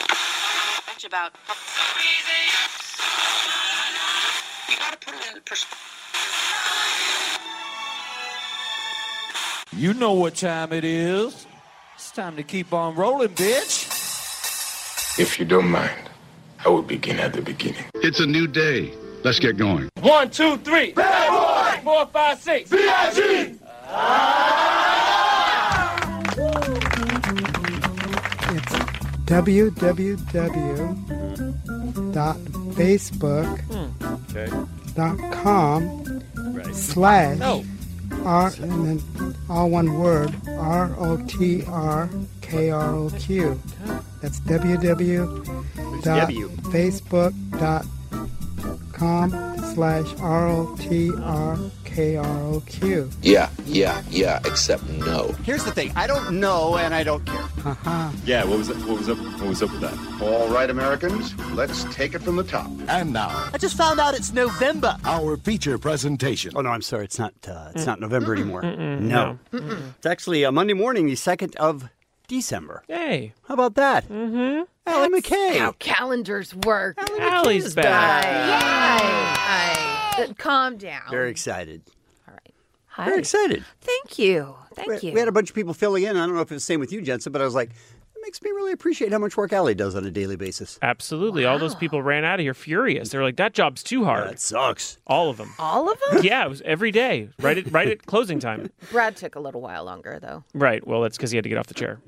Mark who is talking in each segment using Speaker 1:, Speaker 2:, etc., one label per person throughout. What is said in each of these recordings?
Speaker 1: Bitch about. You gotta put it in perspective.
Speaker 2: You know what time it is. It's time to keep on rolling, bitch.
Speaker 3: If you don't mind, I will begin at the beginning.
Speaker 4: It's a new day. Let's get going.
Speaker 2: One, two, three. Bad boy. Four, five, six.
Speaker 5: Ah!
Speaker 6: It's www.facebook.com
Speaker 5: Hmm.
Speaker 2: Okay.
Speaker 6: slash
Speaker 2: No.
Speaker 6: R and then all one word R O T R K R O Q. That's www.facebook.com slash R O T R K R O Q.
Speaker 7: Yeah, yeah, yeah, except no.
Speaker 8: Here's the thing. I don't know and I don't care.
Speaker 6: Haha.
Speaker 9: Yeah. What was up? What was up? What was up with that?
Speaker 4: All right, Americans, let's take it from the top. And now,
Speaker 8: I just found out it's November.
Speaker 4: our feature presentation.
Speaker 8: Oh no, I'm sorry. It's not. Uh, it's not November anymore. no, it's actually uh, Monday morning, the second of December.
Speaker 5: Hey,
Speaker 8: How about that? Mm-hmm. Allie McKay.
Speaker 10: How calendars work.
Speaker 5: Allie's back.
Speaker 10: Aye, aye. Uh, Calm down.
Speaker 8: Very excited.
Speaker 5: Hi.
Speaker 8: Very excited.
Speaker 10: Thank you. Thank
Speaker 8: we,
Speaker 10: you.
Speaker 8: we had a bunch of people filling in. I don't know if it was the same with you, Jensen, but I was like, it makes me really appreciate how much work Allie does on a daily basis.
Speaker 5: Absolutely. All those people ran out of here furious. They were like, that job's too hard.
Speaker 8: That sucks.
Speaker 5: All of them.
Speaker 10: All of them?
Speaker 5: Yeah, it was every day, right at, right at closing time.
Speaker 10: Brad took a little while longer, though.
Speaker 5: Right. Well, that's because he had to get off the chair.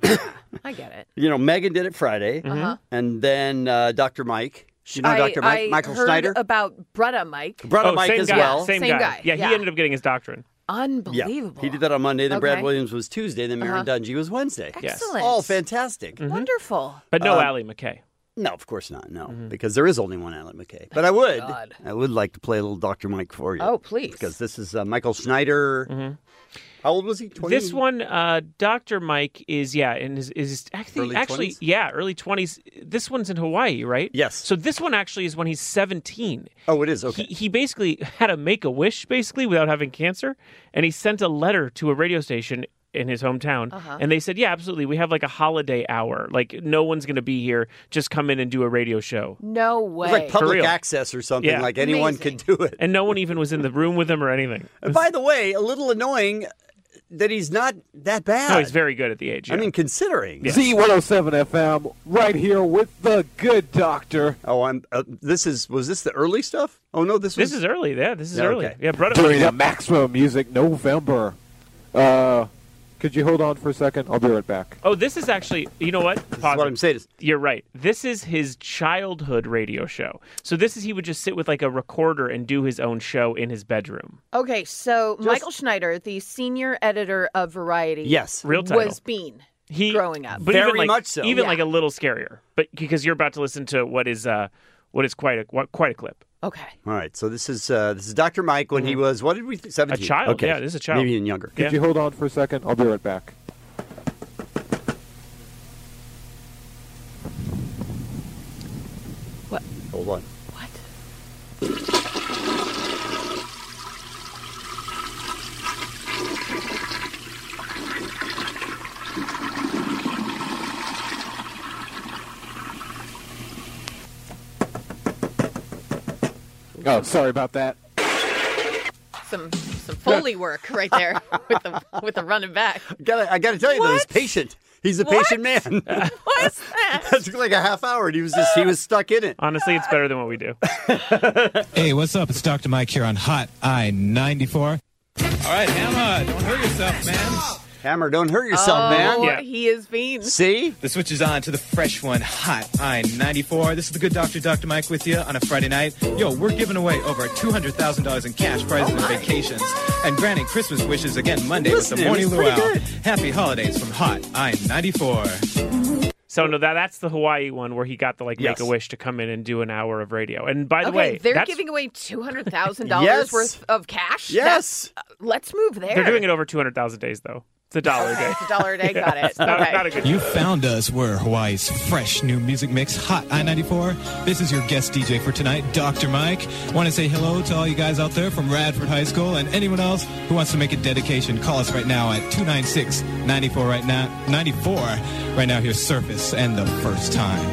Speaker 10: I get it.
Speaker 8: You know, Megan did it Friday, and then uh, Dr. Mike. You know,
Speaker 10: Uh-huh. Mm-hmm. I,
Speaker 8: Dr. Mike,
Speaker 10: I
Speaker 8: Michael
Speaker 10: heard
Speaker 8: Snyder.
Speaker 10: about Bretta Mike.
Speaker 8: Brought a
Speaker 5: oh,
Speaker 8: Mike
Speaker 5: same
Speaker 8: as
Speaker 5: guy.
Speaker 8: well.
Speaker 5: Same,
Speaker 10: Same
Speaker 5: guy.
Speaker 10: guy,
Speaker 5: Yeah, he
Speaker 10: yeah.
Speaker 5: ended up getting his doctrine.
Speaker 8: Yeah,
Speaker 10: Unbelievable.
Speaker 8: he did that on Monday. Then Brad
Speaker 10: Okay. Uh-huh.
Speaker 8: Williams was Tuesday. Then Aaron Dungy was Wednesday.
Speaker 10: Excellent.
Speaker 8: All fantastic.
Speaker 10: Wonderful.
Speaker 5: Mm-hmm. But
Speaker 2: Um,
Speaker 5: no Allie McKay. Mm-hmm.
Speaker 8: No, of course not. No, because there is only one Alan McKay. But I would,
Speaker 10: God.
Speaker 8: I would like to play a little Dr. Mike for you.
Speaker 10: Oh, please.
Speaker 8: because this is uh, Michael Schneider. How old was he? 20?
Speaker 5: Mm-hmm. This one, uh, Dr. Mike is, yeah, and is, is actually,
Speaker 8: Early
Speaker 5: actually
Speaker 8: 20s?
Speaker 5: yeah, early 20s. This one's in Hawaii, right?
Speaker 8: Yes.
Speaker 5: So this one actually is when he's 17.
Speaker 8: Oh, it is okay.
Speaker 5: He, he basically had to make a wish, basically, without having cancer. And he sent a letter to a radio station in his hometown. And they said, Yeah, absolutely. We have like a holiday hour. Like, no one's going to be here. Just come in and do a radio show.
Speaker 10: No way.
Speaker 8: It was like public
Speaker 5: real.
Speaker 8: access or something.
Speaker 5: Yeah.
Speaker 8: Like anyone
Speaker 10: Amazing.
Speaker 8: could do it.
Speaker 5: And no one even was in the room with him or anything.
Speaker 8: And by the way, a little annoying that he's not that bad.
Speaker 5: No, he's very good at the age.
Speaker 8: I
Speaker 5: yeah.
Speaker 8: mean, considering.
Speaker 2: Z107 FM, oh right here with the good doctor.
Speaker 8: Oh, I'm. Uh, this is. Was this the early stuff? Oh no, this was.
Speaker 5: this is early. Yeah, this is
Speaker 8: Yeah,
Speaker 5: early.
Speaker 8: okay.
Speaker 5: Yeah, brother.
Speaker 2: During the Maxwell Music November. Uh, could you hold on for a second? I'll be right back.
Speaker 5: Oh, this is actually, you know what?
Speaker 8: this is what I'm saying. Is,
Speaker 5: You're right. This is his childhood radio show. So this is he would just sit with like a recorder and do his own show in his bedroom.
Speaker 10: Okay, so Michael Schneider, the senior editor of Variety,
Speaker 8: yes.
Speaker 5: Real title.
Speaker 10: was Bean
Speaker 5: he
Speaker 10: growing up.
Speaker 5: but
Speaker 8: Very
Speaker 5: even like,
Speaker 8: much so.
Speaker 5: Even
Speaker 10: Yeah.
Speaker 5: like a little scarier, but because you're about to listen to what is uh, what is quite a what, quite a clip.
Speaker 10: okay,
Speaker 8: All right. So this is uh, this is Dr. Mike when he was. What did we? Th- Seventeen.
Speaker 5: child,
Speaker 8: Okay.
Speaker 5: yeah, this is Mm-hmm. a child.
Speaker 8: Maybe even younger.
Speaker 5: Yeah.
Speaker 2: Could you hold on for a second? I'll be right back.
Speaker 8: Hold on.
Speaker 10: what?
Speaker 2: Oh, sorry about that.
Speaker 10: Some some Foley work right there with the with the running back.
Speaker 8: Gotta, I gotta tell you though, he's patient. He's a patient man. that
Speaker 10: What's that?
Speaker 8: took like a half hour, and he was just he was stuck in it.
Speaker 5: Honestly, it's better than what we do.
Speaker 11: Hey, what's up? It's Dr. Mike here on Hot I 94. All right, Emma, don't hurt yourself, man.
Speaker 8: Hammer, don't hurt yourself, man.
Speaker 10: Oh,
Speaker 5: Yeah.
Speaker 10: he is Bean.
Speaker 8: See,
Speaker 11: The switch is on to the fresh one, Hot I 94. This is the good doctor, Dr. Mike, with you on a Friday night. Yo, we're giving away over $200,000 in cash prizes and vacations, and granting Christmas wishes again Monday with
Speaker 8: Listen,
Speaker 11: the morning
Speaker 8: it's pretty
Speaker 11: luau.
Speaker 8: good.
Speaker 11: Happy holidays from Hot I 94.
Speaker 5: So no, that that's the Hawaii one where he got the like
Speaker 10: Yes.
Speaker 5: Make a Wish to come in and do an hour of radio. And by the
Speaker 10: okay,
Speaker 5: way,
Speaker 10: they're
Speaker 5: that's-
Speaker 10: giving away two hundred thousand dollars
Speaker 5: Yes.
Speaker 10: worth of cash.
Speaker 5: Yes.
Speaker 10: That's- uh, let's move there.
Speaker 5: they're doing it over two hundred thousand days though. It's a dollar a day.
Speaker 10: It's a dollar a day. Got
Speaker 5: Yeah,
Speaker 10: it.
Speaker 5: it's not-
Speaker 10: Okay.
Speaker 5: not a good-
Speaker 4: You found us. We're Hawaii's fresh new music mix, Hot I-94. This is your guest DJ for tonight, Dr. Mike. Want to say hello to all you guys out there from Radford High School and anyone else who wants to make a dedication. Call us right now at 296-94 right now. 94 right now. Here's Surface and the first time.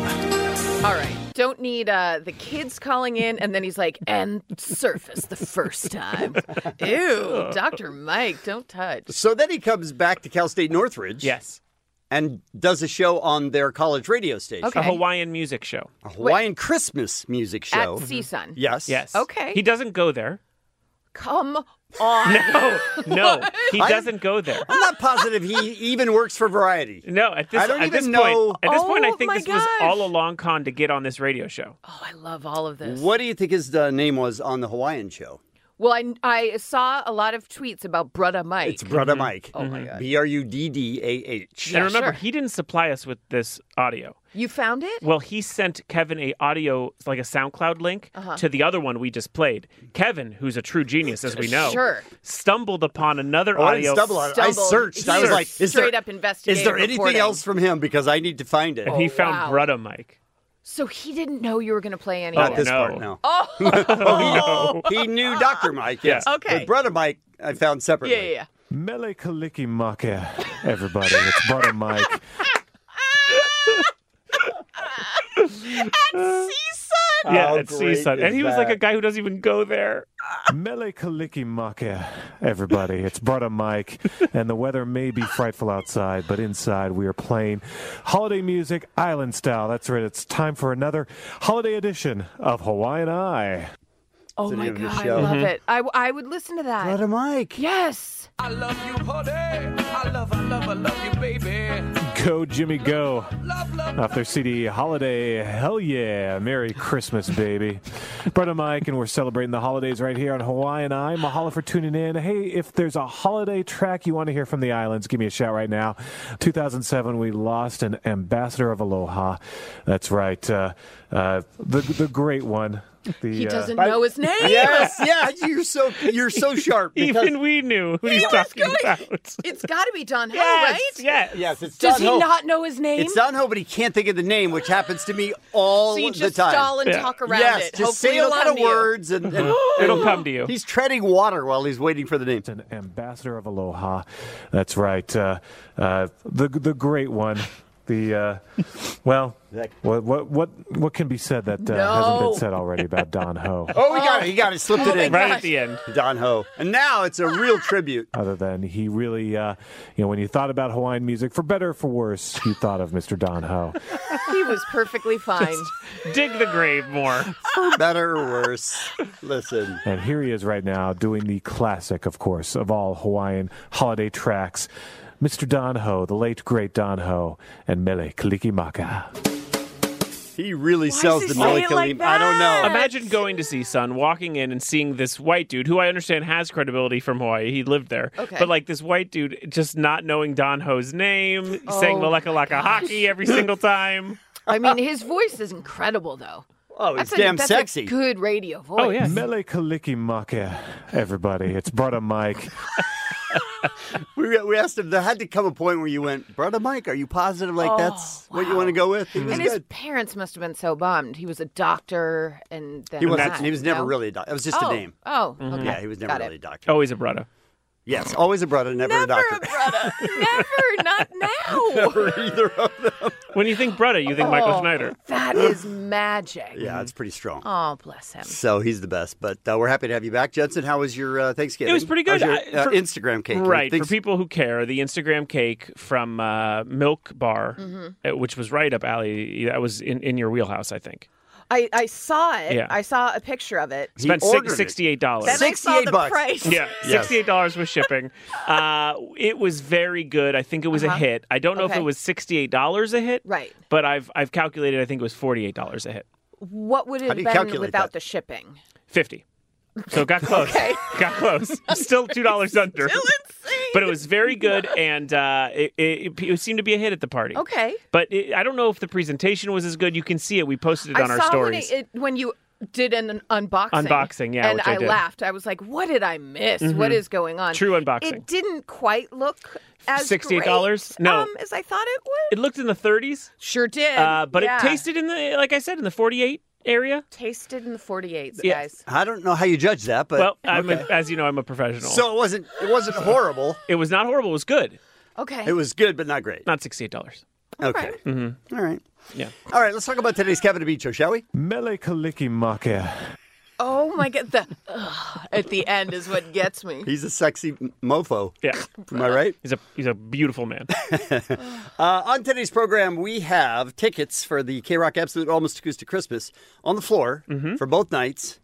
Speaker 10: All right. Don't need uh, the kids calling in, and then he's like, and surface the first time. Ew, Dr. Mike, don't touch.
Speaker 8: So then he comes back to Cal State Northridge.
Speaker 5: Yes.
Speaker 8: And does a show on their college radio station.
Speaker 10: Okay. A
Speaker 5: Hawaiian music show.
Speaker 8: A Hawaiian Christmas music
Speaker 10: At
Speaker 8: show. Mm-hmm.
Speaker 10: CSUN.
Speaker 8: Yes.
Speaker 5: Yes.
Speaker 10: Okay.
Speaker 5: He doesn't go there.
Speaker 10: Come on.
Speaker 5: No, no, he
Speaker 8: I'm-
Speaker 5: doesn't go there.
Speaker 8: I'm not positive he even works for Variety.
Speaker 5: No, at this,
Speaker 8: I don't
Speaker 5: at
Speaker 8: even
Speaker 5: this
Speaker 8: know.
Speaker 5: point, at this point, I
Speaker 10: Oh,
Speaker 5: think
Speaker 10: my
Speaker 5: this was
Speaker 10: gosh.
Speaker 5: all a long con to get on this radio show.
Speaker 10: Oh, I love all of this.
Speaker 8: What do you think his uh, name was on the Hawaiian show?
Speaker 10: Well, I, I saw a lot of tweets about Brudda Mike.
Speaker 8: It's Brudda
Speaker 5: Mm-hmm.
Speaker 8: Mike.
Speaker 10: Oh, my God.
Speaker 8: B R U D D A H.
Speaker 5: and remember, he didn't supply us with this audio.
Speaker 10: You found it?
Speaker 5: Well, he sent Kevin a audio, like a SoundCloud link
Speaker 10: Uh-huh.
Speaker 5: to the other one we just played. Kevin, who's a true genius, as we know,
Speaker 10: Sure.
Speaker 5: stumbled upon another
Speaker 8: Oh, I didn't
Speaker 5: audio.
Speaker 8: stumble on it. I
Speaker 10: Stumbled.
Speaker 8: searched. I
Speaker 10: He
Speaker 8: was
Speaker 10: was
Speaker 8: like, is
Speaker 10: straight
Speaker 8: there,
Speaker 10: up investigative
Speaker 8: Is there anything
Speaker 10: reporting.
Speaker 8: else from him? Because I need to find it.
Speaker 5: and he found
Speaker 10: Oh, wow.
Speaker 5: Brudda Mike.
Speaker 10: So he didn't know you were going to play any
Speaker 8: Not
Speaker 10: of
Speaker 8: this
Speaker 10: it.
Speaker 8: part, no.
Speaker 10: Oh,
Speaker 8: Oh, he, he knew Dr. Mike, yes.
Speaker 10: Yeah. Okay.
Speaker 8: But Brother Mike, I found
Speaker 10: yeah,
Speaker 8: separately.
Speaker 10: yeah, yeah.
Speaker 12: Mele Kaliki Maka, everybody. It's Butter Mike.
Speaker 10: At CSUN.
Speaker 5: Uh, Yeah,
Speaker 12: How
Speaker 5: at
Speaker 12: great
Speaker 5: CSUN.
Speaker 12: is
Speaker 5: And he was like
Speaker 12: that?
Speaker 5: a guy who doesn't even go there.
Speaker 12: Mele Kaliki Maka, everybody. It's Butter Mike. And the weather may be frightful outside, but inside we are playing holiday music, island style. That's right. It's time for another holiday edition of Hawaiian Eye.
Speaker 10: Oh
Speaker 8: the
Speaker 10: my
Speaker 8: name of the
Speaker 10: god, I
Speaker 8: show. Mm-hmm.
Speaker 10: love
Speaker 5: Mm-hmm.
Speaker 10: it. I, I would listen to that.
Speaker 8: Brother Mike.
Speaker 10: Yes.
Speaker 13: I love you, honey. I love, I love, I love you, baby.
Speaker 12: Go, Jimmy, go. Off their CD, Holiday, hell yeah. Merry Christmas, baby. Brother Mike, and we're celebrating the holidays right here on Hawaiian Eye. Mahalo for tuning in. Hey, if there's a holiday track you want to hear from the islands, give me a shout right now. 2007, we lost an ambassador of Aloha. That's right. Uh, uh, the, the great one. The,
Speaker 10: He
Speaker 12: uh,
Speaker 10: doesn't know his name.
Speaker 8: Yes, yeah, you're so you're so sharp. Because,
Speaker 5: Even we knew who he's talking about.
Speaker 10: It's got to be Don Ho,
Speaker 5: Yes,
Speaker 10: right?
Speaker 5: yes.
Speaker 8: yes, it's
Speaker 10: Does
Speaker 8: Don
Speaker 10: he
Speaker 8: Ho.
Speaker 10: not know his name?
Speaker 8: It's Don Ho, but he can't think of the name, which happens to me all
Speaker 10: so you
Speaker 8: the
Speaker 10: just
Speaker 8: time.
Speaker 10: stall and
Speaker 5: Yeah.
Speaker 10: talk around
Speaker 8: yes,
Speaker 10: it.
Speaker 8: just
Speaker 10: Hopefully
Speaker 8: say a
Speaker 10: it'll
Speaker 8: lot
Speaker 10: come
Speaker 8: of
Speaker 10: to you.
Speaker 8: words, and, and
Speaker 5: It'll come to you.
Speaker 8: he's treading water while he's waiting for the name.
Speaker 12: an ambassador of Aloha. That's right. Uh, uh, the the great one. The uh, well, what what what what can be said that uh, hasn't
Speaker 10: No.
Speaker 12: been said already about Don Ho?
Speaker 8: Oh, we got it. He got it. Slipped
Speaker 10: Oh
Speaker 8: it
Speaker 10: my
Speaker 8: in.
Speaker 5: Right at the end.
Speaker 8: Don Ho. And now it's a real tribute.
Speaker 12: Other than he really, uh, you know, when you thought about Hawaiian music, for better or for worse, you thought of Mr. Don Ho.
Speaker 10: He was perfectly fine.
Speaker 5: Dig the grave more.
Speaker 8: For better or worse. Listen.
Speaker 12: And here he is right now doing the classic, of course, of all Hawaiian holiday tracks. Mr. Don Ho, the late great Don Ho, and Mele Kalikimaka.
Speaker 8: He really
Speaker 10: Why
Speaker 8: sells
Speaker 10: does
Speaker 8: the
Speaker 10: he say
Speaker 8: Mele
Speaker 10: it like
Speaker 8: Kalim. I don't know.
Speaker 5: Imagine going to CSUN, walking in and seeing this white dude, who I understand has credibility from Hawaii. He lived there.
Speaker 10: Okay.
Speaker 5: But like this white dude just not knowing Don Ho's name,
Speaker 10: Oh
Speaker 5: saying
Speaker 10: my
Speaker 5: Maleka Laka Hockey every single time.
Speaker 10: I mean, his voice is incredible, though.
Speaker 8: Oh, he's
Speaker 10: That's a,
Speaker 8: damn
Speaker 10: that's
Speaker 8: sexy.
Speaker 10: A good radio voice.
Speaker 5: Oh, yeah.
Speaker 12: Mele Kalikimaka, everybody. It's Brother Mike.
Speaker 8: We, we asked him, there had to come a point where you went, Brother Mike, are you positive like
Speaker 10: Oh,
Speaker 8: that's what you
Speaker 10: wow.
Speaker 8: want to go with? He was
Speaker 10: And his
Speaker 8: good.
Speaker 10: parents must have been so bummed. He was a doctor, and then
Speaker 8: He, wasn't,
Speaker 10: that,
Speaker 8: he was never
Speaker 10: no?
Speaker 8: really a doctor. It was just
Speaker 10: oh,
Speaker 8: a name. Mm-hmm.
Speaker 10: Oh, okay.
Speaker 8: Yeah, he was never
Speaker 10: Got
Speaker 8: really a
Speaker 10: it.
Speaker 8: doctor.
Speaker 5: Always a brother.
Speaker 8: Yes, always a brother, never, a
Speaker 10: Never
Speaker 8: doctor.
Speaker 10: a brother. Never, not now.
Speaker 8: Never either of them.
Speaker 5: When you think brother, you think Michael
Speaker 10: Oh,
Speaker 5: Schneider.
Speaker 10: That is magic.
Speaker 8: Yeah, it's pretty strong.
Speaker 10: Oh, bless him.
Speaker 8: So he's the best. But uh, we're happy to have you back, Judson. How was your uh, Thanksgiving?
Speaker 5: It was pretty good.
Speaker 8: How's your,
Speaker 5: I-
Speaker 8: uh,
Speaker 5: for-
Speaker 8: Instagram cake.
Speaker 5: Right.
Speaker 8: Thanks-
Speaker 5: For people who care, the Instagram cake from uh, Milk Bar,
Speaker 10: Mm-hmm.
Speaker 5: uh, which was right up alley, that was in, in your wheelhouse, I think.
Speaker 10: I, I saw it.
Speaker 5: Yeah.
Speaker 10: I saw a picture of it.
Speaker 8: He
Speaker 5: Spent
Speaker 8: ordered
Speaker 5: six, $68.
Speaker 8: it.
Speaker 10: Then I saw
Speaker 8: 68
Speaker 10: the
Speaker 8: bucks.
Speaker 10: price.
Speaker 5: Yeah,
Speaker 8: Yes.
Speaker 5: sixty-eight dollars with shipping. Uh, it was very good. I think it was a
Speaker 10: Uh-huh.
Speaker 5: hit. I don't know if
Speaker 10: Okay.
Speaker 5: it was sixty-eight dollars a hit,
Speaker 10: Right.
Speaker 5: But I've I've calculated. I think it was forty-eight dollars a hit,
Speaker 10: What would it
Speaker 8: How
Speaker 10: have
Speaker 8: do you
Speaker 10: been
Speaker 8: calculate
Speaker 10: without
Speaker 8: that?
Speaker 10: the shipping?
Speaker 5: fifty. So it got close. Got close. Still two dollars under.
Speaker 10: Still
Speaker 5: but it was very good, and uh, it, it, it seemed to be a hit at the party.
Speaker 10: Okay.
Speaker 5: But it, I don't know if the presentation was as good. You can see it. We posted it
Speaker 10: I
Speaker 5: on our
Speaker 10: saw
Speaker 5: stories.
Speaker 10: When, it, it- when you did an, an unboxing.
Speaker 5: Unboxing, yeah,
Speaker 10: And
Speaker 5: which I did.
Speaker 10: laughed. I was like, what did I miss?
Speaker 5: Mhm.
Speaker 10: What is going on?
Speaker 5: True unboxing.
Speaker 10: It didn't quite look as
Speaker 5: $68?
Speaker 10: great,
Speaker 5: No.
Speaker 10: um, as I thought it would.
Speaker 5: It looked in the 30s.
Speaker 10: Sure did.
Speaker 5: Uh, but
Speaker 10: Yeah.
Speaker 5: it tasted in the, like I said, in the 48 area.
Speaker 10: Tasted in the 48s,
Speaker 5: Yeah.
Speaker 10: guys.
Speaker 8: I don't know how you judge that, but
Speaker 5: well, I'm
Speaker 8: Okay.
Speaker 5: a, as you know, I'm a professional.
Speaker 8: So it wasn't it wasn't horrible.
Speaker 5: It was not horrible. It was good.
Speaker 10: Okay.
Speaker 8: It was good, but not great.
Speaker 5: Not sixty-eight dollars.
Speaker 8: Okay.
Speaker 5: Mm-hmm.
Speaker 8: All right.
Speaker 5: Yeah.
Speaker 8: All right. Let's talk about today's Kevin Abicho, shall we?
Speaker 12: Mele Kalikimaka.
Speaker 10: Oh my god, the ugh, at the end is what gets me.
Speaker 8: He's a sexy m- mofo.
Speaker 5: Yeah.
Speaker 8: Am I right?
Speaker 5: He's a he's a beautiful man.
Speaker 8: Uh, on today's program, we have tickets for the K Rock Absolute Almost Acoustic Christmas on the floor
Speaker 5: Mm-hmm.
Speaker 8: for both nights.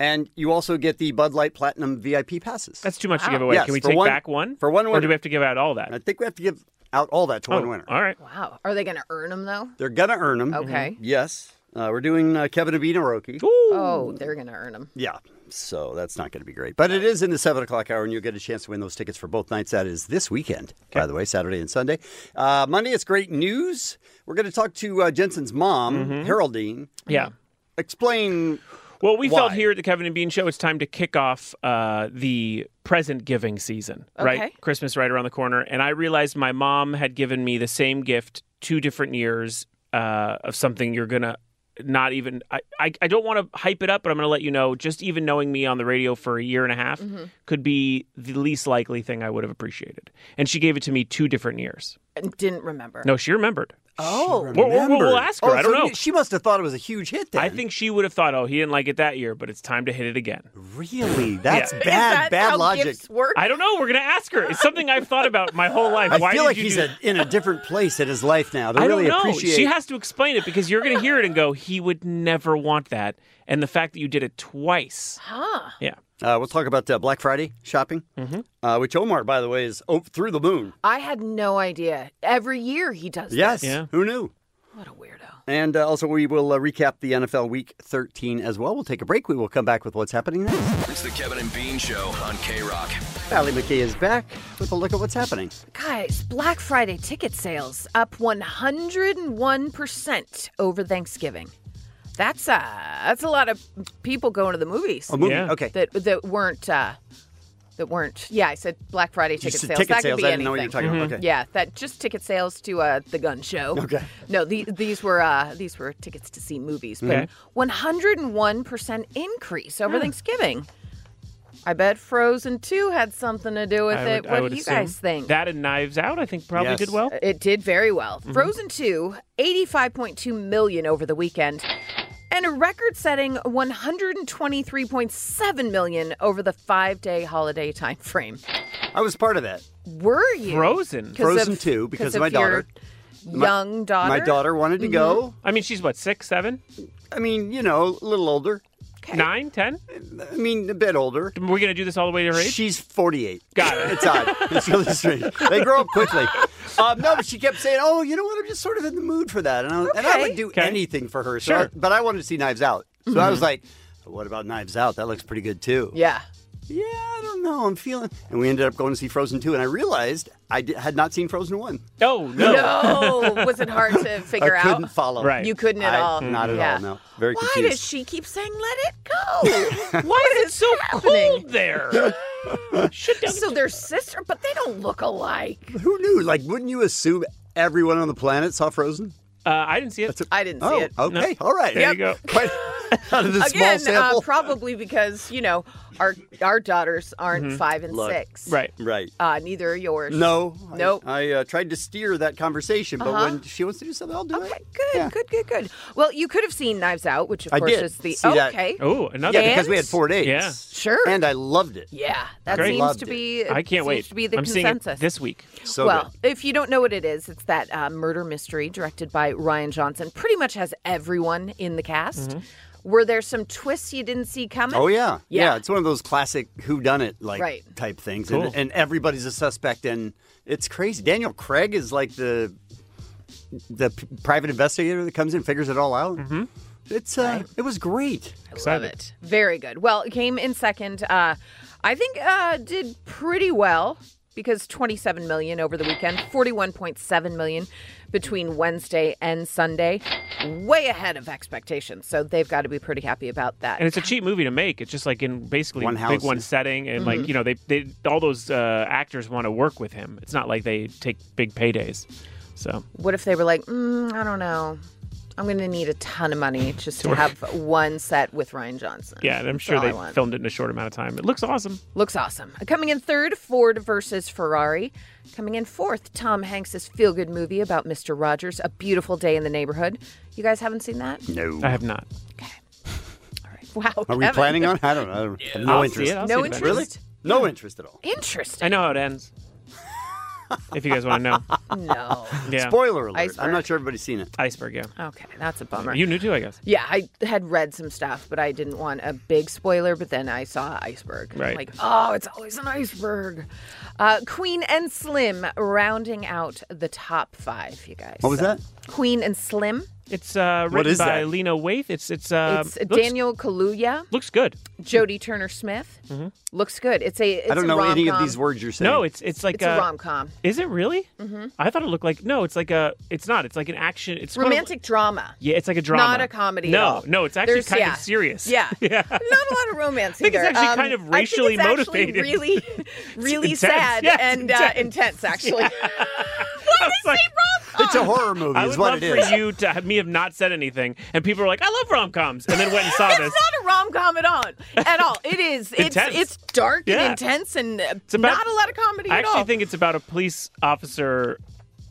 Speaker 8: And you also get the Bud Light Platinum VIP passes.
Speaker 5: That's too much to give away.
Speaker 8: Yes,
Speaker 5: Can we
Speaker 8: for
Speaker 5: take back one?
Speaker 8: For one
Speaker 5: Or
Speaker 8: winner.
Speaker 5: do we have to give out all that?
Speaker 8: I think we have to give out all that to one
Speaker 5: Oh,
Speaker 8: winner.
Speaker 5: All right.
Speaker 10: Wow. Are they going to earn them though?
Speaker 8: They're going to earn them.
Speaker 10: Okay.
Speaker 8: Yes. Uh, we're doing uh, Kevin Abina Roki.
Speaker 10: Oh, they're going to earn them.
Speaker 8: Yeah. So that's not going to be great. But it is in the 7 o'clock hour, and you'll get a chance to win those tickets for both nights. That is this weekend, by the way, Saturday and Sunday. Uh, Monday, it's great news. We're going to talk to uh, Jensen's mom, Geraldine.
Speaker 5: Mm-hmm. Yeah.
Speaker 8: Explain.
Speaker 5: Well, we felt
Speaker 8: Why?
Speaker 5: here at the Kevin and Bean Show it's time to kick off uh, the present giving season,
Speaker 10: Okay.
Speaker 5: right? Christmas right around the corner. And I realized my mom had given me the same gift two different years uh, of something you're going to not even. I, I, I don't want to hype it up, but I'm going to let you know just even knowing me on the radio for a year and a half
Speaker 10: Mhm.
Speaker 5: could be the least likely thing I would have appreciated. And she gave it to me two different years.
Speaker 10: And didn't remember.
Speaker 5: No, she remembered.
Speaker 10: Oh.
Speaker 5: We'll, we'll- we'll ask her.
Speaker 8: Oh,
Speaker 5: I don't
Speaker 8: so
Speaker 5: know.
Speaker 8: you- She must have thought it was a huge hit then.
Speaker 5: I think she would have thought, oh, he didn't like it that year, but it's time to hit it again.
Speaker 8: Really? That's
Speaker 5: Yeah.
Speaker 8: bad, bad
Speaker 10: how
Speaker 8: logic.
Speaker 10: gifts work?
Speaker 5: I don't know. We're gonna ask her. It's something I've thought about my whole life.
Speaker 8: I
Speaker 5: Why
Speaker 8: feel
Speaker 5: did
Speaker 8: like
Speaker 5: you
Speaker 8: he's
Speaker 5: do-
Speaker 8: a, in a different place in his life now. To
Speaker 5: I
Speaker 8: really
Speaker 5: don't know.
Speaker 8: appreciate
Speaker 5: She has to explain it because you're gonna hear it and go, he would never want that. And the fact that you did it twice.
Speaker 10: Huh.
Speaker 5: Yeah. Mm-hmm.
Speaker 8: Uh, we'll talk about uh, Black Friday shopping, uh, which Omar, by the way, is o- through the moon.
Speaker 10: I had no idea. Every year he does
Speaker 8: Yes.
Speaker 10: this.
Speaker 8: Who knew?
Speaker 10: What a weirdo.
Speaker 8: And uh, also, we will uh, recap the NFL Week 13 as well. We'll take a break. We will come back with what's happening next.
Speaker 14: It's the Kevin and Bean Show on K Rock.
Speaker 8: Allie McKay is back with a look at what's happening.
Speaker 10: Guys, Black Friday ticket sales up 101% over Thanksgiving. That's uh that's a lot of people going to the movies.
Speaker 8: A movie, Yeah. okay.
Speaker 10: That that weren't uh that weren't. Yeah, I said Black Friday ticket
Speaker 8: said
Speaker 10: sales.
Speaker 8: ticket
Speaker 10: that
Speaker 8: sales.
Speaker 10: could be
Speaker 8: I didn't know what you were
Speaker 10: anything.
Speaker 8: talking about. Mhm. Okay.
Speaker 10: Yeah, that just ticket sales to uh the gun show.
Speaker 8: Okay.
Speaker 10: No, the, these were uh these were tickets to see movies, but
Speaker 8: Okay.
Speaker 10: 101% increase over Thanksgiving. I bet Frozen 2 had something to do with
Speaker 5: I
Speaker 10: it.
Speaker 5: would- I
Speaker 10: what
Speaker 5: would
Speaker 10: do you
Speaker 5: assume.
Speaker 10: guys think?
Speaker 5: That and Knives Out, I think, probably
Speaker 10: Yes.
Speaker 5: did well.
Speaker 10: Uh, It did very well.
Speaker 8: Mm-hmm.
Speaker 5: Mhm.
Speaker 10: Frozen 2, 85.2 million over the weekend, and a record setting 123.7 million over the five day holiday time frame.
Speaker 8: I was part of that.
Speaker 10: Were you?
Speaker 5: Frozen.
Speaker 10: 'Cause
Speaker 8: Frozen
Speaker 10: of-
Speaker 8: too, because of my
Speaker 10: of your
Speaker 8: daughter.
Speaker 10: Young daughter. Mm-hmm.
Speaker 8: My daughter wanted to go.
Speaker 5: I mean, she's what, six, seven?
Speaker 8: I mean, you know, a little older.
Speaker 5: Nine, ten?
Speaker 8: I mean, a bit older.
Speaker 5: We're gonna do this all the way to her age?
Speaker 8: She's 48.
Speaker 5: Got it.
Speaker 8: It's odd. It's really strange. They grow up quickly. Um, no, but she kept saying, "Oh, you know what? I'm just sort of in the mood for that," and I, and I
Speaker 10: Okay.
Speaker 8: would do anything for her. So
Speaker 10: Sure.
Speaker 8: I- but I wanted to see Knives Out, so I
Speaker 5: Mm-hmm.
Speaker 8: was like, "What about Knives Out? That looks pretty good too."
Speaker 10: Yeah.
Speaker 8: Yeah, I don't know. I'm feeling. And we ended up going to see Frozen 2, and I realized I di- had not seen Frozen 1.
Speaker 5: Oh,
Speaker 10: Mm-hmm. No, was it hard to figure
Speaker 8: I
Speaker 10: out?
Speaker 8: couldn't follow.
Speaker 10: Right. You couldn't at
Speaker 8: I-
Speaker 10: all.
Speaker 8: Not at
Speaker 10: Yeah.
Speaker 8: all, no. Very
Speaker 10: Why
Speaker 8: confused.
Speaker 10: does she keep saying let it go?
Speaker 5: Why is it so
Speaker 10: cold
Speaker 5: there?
Speaker 10: so they're sister, but they don't look alike.
Speaker 8: Who knew? Like, wouldn't you assume everyone on the planet saw Frozen?
Speaker 5: Uh, I didn't see it.
Speaker 10: I didn't see
Speaker 8: oh,
Speaker 10: it.
Speaker 8: okay. All right.
Speaker 5: There you go.
Speaker 8: Quite out of the small
Speaker 10: Again,
Speaker 8: sample.
Speaker 10: Uh, probably because you know our our daughters aren't
Speaker 8: Mhm.
Speaker 10: five and
Speaker 8: Look,
Speaker 10: six.
Speaker 5: Mm-hmm. Right.
Speaker 8: Right.
Speaker 10: Uh, neither are yours.
Speaker 8: No. I-
Speaker 10: Nope.
Speaker 8: I, uh, tried to steer that conversation, but
Speaker 10: Uh-huh.
Speaker 8: when she wants to do something, I'll do it.
Speaker 10: Good, good, good, good. Well, you could have seen Knives Out, which of
Speaker 8: I
Speaker 10: course
Speaker 8: did
Speaker 10: is the
Speaker 8: see that.
Speaker 10: okay.
Speaker 5: Oh, another.
Speaker 8: Yeah, because we had
Speaker 10: And-
Speaker 8: four days.
Speaker 5: Yeah.
Speaker 10: Sure.
Speaker 8: And I loved it.
Speaker 10: Yeah, that
Speaker 8: Great.
Speaker 10: seems
Speaker 8: Loved
Speaker 10: to
Speaker 8: it.
Speaker 10: be.
Speaker 5: I can't
Speaker 10: seems
Speaker 5: wait.
Speaker 10: To be the
Speaker 5: I'm seeing it
Speaker 10: consensus
Speaker 5: this week.
Speaker 8: So
Speaker 10: well, if you don't know what it is, it's that uh, murder mystery directed by Ryan Johnson. Pretty much has everyone in the cast.
Speaker 8: Mhm.
Speaker 5: Mm-hmm.
Speaker 10: Were there some twists you didn't see coming?
Speaker 8: Oh yeah. yeah,
Speaker 10: yeah.
Speaker 8: It's one of those classic "Who Done It" like
Speaker 10: Right.
Speaker 8: type things,
Speaker 5: Cool.
Speaker 8: and, and everybody's a suspect, and it's crazy. Daniel Craig is like the the p- private investigator that comes in and figures it all out. Mm-hmm. It's uh, it was great.
Speaker 10: I love it. Very good. Well, it came in second. Uh, I think uh, did pretty well. because 27 million over the weekend, 41.7 million between Wednesday and Sunday, way ahead of expectations. So they've got to be pretty happy about that.
Speaker 5: And it's a cheap movie to make. It's just like in basically
Speaker 10: One
Speaker 5: big
Speaker 10: house.
Speaker 5: one setting, and
Speaker 10: Mhm.
Speaker 5: like you know they they all those uh, actors want to work with him. It's not like they take big paydays. So
Speaker 10: What if they were like, mm, I don't know. I'm going to need a ton of money just to
Speaker 5: work.
Speaker 10: have one set with Ryan Johnson.
Speaker 5: yeah, and I'm
Speaker 10: That's
Speaker 5: sure
Speaker 10: all
Speaker 5: they
Speaker 10: I want.
Speaker 5: filmed it in a short amount of time. It looks awesome.
Speaker 10: Looks awesome. Coming in third, Ford versus Ferrari. Coming in fourth, Tom Hanks' feel good movie about Mr. Rogers, A Beautiful Day in the Neighborhood. You guys haven't seen that?
Speaker 8: No.
Speaker 5: I have not.
Speaker 10: Wow.
Speaker 8: Are we
Speaker 10: Oh, Kevin.
Speaker 8: planning on? I don't know. I don't- I have no
Speaker 5: I'll see
Speaker 8: interest.
Speaker 5: it. I'll
Speaker 10: No
Speaker 5: see it eventually.
Speaker 8: Really? No interest at all.
Speaker 10: Interesting.
Speaker 5: I know how it ends. if you guys want to know.
Speaker 10: No.
Speaker 5: Yeah.
Speaker 8: Spoiler alert.
Speaker 10: Iceberg. Oh.
Speaker 8: I'm not sure everybody's seen it.
Speaker 5: Iceberg, yeah.
Speaker 10: Okay, that's a bummer.
Speaker 5: You knew too, I guess.
Speaker 10: Yeah, I had read some stuff, but I didn't want a big spoiler. But then I saw Iceberg. I'm
Speaker 5: Right.
Speaker 10: like, oh, it's always an iceberg. Uh, Queen and Slim rounding out the top five, you guys.
Speaker 5: What was that?
Speaker 10: Queen and Slim.
Speaker 5: It's uh, written by Lena Waithe. It's it's uh,
Speaker 10: it's
Speaker 5: looks-
Speaker 10: Daniel Kaluuya,
Speaker 5: Looks good.
Speaker 10: Jodie Turner Smith.
Speaker 5: Mhm.
Speaker 10: Looks good. It's a. It's
Speaker 5: I don't
Speaker 10: a
Speaker 5: know any of
Speaker 10: rom-com.
Speaker 5: these words you're saying. No, it's- it's like,
Speaker 10: it's
Speaker 5: uh,
Speaker 10: a rom com.
Speaker 5: Is it really?
Speaker 10: Mhm.
Speaker 5: I thought it looked like no. It's like a. It's not. It's like an action. It's kind of-
Speaker 10: Romantic drama.
Speaker 5: yeah, it's like a drama.
Speaker 10: Not a comedy.
Speaker 5: No,
Speaker 10: at all.
Speaker 5: no, it's actually
Speaker 10: There's-
Speaker 5: kind
Speaker 10: yeah.
Speaker 5: of serious.
Speaker 10: Yeah. Not a lot of romance
Speaker 5: think
Speaker 10: either. Um,
Speaker 5: it's actually kind of
Speaker 10: I think it's
Speaker 5: racially
Speaker 10: actually
Speaker 5: motivated.
Speaker 10: Really, really
Speaker 5: intense.
Speaker 10: sad
Speaker 5: Yeah, it's
Speaker 10: and Uh, intense, actually.
Speaker 5: I was like,
Speaker 8: It's a horror movie,
Speaker 5: I
Speaker 8: is
Speaker 5: would
Speaker 8: what
Speaker 5: love
Speaker 8: it is.
Speaker 5: for you to have me have not said anything, and people are like, "I love rom coms," and then went and saw this.
Speaker 10: It's not a rom com at all. At all. It is. It's
Speaker 5: Intense.
Speaker 10: it's dark
Speaker 5: Yeah.
Speaker 10: and intense and uh,
Speaker 5: about-
Speaker 10: not a lot of comedy
Speaker 5: I
Speaker 10: at
Speaker 5: actually
Speaker 10: all.
Speaker 5: think it's about a police officer.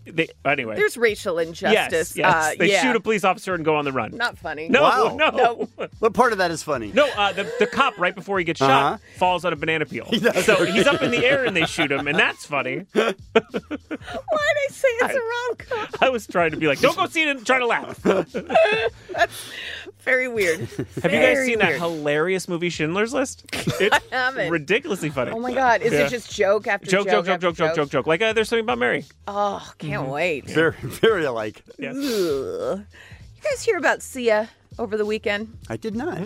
Speaker 5: They, anyway,
Speaker 10: There's racial injustice.
Speaker 5: Yes, yes.
Speaker 10: Uh,
Speaker 5: they
Speaker 10: yeah.
Speaker 5: shoot a police officer and go on the run.
Speaker 10: Not funny.
Speaker 5: No,
Speaker 8: Wow.
Speaker 5: no,
Speaker 8: What part of that is funny?
Speaker 5: No, uh, the, the cop right before he gets
Speaker 8: Uh-huh.
Speaker 5: shot falls on a banana peel.
Speaker 8: He does.
Speaker 5: So he's up in the air and they shoot him, and that's funny. Why
Speaker 10: did I say it's a rom com?
Speaker 5: I was trying to be like, don't go see it and try to laugh.
Speaker 10: Very weird.
Speaker 5: Have you guys seen that hilarious movie Schindler's List? It's
Speaker 10: haven't.
Speaker 5: ridiculously funny.
Speaker 10: Oh my God! Is
Speaker 5: Yeah.
Speaker 10: it just joke after
Speaker 5: joke, joke, joke,
Speaker 10: after
Speaker 5: joke, joke, joke, joke? Like uh, there's something about Mary.
Speaker 10: Oh, can't
Speaker 5: Mhm.
Speaker 10: wait.
Speaker 8: Very, very alike.
Speaker 10: Ugh. You guys hear about Sia over the weekend?
Speaker 8: I did not.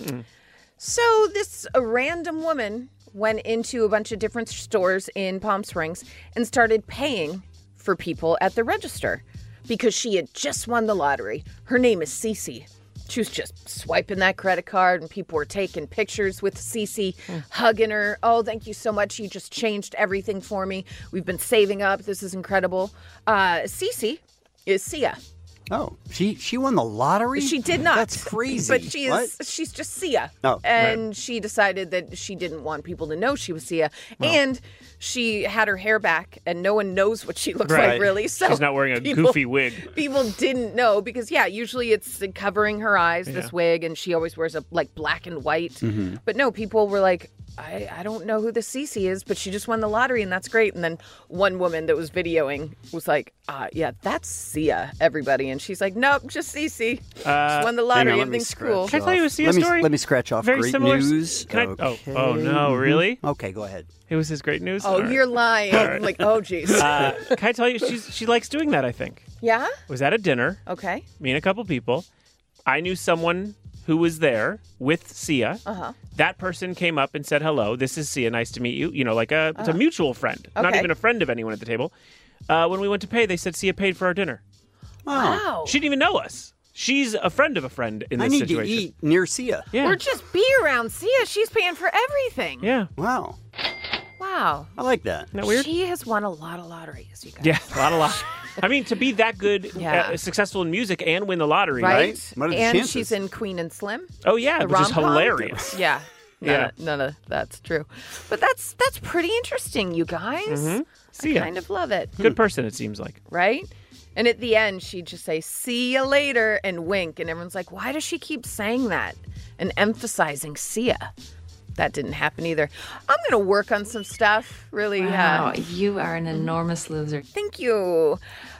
Speaker 10: So this uh, random woman went into a bunch of different stores in Palm Springs and started paying for people at the register because she had just won the lottery. Her name is Cece. She was just swiping that credit card, and people were taking pictures with Cece, hugging her. Oh, thank you so much. You just changed everything for me. We've been saving up. This is incredible. Uh, Cece is Sia.
Speaker 8: Oh, she she won the lottery.
Speaker 10: She did not.
Speaker 8: That's crazy.
Speaker 10: But she is.
Speaker 8: What?
Speaker 10: She's just Sia.
Speaker 8: Oh,
Speaker 10: and
Speaker 8: right.
Speaker 10: she decided that she didn't want people to know she was Sia, and she had her hair back, and no one knows what she looks like
Speaker 5: Right.
Speaker 10: really. So
Speaker 5: She's not wearing a
Speaker 10: people-
Speaker 5: goofy wig.
Speaker 10: People didn't know because yeah, usually it's covering her eyes,
Speaker 5: Yeah.
Speaker 10: this wig, and she always wears a like black and white.
Speaker 8: Mm-hmm.
Speaker 5: Mhm.
Speaker 10: But no, people were like. I, I don't know who the Cece is, but she just won the lottery and that's great. And then one woman that was videoing was like, uh, yeah, that's Sia, everybody. And she's like, nope, just Cece.
Speaker 5: Uh,
Speaker 10: Just won the lottery.
Speaker 8: Hang on, let me
Speaker 10: Everything's
Speaker 8: scratch
Speaker 10: cool.
Speaker 8: off. let me, Let me scratch off
Speaker 5: Very
Speaker 8: great
Speaker 5: similar-
Speaker 8: news.
Speaker 5: Can I- oh,
Speaker 8: Okay. Mm-hmm.
Speaker 5: oh, no, really?
Speaker 8: Okay, go ahead.
Speaker 5: It was his great news.
Speaker 10: Oh,
Speaker 5: All right.
Speaker 10: you're lying.
Speaker 5: All right.
Speaker 10: Like, oh, jeez.
Speaker 5: Uh, can I tell you? She's she likes doing that. I think.
Speaker 10: yeah?
Speaker 5: was at a dinner.
Speaker 10: Okay.
Speaker 5: Me and a couple people. I knew someone who was there with Sia.
Speaker 10: Uh-huh.
Speaker 5: That person came up and said hello. This is Sia. Nice to meet you. You know, like a it's a
Speaker 10: Uh-huh.
Speaker 5: mutual friend, not
Speaker 10: Okay.
Speaker 5: even a friend of anyone at the table. Uh, when we went to pay, they said Sia paid for our dinner.
Speaker 10: Wow.
Speaker 5: She didn't even know us. She's a friend of a friend in
Speaker 8: I
Speaker 5: this
Speaker 8: need to
Speaker 5: situation.
Speaker 8: eat near Sia.
Speaker 5: Yeah.
Speaker 10: Or just be around Sia. She's paying for everything.
Speaker 5: Yeah.
Speaker 8: Wow.
Speaker 10: Wow.
Speaker 8: I like that.
Speaker 10: She has won a lot of lotteries, you guys.
Speaker 5: Yeah, a lot of lot. I mean, to be that good,
Speaker 10: Yeah.
Speaker 5: uh, successful in music and win the lottery,
Speaker 10: Right? and she's in Queen and Slim.
Speaker 5: Oh, yeah,
Speaker 10: The
Speaker 5: which is
Speaker 10: rom-com.
Speaker 5: hilarious.
Speaker 10: Yeah. None
Speaker 5: Yeah.
Speaker 10: Of, none of that's true. But that's that's pretty interesting, you guys.
Speaker 5: Mhm. See
Speaker 10: I
Speaker 5: ya.
Speaker 10: kind of love it.
Speaker 8: Hmm.
Speaker 5: good person. It seems like.
Speaker 10: right? And at the end, she'd just say, see you later, and wink. And everyone's like, why does she keep saying that and emphasizing see ya? That didn't happen either. I'm going to work on some stuff, really.
Speaker 15: Wow,
Speaker 10: uh,
Speaker 15: you are an enormous loser.
Speaker 10: Thank you.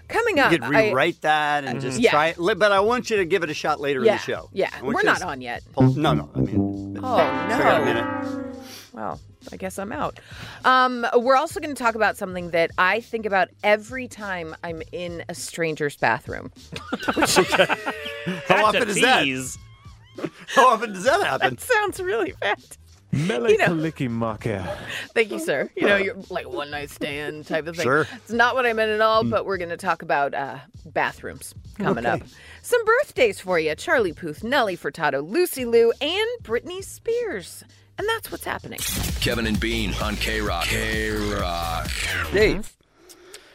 Speaker 10: Coming
Speaker 8: You
Speaker 10: up,
Speaker 8: could
Speaker 10: I-
Speaker 8: rewrite that and just
Speaker 10: Yeah.
Speaker 8: try it. Li- But I want you to give it a shot later
Speaker 10: yeah,
Speaker 8: in the show.
Speaker 10: Yeah,
Speaker 8: I want
Speaker 10: we're
Speaker 8: you to
Speaker 10: not
Speaker 8: s-
Speaker 10: on yet.
Speaker 8: pull- No, no. I mean,
Speaker 10: Oh,
Speaker 8: so we got a
Speaker 10: no.
Speaker 8: minute.
Speaker 10: Well, I guess I'm out. Um, we're also going to talk about something that I think about every time I'm in a stranger's bathroom.
Speaker 8: How often is that? How often does that happen?
Speaker 10: That sounds really bad.
Speaker 12: Mele Kalikimaka.
Speaker 10: Thank you, sir. You know, you're like one night stand type of thing.
Speaker 12: Sure.
Speaker 10: It's not what I meant at all, but we're going to talk about uh, bathrooms coming
Speaker 12: Okay.
Speaker 10: up. Some birthdays for you Charlie Puth, Nelly Furtado, Lucy Liu, and Britney Spears. And that's what's happening.
Speaker 13: Kevin and Bean on K Rock. K Rock.
Speaker 8: Dave,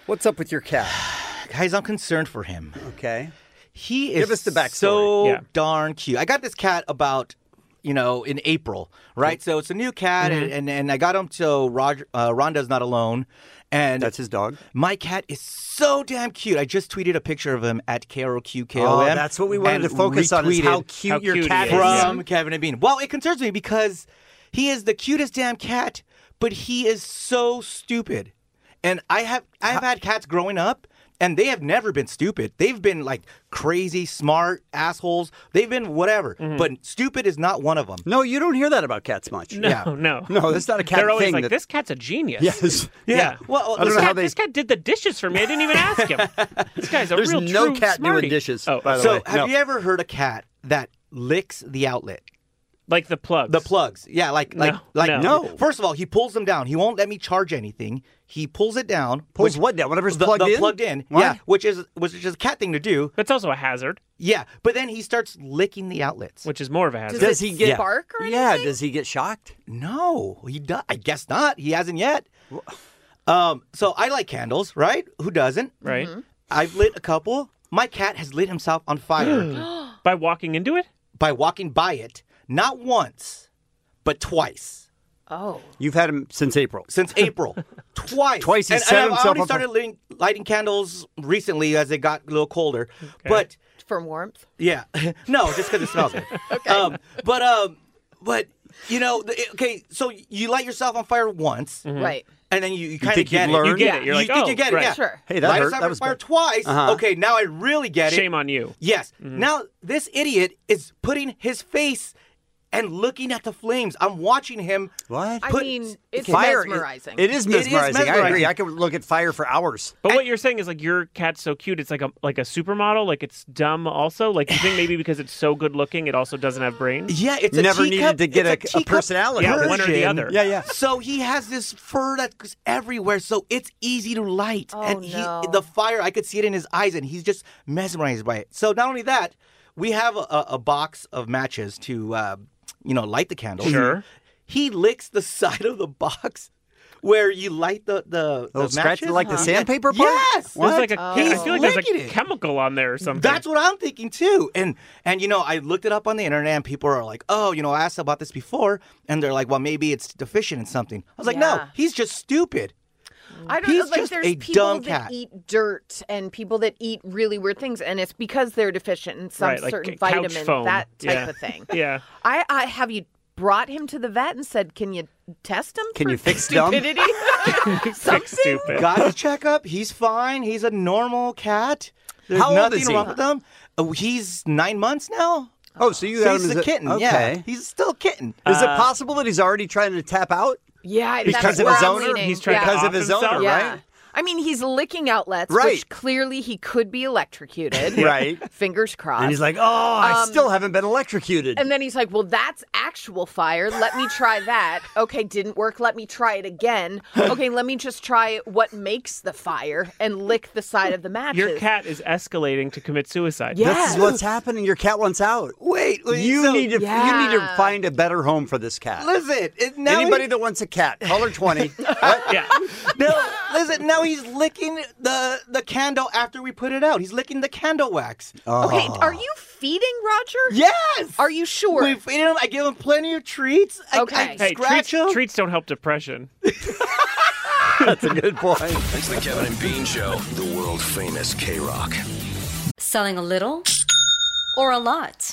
Speaker 8: what's up with your cat?
Speaker 16: Guys, I'm concerned for him. Okay. He is
Speaker 8: Give us the backstory.
Speaker 16: so
Speaker 8: Yeah.
Speaker 16: darn cute. I got this cat about, you know, in April, right? So it's a new cat,
Speaker 8: Mhm.
Speaker 16: and, and, and I got him so Roger, uh, Rhonda's not alone. And that's
Speaker 8: his dog.
Speaker 16: My cat is so damn cute. I just tweeted a picture of him at KROQKOM.
Speaker 8: Oh, that's what we wanted
Speaker 16: and
Speaker 8: to focus on is how
Speaker 16: retweeted
Speaker 8: cute How your cute cat he is. is.
Speaker 16: from Kevin and Bean. Well, it concerns me because he is the cutest damn cat, but he is so stupid. And I have I have had cats growing up and they have never been stupid. They've been like crazy, smart assholes. They've been whatever, but stupid is not one of them.
Speaker 8: Mm-hmm. No, you don't hear that about cats much.
Speaker 5: No,
Speaker 16: Yeah.
Speaker 5: no,
Speaker 16: No, that's not a cat
Speaker 5: They're always
Speaker 16: thing
Speaker 5: like,
Speaker 16: that-
Speaker 5: "This cat's a genius."
Speaker 8: Yes.
Speaker 5: yeah.
Speaker 16: Yeah. Well,
Speaker 5: Well, this,
Speaker 16: I don't know
Speaker 5: cat,
Speaker 16: how they-
Speaker 5: this cat did the dishes for me. I didn't even ask him. this guy's a
Speaker 16: There's
Speaker 5: real
Speaker 16: no
Speaker 5: true
Speaker 16: cat doing
Speaker 5: smarty.
Speaker 16: dishes,
Speaker 5: Oh,
Speaker 16: by the So, way. have No. you ever heard a cat that licks the outlet?
Speaker 5: Like the plugs.
Speaker 16: The plugs. Yeah, like like
Speaker 5: No,
Speaker 16: like
Speaker 5: no.
Speaker 16: First of all, he pulls them down. He won't let me charge anything. He pulls it down.
Speaker 8: Pulls
Speaker 16: which-
Speaker 8: what down? Whatever's
Speaker 16: the,
Speaker 8: plugged
Speaker 16: the
Speaker 8: in?
Speaker 16: Plugged in.
Speaker 8: Why?
Speaker 16: Yeah, which is which is a cat thing to do.
Speaker 5: That's also a hazard.
Speaker 16: Yeah, but then he starts licking the outlets,
Speaker 5: which is more of a hazard.
Speaker 8: Does he get
Speaker 10: bark or
Speaker 8: Yeah, does he get shocked?
Speaker 16: No, he does. I guess not. He hasn't yet. Um, so I like candles, right? Who doesn't?
Speaker 5: Right. Mhm.
Speaker 16: I've lit a couple. My cat has lit himself on fire
Speaker 5: by walking into it.
Speaker 16: By walking by it, not once, but twice.
Speaker 10: Oh.
Speaker 8: You've had him since April.
Speaker 16: Since April. Twice.
Speaker 8: Twice he
Speaker 16: and,
Speaker 8: set
Speaker 16: and I've
Speaker 8: himself
Speaker 16: already
Speaker 8: up on-
Speaker 16: started lighting, lighting candles recently as it got a little colder. But
Speaker 10: For warmth.
Speaker 16: yeah, no, just because it smells good. okay. Um, but um, but you know, the, okay, so you light yourself on fire once,
Speaker 10: Mhm. Right.
Speaker 16: And then you, you
Speaker 8: You
Speaker 16: kind of
Speaker 8: think you
Speaker 16: get it.
Speaker 8: learned? You get it. You're
Speaker 16: you
Speaker 8: like,
Speaker 16: think
Speaker 8: oh,
Speaker 16: you get
Speaker 8: right.
Speaker 16: it. Yeah.
Speaker 8: Sure. Hey, that
Speaker 16: light
Speaker 8: hurt.
Speaker 16: yourself
Speaker 8: That
Speaker 16: on
Speaker 8: was
Speaker 16: fire
Speaker 8: good.
Speaker 16: twice.
Speaker 8: Uh-huh.
Speaker 16: Okay, now I really get it.
Speaker 5: Shame on you.
Speaker 16: Yes.
Speaker 8: Mm-hmm.
Speaker 16: Now this idiot is putting his face and looking at the flames. I'm watching him.
Speaker 8: What?
Speaker 10: I
Speaker 16: Put,
Speaker 10: mean, it's
Speaker 16: Fire is-
Speaker 10: mesmerizing.
Speaker 8: It is
Speaker 16: It is
Speaker 8: mesmerizing. I agree.
Speaker 16: mesmerizing.
Speaker 8: I could look at fire for hours.
Speaker 5: But what you're saying is like your cat's so cute, it's like a like a supermodel, like it's dumb also. Like you think maybe because it's so good looking, it also doesn't have brains.
Speaker 16: Yeah, it's a
Speaker 8: Never
Speaker 16: teacup-
Speaker 8: needed to get
Speaker 16: it's
Speaker 8: a- a
Speaker 16: teacup
Speaker 8: personality
Speaker 5: Yeah, one or the
Speaker 16: version.
Speaker 5: other.
Speaker 8: Yeah, yeah.
Speaker 16: So he has this fur that goes everywhere, so it's easy to light. Oh, and he, the fire, I could see it in his eyes, and he's just mesmerized by it. So not only that, we have a, a a box of matches to, uh, you know, light the candles.
Speaker 5: Sure.
Speaker 16: He licks the side of the box. Where you light the the, the
Speaker 8: Little scratch,
Speaker 16: matches.
Speaker 8: like the Uh-huh. sandpaper part?
Speaker 16: Yes,
Speaker 5: There's like a, I
Speaker 16: He's
Speaker 5: feel like there's
Speaker 16: licking
Speaker 5: a
Speaker 16: it.
Speaker 5: chemical on there or something.
Speaker 16: That's what I'm thinking too. And and you know, I looked it up on the internet and people are like, "Oh, you know, I asked about this before." And they're like, "Well, maybe it's deficient in something." I was like,
Speaker 10: Yeah.
Speaker 16: "No, he's just stupid."
Speaker 10: I don't
Speaker 16: He's
Speaker 10: know. Like
Speaker 16: just
Speaker 10: there's
Speaker 16: a
Speaker 10: people
Speaker 16: dumb
Speaker 10: that
Speaker 16: cat.
Speaker 10: eat dirt and people that eat really weird things, and it's because they're deficient in some
Speaker 5: right, like
Speaker 10: certain
Speaker 5: c- couch
Speaker 10: vitamin,
Speaker 5: foam.
Speaker 10: that type
Speaker 5: Yeah.
Speaker 10: of thing.
Speaker 5: yeah.
Speaker 10: I, I have you brought him to the vet and said, "Can you test him?
Speaker 8: Can
Speaker 10: for
Speaker 8: you fix dumb?"
Speaker 10: stupidity?"
Speaker 5: Something stupid.
Speaker 16: Got his checkup. He's fine. He's a normal cat. There's
Speaker 8: How old
Speaker 16: nothing
Speaker 8: is he?
Speaker 16: wrong with him. Oh, he's 9 months now.
Speaker 8: Oh, so you
Speaker 16: So
Speaker 8: had him
Speaker 16: he's
Speaker 8: as
Speaker 16: a kitten.
Speaker 8: Okay.
Speaker 16: Yeah. He's still a kitten.
Speaker 8: Is
Speaker 5: Uh,
Speaker 8: it possible that he's already trying to tap out?
Speaker 10: Yeah,
Speaker 8: Because
Speaker 10: that's
Speaker 8: of
Speaker 10: where
Speaker 8: his
Speaker 10: I'm
Speaker 8: owner?
Speaker 10: leaning.
Speaker 8: He's trying to
Speaker 10: Yeah.
Speaker 8: Because of his off owner, himself?
Speaker 10: Yeah.
Speaker 8: right?
Speaker 10: I mean, he's licking outlets, which
Speaker 8: Right.
Speaker 10: clearly he could be electrocuted.
Speaker 8: Right.
Speaker 10: Fingers crossed.
Speaker 8: And he's like, oh, I
Speaker 10: Um,
Speaker 8: still haven't been electrocuted.
Speaker 10: And then he's like, well, that's actual fire. Let me try that. Okay, didn't work. Let me try it again. Okay, let me just try what makes the fire and lick the side of the matches.
Speaker 5: Your cat is escalating to commit suicide.
Speaker 8: This is what's happening. Your cat wants out.
Speaker 16: Wait, wait,
Speaker 8: you
Speaker 16: so-
Speaker 8: need to you need to
Speaker 16: Yeah.
Speaker 8: find a better home for this cat.
Speaker 16: Listen, it, now
Speaker 8: Anybody
Speaker 16: he-
Speaker 8: that wants a cat, call her twenty.
Speaker 5: yeah.
Speaker 16: No, listen. Now he's licking the the candle after we put it out. He's licking the candle wax.
Speaker 10: Okay, are you feeding Roger?
Speaker 16: Yes.
Speaker 10: Are you sure?
Speaker 16: We feed him. I give him plenty of treats. I,
Speaker 10: Okay.
Speaker 16: okay.
Speaker 5: Hey,
Speaker 16: scratch
Speaker 5: treats,
Speaker 16: him.
Speaker 5: treats don't help depression.
Speaker 8: That's a good point.
Speaker 13: It's the Kevin and Bean Show, the world famous K Rock.
Speaker 17: Selling a little or a lot?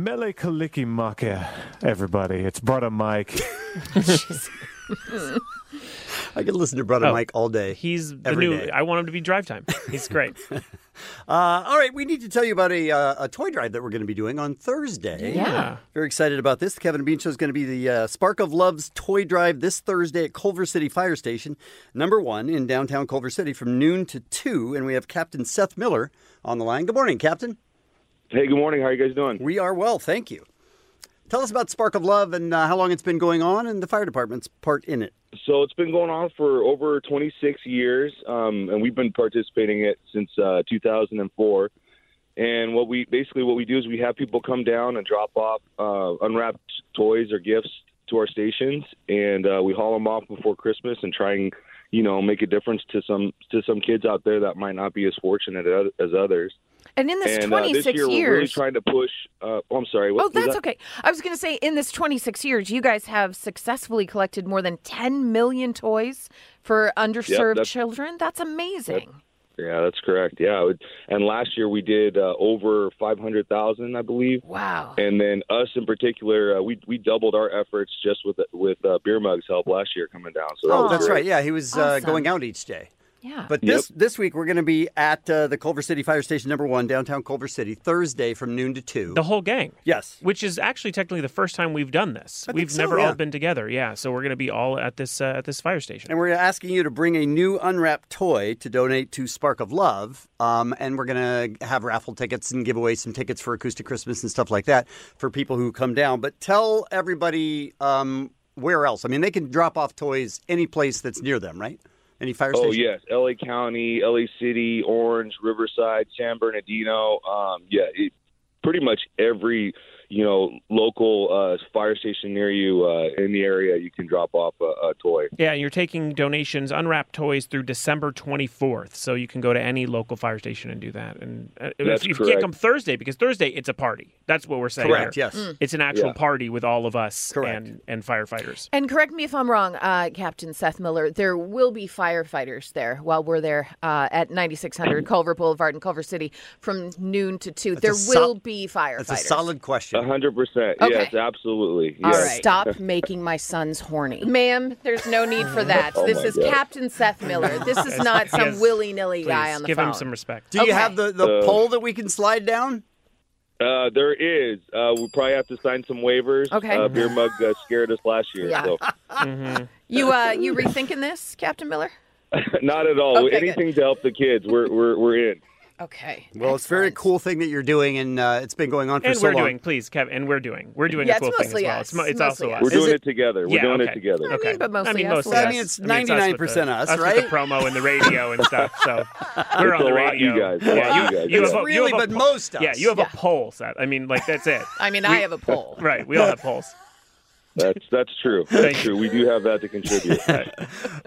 Speaker 12: Mele Kaliki Maka, everybody. It's Brother Mike.
Speaker 8: I could listen to Brother
Speaker 5: Oh.
Speaker 8: Mike all day.
Speaker 5: He's the
Speaker 8: every
Speaker 5: new.
Speaker 8: day.
Speaker 5: I want him to be drive time. He's great.
Speaker 8: Uh, all right, we need to tell you about a, uh, a toy drive that we're going to be doing on Thursday.
Speaker 5: Yeah.
Speaker 8: Very excited about this. The Kevin and Bean Show is going to be the uh, Spark of Love's toy drive this Thursday at Culver City Fire Station, number one in downtown Culver City from noon to two. And we have Captain Seth Miller on the line. Good morning, Captain.
Speaker 18: Hey, good morning. How are you guys doing?
Speaker 8: We are well, thank you. Tell us about Spark of Love and uh, how long it's been going on and the fire department's part in it.
Speaker 18: So it's been going on for over 26 years, um, and we've been participating in it since uh, 2004. And what we basically what we do is we have people come down and drop off uh, unwrapped toys or gifts to our stations, and uh, we haul them off before Christmas and try and you know make a difference to some to some kids out there that might not be as fortunate as as others.
Speaker 10: And in this
Speaker 18: and uh,
Speaker 10: 26
Speaker 18: this year
Speaker 10: years.
Speaker 18: we're really trying to push. Uh, oh, I'm sorry. What,
Speaker 10: Oh,
Speaker 18: was
Speaker 10: that's
Speaker 18: that?
Speaker 10: okay. I was going to say, in this 26 years, you guys have successfully collected more than 10 million toys for underserved
Speaker 18: that's-
Speaker 10: children. That's amazing.
Speaker 18: Yeah, that's correct. Yeah, it- and last year we did uh, over five hundred thousand, I believe.
Speaker 10: Wow.
Speaker 18: And then us in particular, uh, we we doubled our efforts just with with uh, beer mugs help last year coming down. So that was
Speaker 8: Oh, that's
Speaker 18: great.
Speaker 8: right. Yeah, he was uh, going out each day.
Speaker 10: Yeah.
Speaker 8: But
Speaker 18: Yep.
Speaker 8: this this week we're going to be at uh, the Culver City Fire Station Number One, downtown Culver City, Thursday from noon to two.
Speaker 5: The whole gang.
Speaker 8: Yes.
Speaker 5: Which is actually technically the first time we've done this.
Speaker 8: think
Speaker 5: we've
Speaker 8: so,
Speaker 5: never
Speaker 8: yeah.
Speaker 5: all been together. Yeah. So we're going to be all at this uh, at this fire station.
Speaker 8: and we're asking you to bring a new unwrapped toy to donate to Spark of Love. Um, and we're going to have raffle tickets and give away some tickets for Acoustic Christmas and stuff like that for people who come down. But tell everybody um, where else. I mean, they can drop off toys any place that's near them, right? Any fire
Speaker 18: Oh
Speaker 8: station?
Speaker 18: yes, L.A. County, L.A. City, Orange, Riverside, San Bernardino. Um, yeah, it, pretty much every you know local uh, fire station near you uh, in the area, you can drop off a, a toy.
Speaker 5: Yeah, and you're taking donations, unwrapped toys through December 24th. So you can go to any local fire station and do that. And uh, if,
Speaker 18: That's
Speaker 5: if you
Speaker 18: correct.
Speaker 5: can't come Thursday, because Thursday it's a party. That's what we're saying.
Speaker 8: Correct,
Speaker 5: here.
Speaker 8: yes. Mm.
Speaker 5: It's an actual
Speaker 8: Yeah.
Speaker 5: party with all of us and, and firefighters.
Speaker 10: And correct me if I'm wrong, uh, Captain Seth Miller, there will be firefighters there while we're there uh, at
Speaker 5: Mm.
Speaker 10: 9600 Culver Boulevard in Culver City from noon to 2. there
Speaker 18: a
Speaker 10: will
Speaker 18: sol-
Speaker 10: be firefighters.
Speaker 8: question.
Speaker 18: A hundred percent.
Speaker 10: Okay.
Speaker 18: Yes, absolutely.
Speaker 10: All
Speaker 18: yes.
Speaker 10: right. Stop making my sons horny. Ma'am, there's no need for that.
Speaker 18: Oh
Speaker 10: this
Speaker 18: my
Speaker 10: is
Speaker 18: God.
Speaker 10: Captain Seth Miller. This is
Speaker 5: Yes,
Speaker 10: not some
Speaker 5: yes.
Speaker 10: willy nilly guy
Speaker 5: Please,
Speaker 10: on the
Speaker 5: give
Speaker 10: phone.
Speaker 5: him some respect.
Speaker 8: Do you have the, the
Speaker 18: Uh,
Speaker 8: pole that we can slide down?
Speaker 18: Uh, there is. Uh, we probably have to sign some waivers.
Speaker 10: Okay.
Speaker 18: Uh, beer mug uh, scared us last year.
Speaker 10: Yeah.
Speaker 18: So.
Speaker 5: Mm-hmm.
Speaker 10: You uh, you rethinking this, Captain Miller?
Speaker 18: Not at all.
Speaker 10: Okay, good.
Speaker 18: Anything to help the kids. We're we're we're in.
Speaker 10: Okay.
Speaker 8: Well, it's a very cool thing that you're doing, and uh, it's been going on for
Speaker 5: And
Speaker 8: so
Speaker 5: we're
Speaker 8: long.
Speaker 5: doing, please, Kev, and we're doing. We're doing
Speaker 8: Yeah,
Speaker 5: a cool
Speaker 8: it's
Speaker 5: thing as
Speaker 8: mostly
Speaker 5: well.
Speaker 8: us.
Speaker 5: It's, mo- it's
Speaker 8: Mostly
Speaker 5: also
Speaker 8: us.
Speaker 5: us.
Speaker 18: We're doing
Speaker 8: it-
Speaker 18: it together. We're
Speaker 5: Yeah,
Speaker 18: doing
Speaker 5: okay.
Speaker 18: it together.
Speaker 5: Okay.
Speaker 10: but mostly
Speaker 5: I mean,
Speaker 10: us.
Speaker 5: mostly
Speaker 10: That
Speaker 5: us.
Speaker 10: means it's
Speaker 5: I mean, us with
Speaker 8: 99%
Speaker 5: the-
Speaker 8: us,
Speaker 5: With
Speaker 8: right?
Speaker 5: the promo and the radio and stuff. So we're
Speaker 18: It's
Speaker 5: on
Speaker 18: a
Speaker 5: the
Speaker 18: lot,
Speaker 5: radio.
Speaker 18: you guys. A
Speaker 5: Yeah,
Speaker 18: lot,
Speaker 5: you,
Speaker 18: you guys.
Speaker 5: you have
Speaker 18: It's
Speaker 5: a- you
Speaker 18: really,
Speaker 5: have a
Speaker 18: but
Speaker 5: poll-
Speaker 18: most us.
Speaker 5: Yeah, you have a poll, Seth. I mean, like that's it.
Speaker 10: I mean, I have a poll.
Speaker 5: Right, we all have polls.
Speaker 18: That's that's true. That's true. We do have that to contribute.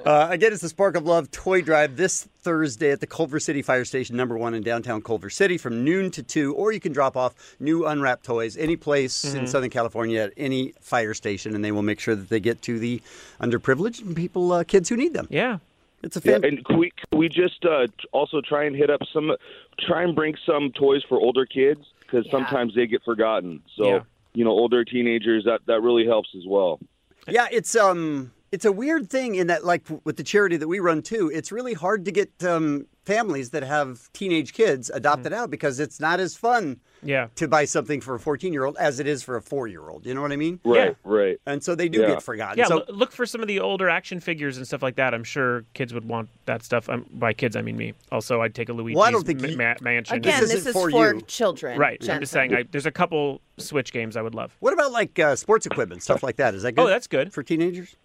Speaker 8: Uh, again, it's the Spark of Love toy drive this Thursday at the Culver City Fire Station, number one in downtown Culver City, from noon to two. Or you can drop off new unwrapped toys any place in
Speaker 5: Mm-hmm.
Speaker 19: Mhm.
Speaker 8: Southern California at any fire station, and they will make sure that they get to the underprivileged and people, uh, kids who need them.
Speaker 5: Yeah.
Speaker 8: It's a
Speaker 18: fan. and can we can we just uh, also try and hit up some, try and bring some toys for older kids because sometimes they get forgotten. So
Speaker 8: Yeah.
Speaker 18: you know, older teenagers that that really helps as well.
Speaker 8: Yeah, it's um, it's a weird thing in that, like with the charity that we run too, it's really hard to get um, families that have teenage kids
Speaker 5: Mm-hmm.
Speaker 8: adopted out because it's not as fun.
Speaker 5: Yeah.
Speaker 8: To buy something for a 14 year old as it is for a four year old. You know what I mean?
Speaker 18: Right, right.
Speaker 8: And so they do get forgotten.
Speaker 5: Yeah,
Speaker 8: so,
Speaker 5: loo- look for some of the older action figures and stuff like that. I'm sure kids would want that stuff. Um, by kids, I mean me. Also, I'd take a Luigi's
Speaker 8: Well, I don't think
Speaker 5: ma-
Speaker 8: you-
Speaker 5: ma- mansion.
Speaker 10: Again, this, is for, children.
Speaker 5: Right. I'm just
Speaker 10: Jensen.
Speaker 5: saying, I, there's a couple Switch games I would love.
Speaker 8: what about like uh, sports equipment stuff like that? Is that good?
Speaker 5: Oh, that's good
Speaker 8: for teenagers.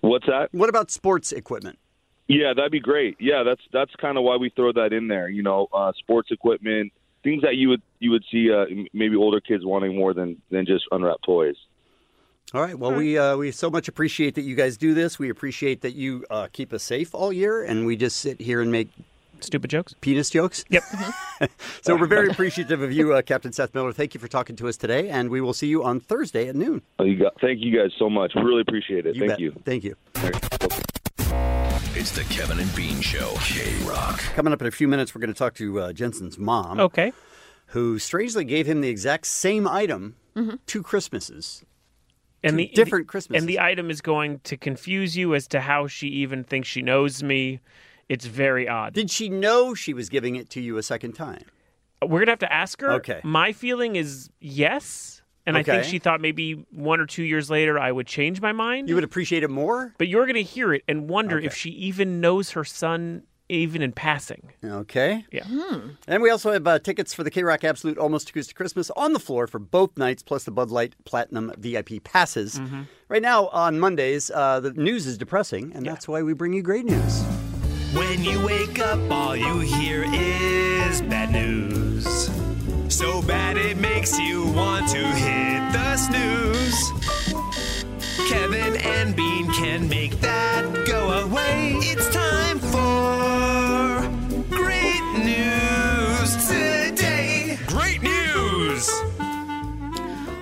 Speaker 18: What's that?
Speaker 8: What about sports equipment?
Speaker 18: Yeah, that'd be great. Yeah, that's that's kind of why we throw that in there. You know, uh, sports equipment, things that you would you would see uh, m- maybe older kids wanting more than than just unwrapped toys.
Speaker 8: All right. Well, we uh, we so much appreciate that you guys do this. We appreciate that you uh, keep us safe all year, and we just sit here and make
Speaker 5: stupid jokes,
Speaker 8: penis jokes.
Speaker 5: Yep.
Speaker 8: so we're very appreciative of you, uh, Captain Seth Miller. Thank you for talking to us today, and we will see you on Thursday at noon.
Speaker 18: Oh, you got, thank you guys so much. Really appreciate it.
Speaker 8: You
Speaker 18: thank
Speaker 8: bet.
Speaker 18: you.
Speaker 8: Thank you.
Speaker 14: It's the Kevin and Bean Show. K Rock.
Speaker 8: Coming up in a few minutes, we're going to talk to uh, Jensen's mom.
Speaker 5: Okay.
Speaker 8: Who strangely gave him the exact same item two Christmases.
Speaker 5: Mm-hmm. and
Speaker 8: two
Speaker 5: the
Speaker 8: different
Speaker 5: the-
Speaker 8: Christmases.
Speaker 5: And the item is going to confuse you as to how she even thinks she knows me. It's very odd.
Speaker 8: Did she know she was giving it to you a second time?
Speaker 5: We're gonna have to ask her.
Speaker 8: Okay.
Speaker 5: My feeling is yes, and I think
Speaker 8: Okay.
Speaker 5: she thought maybe one or two years later I would change my mind.
Speaker 8: You would appreciate it more.
Speaker 5: But you're gonna hear it and wonder if she even knows her son, even in passing.
Speaker 8: Okay.
Speaker 5: Yeah.
Speaker 8: And we also have uh, tickets for the K Rock Absolute Almost Acoustic Christmas on the floor for both nights, plus the Bud Light Platinum VIP passes. Right now, on Mondays, uh, the news is depressing, and that's why we bring you great news.
Speaker 2: When you wake up, all you hear is bad news. So bad it makes you want to hit the snooze. Kevin and Bean can make that go away. It's time for great news today. Great news!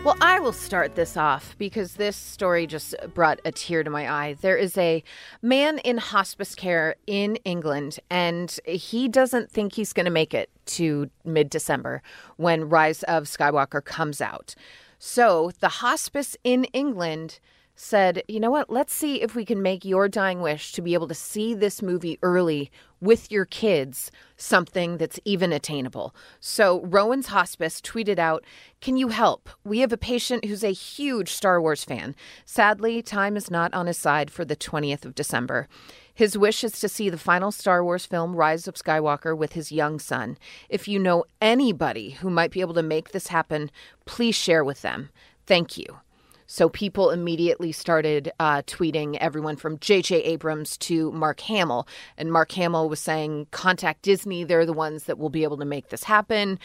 Speaker 10: Well, I will start this off because this story just brought a tear to my eye. There is a man in hospice care in England, and he doesn't think he's going to make it to mid December when Rise of Skywalker comes out. So the hospice in England said, you know what, let's see if we can make your dying wish to be able to see this movie early with your kids something that's even attainable. So Rowan's Hospice tweeted out, Can you help? We have a patient who's a huge Star Wars fan. Sadly, time is not on his side for the 20th of December. His wish is to see the final Star Wars film, Rise of Skywalker, with his young son. If you know anybody who might be able to make this happen, please share with them. Thank you. So people immediately started uh, tweeting everyone from J.J. Abrams to Mark Hamill. And Mark Hamill was saying, contact Disney. They're the ones that will be able to make this happen.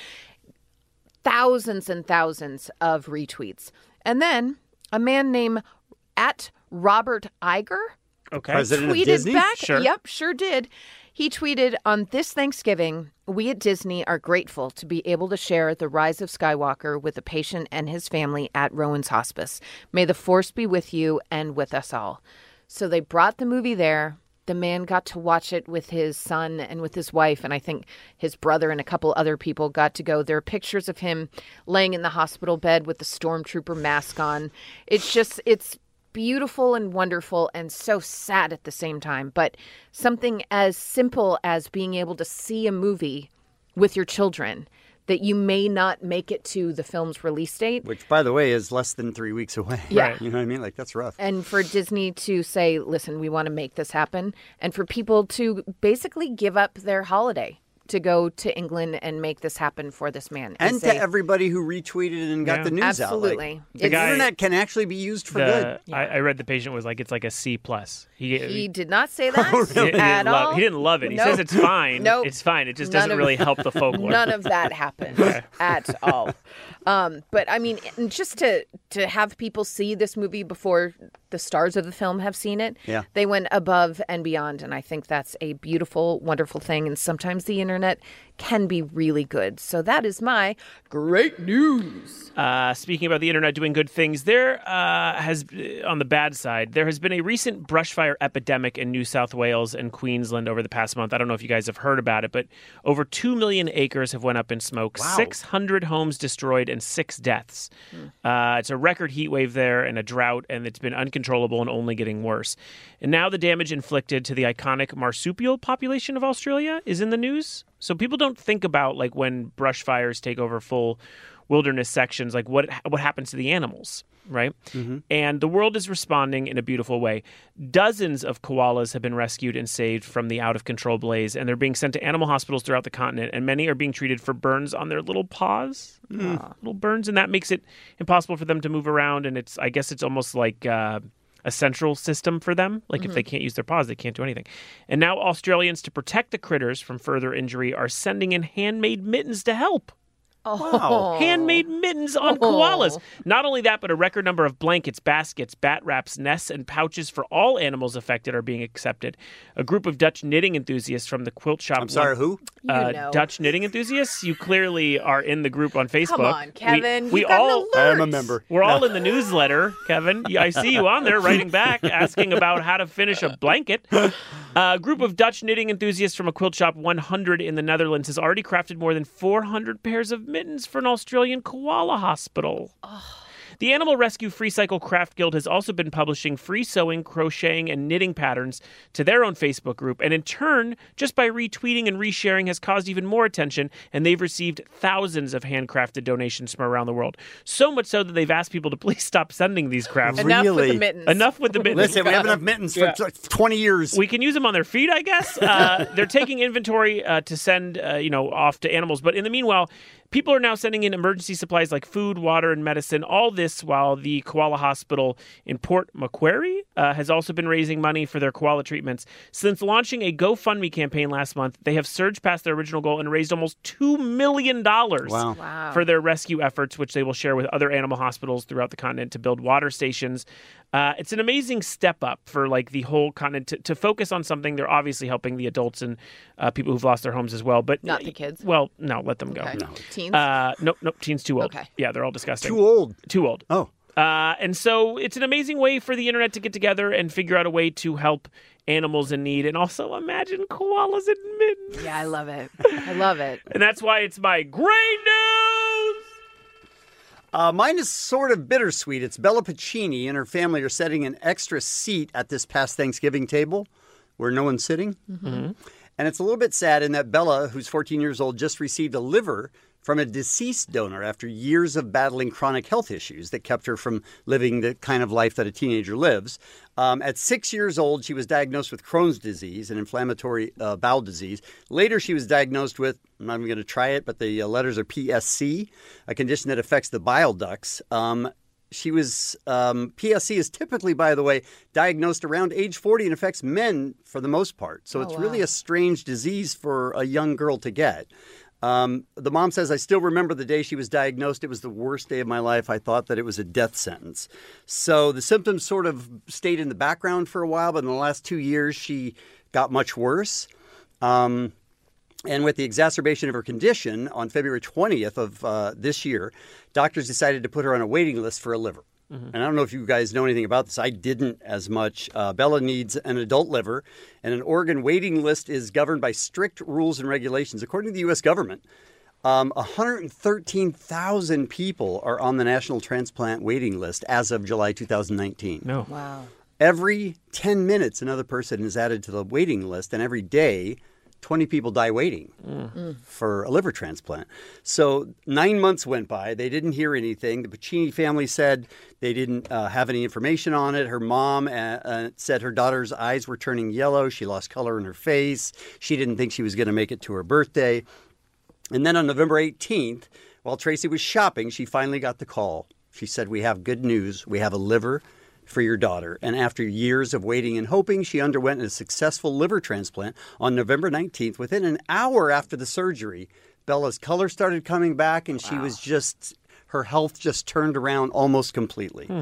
Speaker 10: Thousands and thousands of retweets. And then a man named at Robert Iger
Speaker 5: Okay.
Speaker 8: President of
Speaker 10: tweeted
Speaker 8: Disney?
Speaker 10: back.
Speaker 8: Sure.
Speaker 10: Yep, sure did. He tweeted on this Thanksgiving, we at Disney are grateful to be able to share the rise of Skywalker with a patient and his family at Rowan's Hospice. May the force be with you and with us all. So they brought the movie there. The man got to watch it with his son and with his wife, and I think his brother and a couple other people got to go. There are pictures of him laying in the hospital bed with the stormtrooper mask on. It's just, it's beautiful and wonderful and so sad at the same time. But something as simple as being able to see a movie with your children that you may not make it to the film's release date.
Speaker 8: Which, by the way, is less than three weeks away.
Speaker 10: Yeah. Right.
Speaker 8: You know what I mean? Like, that's rough.
Speaker 10: And for Disney to say, listen, we want to make this happen. And for people to basically give up their holiday to go to England and make this happen for this man.
Speaker 8: And
Speaker 10: is
Speaker 8: to
Speaker 10: a-
Speaker 8: everybody who retweeted and got
Speaker 10: Yeah.
Speaker 8: the news out.
Speaker 10: Absolutely.
Speaker 8: Like, the
Speaker 5: guy-
Speaker 8: internet can actually be used for
Speaker 5: The-
Speaker 8: good.
Speaker 5: I, I read the patient was like, it's like a C plus. He,
Speaker 10: he did not
Speaker 8: Oh,
Speaker 10: say that
Speaker 5: he didn't
Speaker 10: at
Speaker 5: love,
Speaker 10: all.
Speaker 5: He didn't love it. He
Speaker 10: No.
Speaker 5: says it's fine.
Speaker 10: No.
Speaker 5: It's fine. It just
Speaker 10: None
Speaker 5: doesn't
Speaker 10: of-
Speaker 5: really help the folklore.
Speaker 10: None of that happened at all. Um, but I mean, and just to to have people see this movie before the stars of the film have seen it,
Speaker 8: Yeah.
Speaker 10: they went above and beyond, and I think that's a beautiful, wonderful thing. And sometimes the internet can be really good. So that is my great news.
Speaker 5: Uh, speaking about the internet doing good things, there uh, has, on the bad side, there has been a recent brush fire epidemic in New South Wales and Queensland over the past month. I don't know if you guys have heard about it, but over two million acres have went up in smoke. Six hundred homes destroyed and six deaths. Uh, it's a record heat wave there and a drought, and it's been uncontrollable and only getting worse. And now the damage inflicted to the iconic marsupial population of Australia is in the news. So people don't think about like when brush fires take over full wilderness sections, like what what happens to the animals, right? And the world is responding in a beautiful way. Dozens of koalas have been rescued and saved from the out of control blaze, and they're being sent to animal hospitals throughout the continent. And many are being treated for burns on their little paws,
Speaker 2: Mm.
Speaker 5: uh, little burns, and that makes it impossible for them to move around. And it's, I guess, it's almost like. Uh, a central system for them. Like if
Speaker 2: Mhm.
Speaker 5: they can't use their paws, they can't do anything. And now Australians, to protect the critters from further injury, are sending in handmade mittens to help.
Speaker 10: Oh.
Speaker 5: Handmade mittens on koalas. Not only that, but a record number of blankets, baskets, bat wraps, nests, and pouches for all animals affected are being accepted. A group of Dutch knitting enthusiasts from the quilt shop. I'm
Speaker 8: sorry, who?
Speaker 10: You
Speaker 5: Uh,
Speaker 10: know.
Speaker 5: Dutch knitting enthusiasts. You clearly are in the group on Facebook.
Speaker 10: on,
Speaker 5: We-
Speaker 10: Kevin.
Speaker 5: We,
Speaker 10: You got an
Speaker 5: all.
Speaker 10: alert. I am a
Speaker 8: member.
Speaker 5: We're all in the newsletter, Kevin. I see you on there writing back, asking about how to finish a blanket. A group of Dutch knitting enthusiasts from a quilt shop 100 in the Netherlands has already crafted more than 400 pairs of mittens for an Australian koala hospital. The Animal Rescue Free Cycle Craft Guild has also been publishing free sewing, crocheting, and knitting patterns to their own Facebook group, and in turn, just by retweeting and resharing, has caused even more attention, and they've received thousands of handcrafted donations from around the world. So much so that they've asked people to please stop sending these crafts.
Speaker 8: Enough with the Really? mittens.
Speaker 5: Enough with the mittens.
Speaker 8: Listen, we have enough mittens for t- 20 years.
Speaker 5: We can use them on their feet, I guess. Uh, they're taking inventory uh, to send, uh, you know, off to animals. But in the meanwhile, people are now sending in emergency supplies like food, water, and medicine. All this while the koala hospital in Port Macquarie uh, has also been raising money for their koala treatments. Since launching a GoFundMe campaign last month, they have surged past their original goal and raised almost two million dollars
Speaker 2: Wow. Wow.
Speaker 5: for their rescue efforts, which they will share with other animal hospitals throughout the continent to build water stations. Uh, it's an amazing step up for like the whole continent to, to focus on something. They're obviously helping the adults and uh, people who've lost their homes as well, but
Speaker 10: Not the kids?
Speaker 5: Well, no, let them go.
Speaker 10: Okay. No. Teens?
Speaker 5: Uh, nope, nope. Teens too old.
Speaker 10: Okay.
Speaker 5: Yeah, they're all disgusting.
Speaker 8: Too old.
Speaker 5: Too old.
Speaker 8: Oh.
Speaker 5: Uh, and so it's an amazing way for the internet to get together and figure out a way to help animals in need and also imagine koalas in mittens.
Speaker 10: Yeah, I love it. I love it.
Speaker 5: And that's why it's my great
Speaker 8: Uh, mine is sort of bittersweet. It's Bella Pacini and her family are setting an extra seat at this past Thanksgiving table where no one's sitting.
Speaker 2: Mhm.
Speaker 8: And it's a little bit sad in that Bella, who's 14 years old, just received a liver from a deceased donor after years of battling chronic health issues that kept her from living the kind of life that a teenager lives. Um, at six years old, she was diagnosed with Crohn's disease, an inflammatory uh, bowel disease. Later, she was diagnosed with, I'm not even going to try it, but the uh, letters are PSC, a condition that affects the bile ducts. Um, she was um, PSC is typically, by the way, diagnosed around age 40 and affects men for the most part. So
Speaker 2: Oh,
Speaker 8: it's
Speaker 2: wow.
Speaker 8: really a strange disease for a young girl to get. Um, the mom says, I still remember the day she was diagnosed. It was the worst day of my life. I thought that it was a death sentence. So the symptoms sort of stayed in the background for a while, but in the last two years, she got much worse. Um, and with the exacerbation of her condition on February 20th of uh, this year, doctors decided to put her on a waiting list for a liver. And I don't know if you guys know anything about this. I didn't as much. Uh, Bella needs an adult liver, and an organ waiting list is governed by strict rules and regulations. According to the U.S. government, um, 113,000 people are on the national transplant waiting list as of July 2019.
Speaker 5: No.
Speaker 10: Wow.
Speaker 8: Every 10 minutes, another person is added to the waiting list, and every day, 20 people die waiting
Speaker 2: Mm.
Speaker 8: for a liver transplant. So, nine months went by. They didn't hear anything. The Pacini family said they didn't uh, have any information on it. Her mom uh, uh, said her daughter's eyes were turning yellow. She lost color in her face. She didn't think she was going to make it to her birthday. And then on November 18th, while Tracy was shopping, she finally got the call. She said, We have good news. We have a liver for your daughter. And after years of waiting and hoping, she underwent a successful liver transplant on November 19th. Within an hour after the surgery, Bella's color started coming back, and she was just, her her health just turned around almost completely.
Speaker 5: Hmm.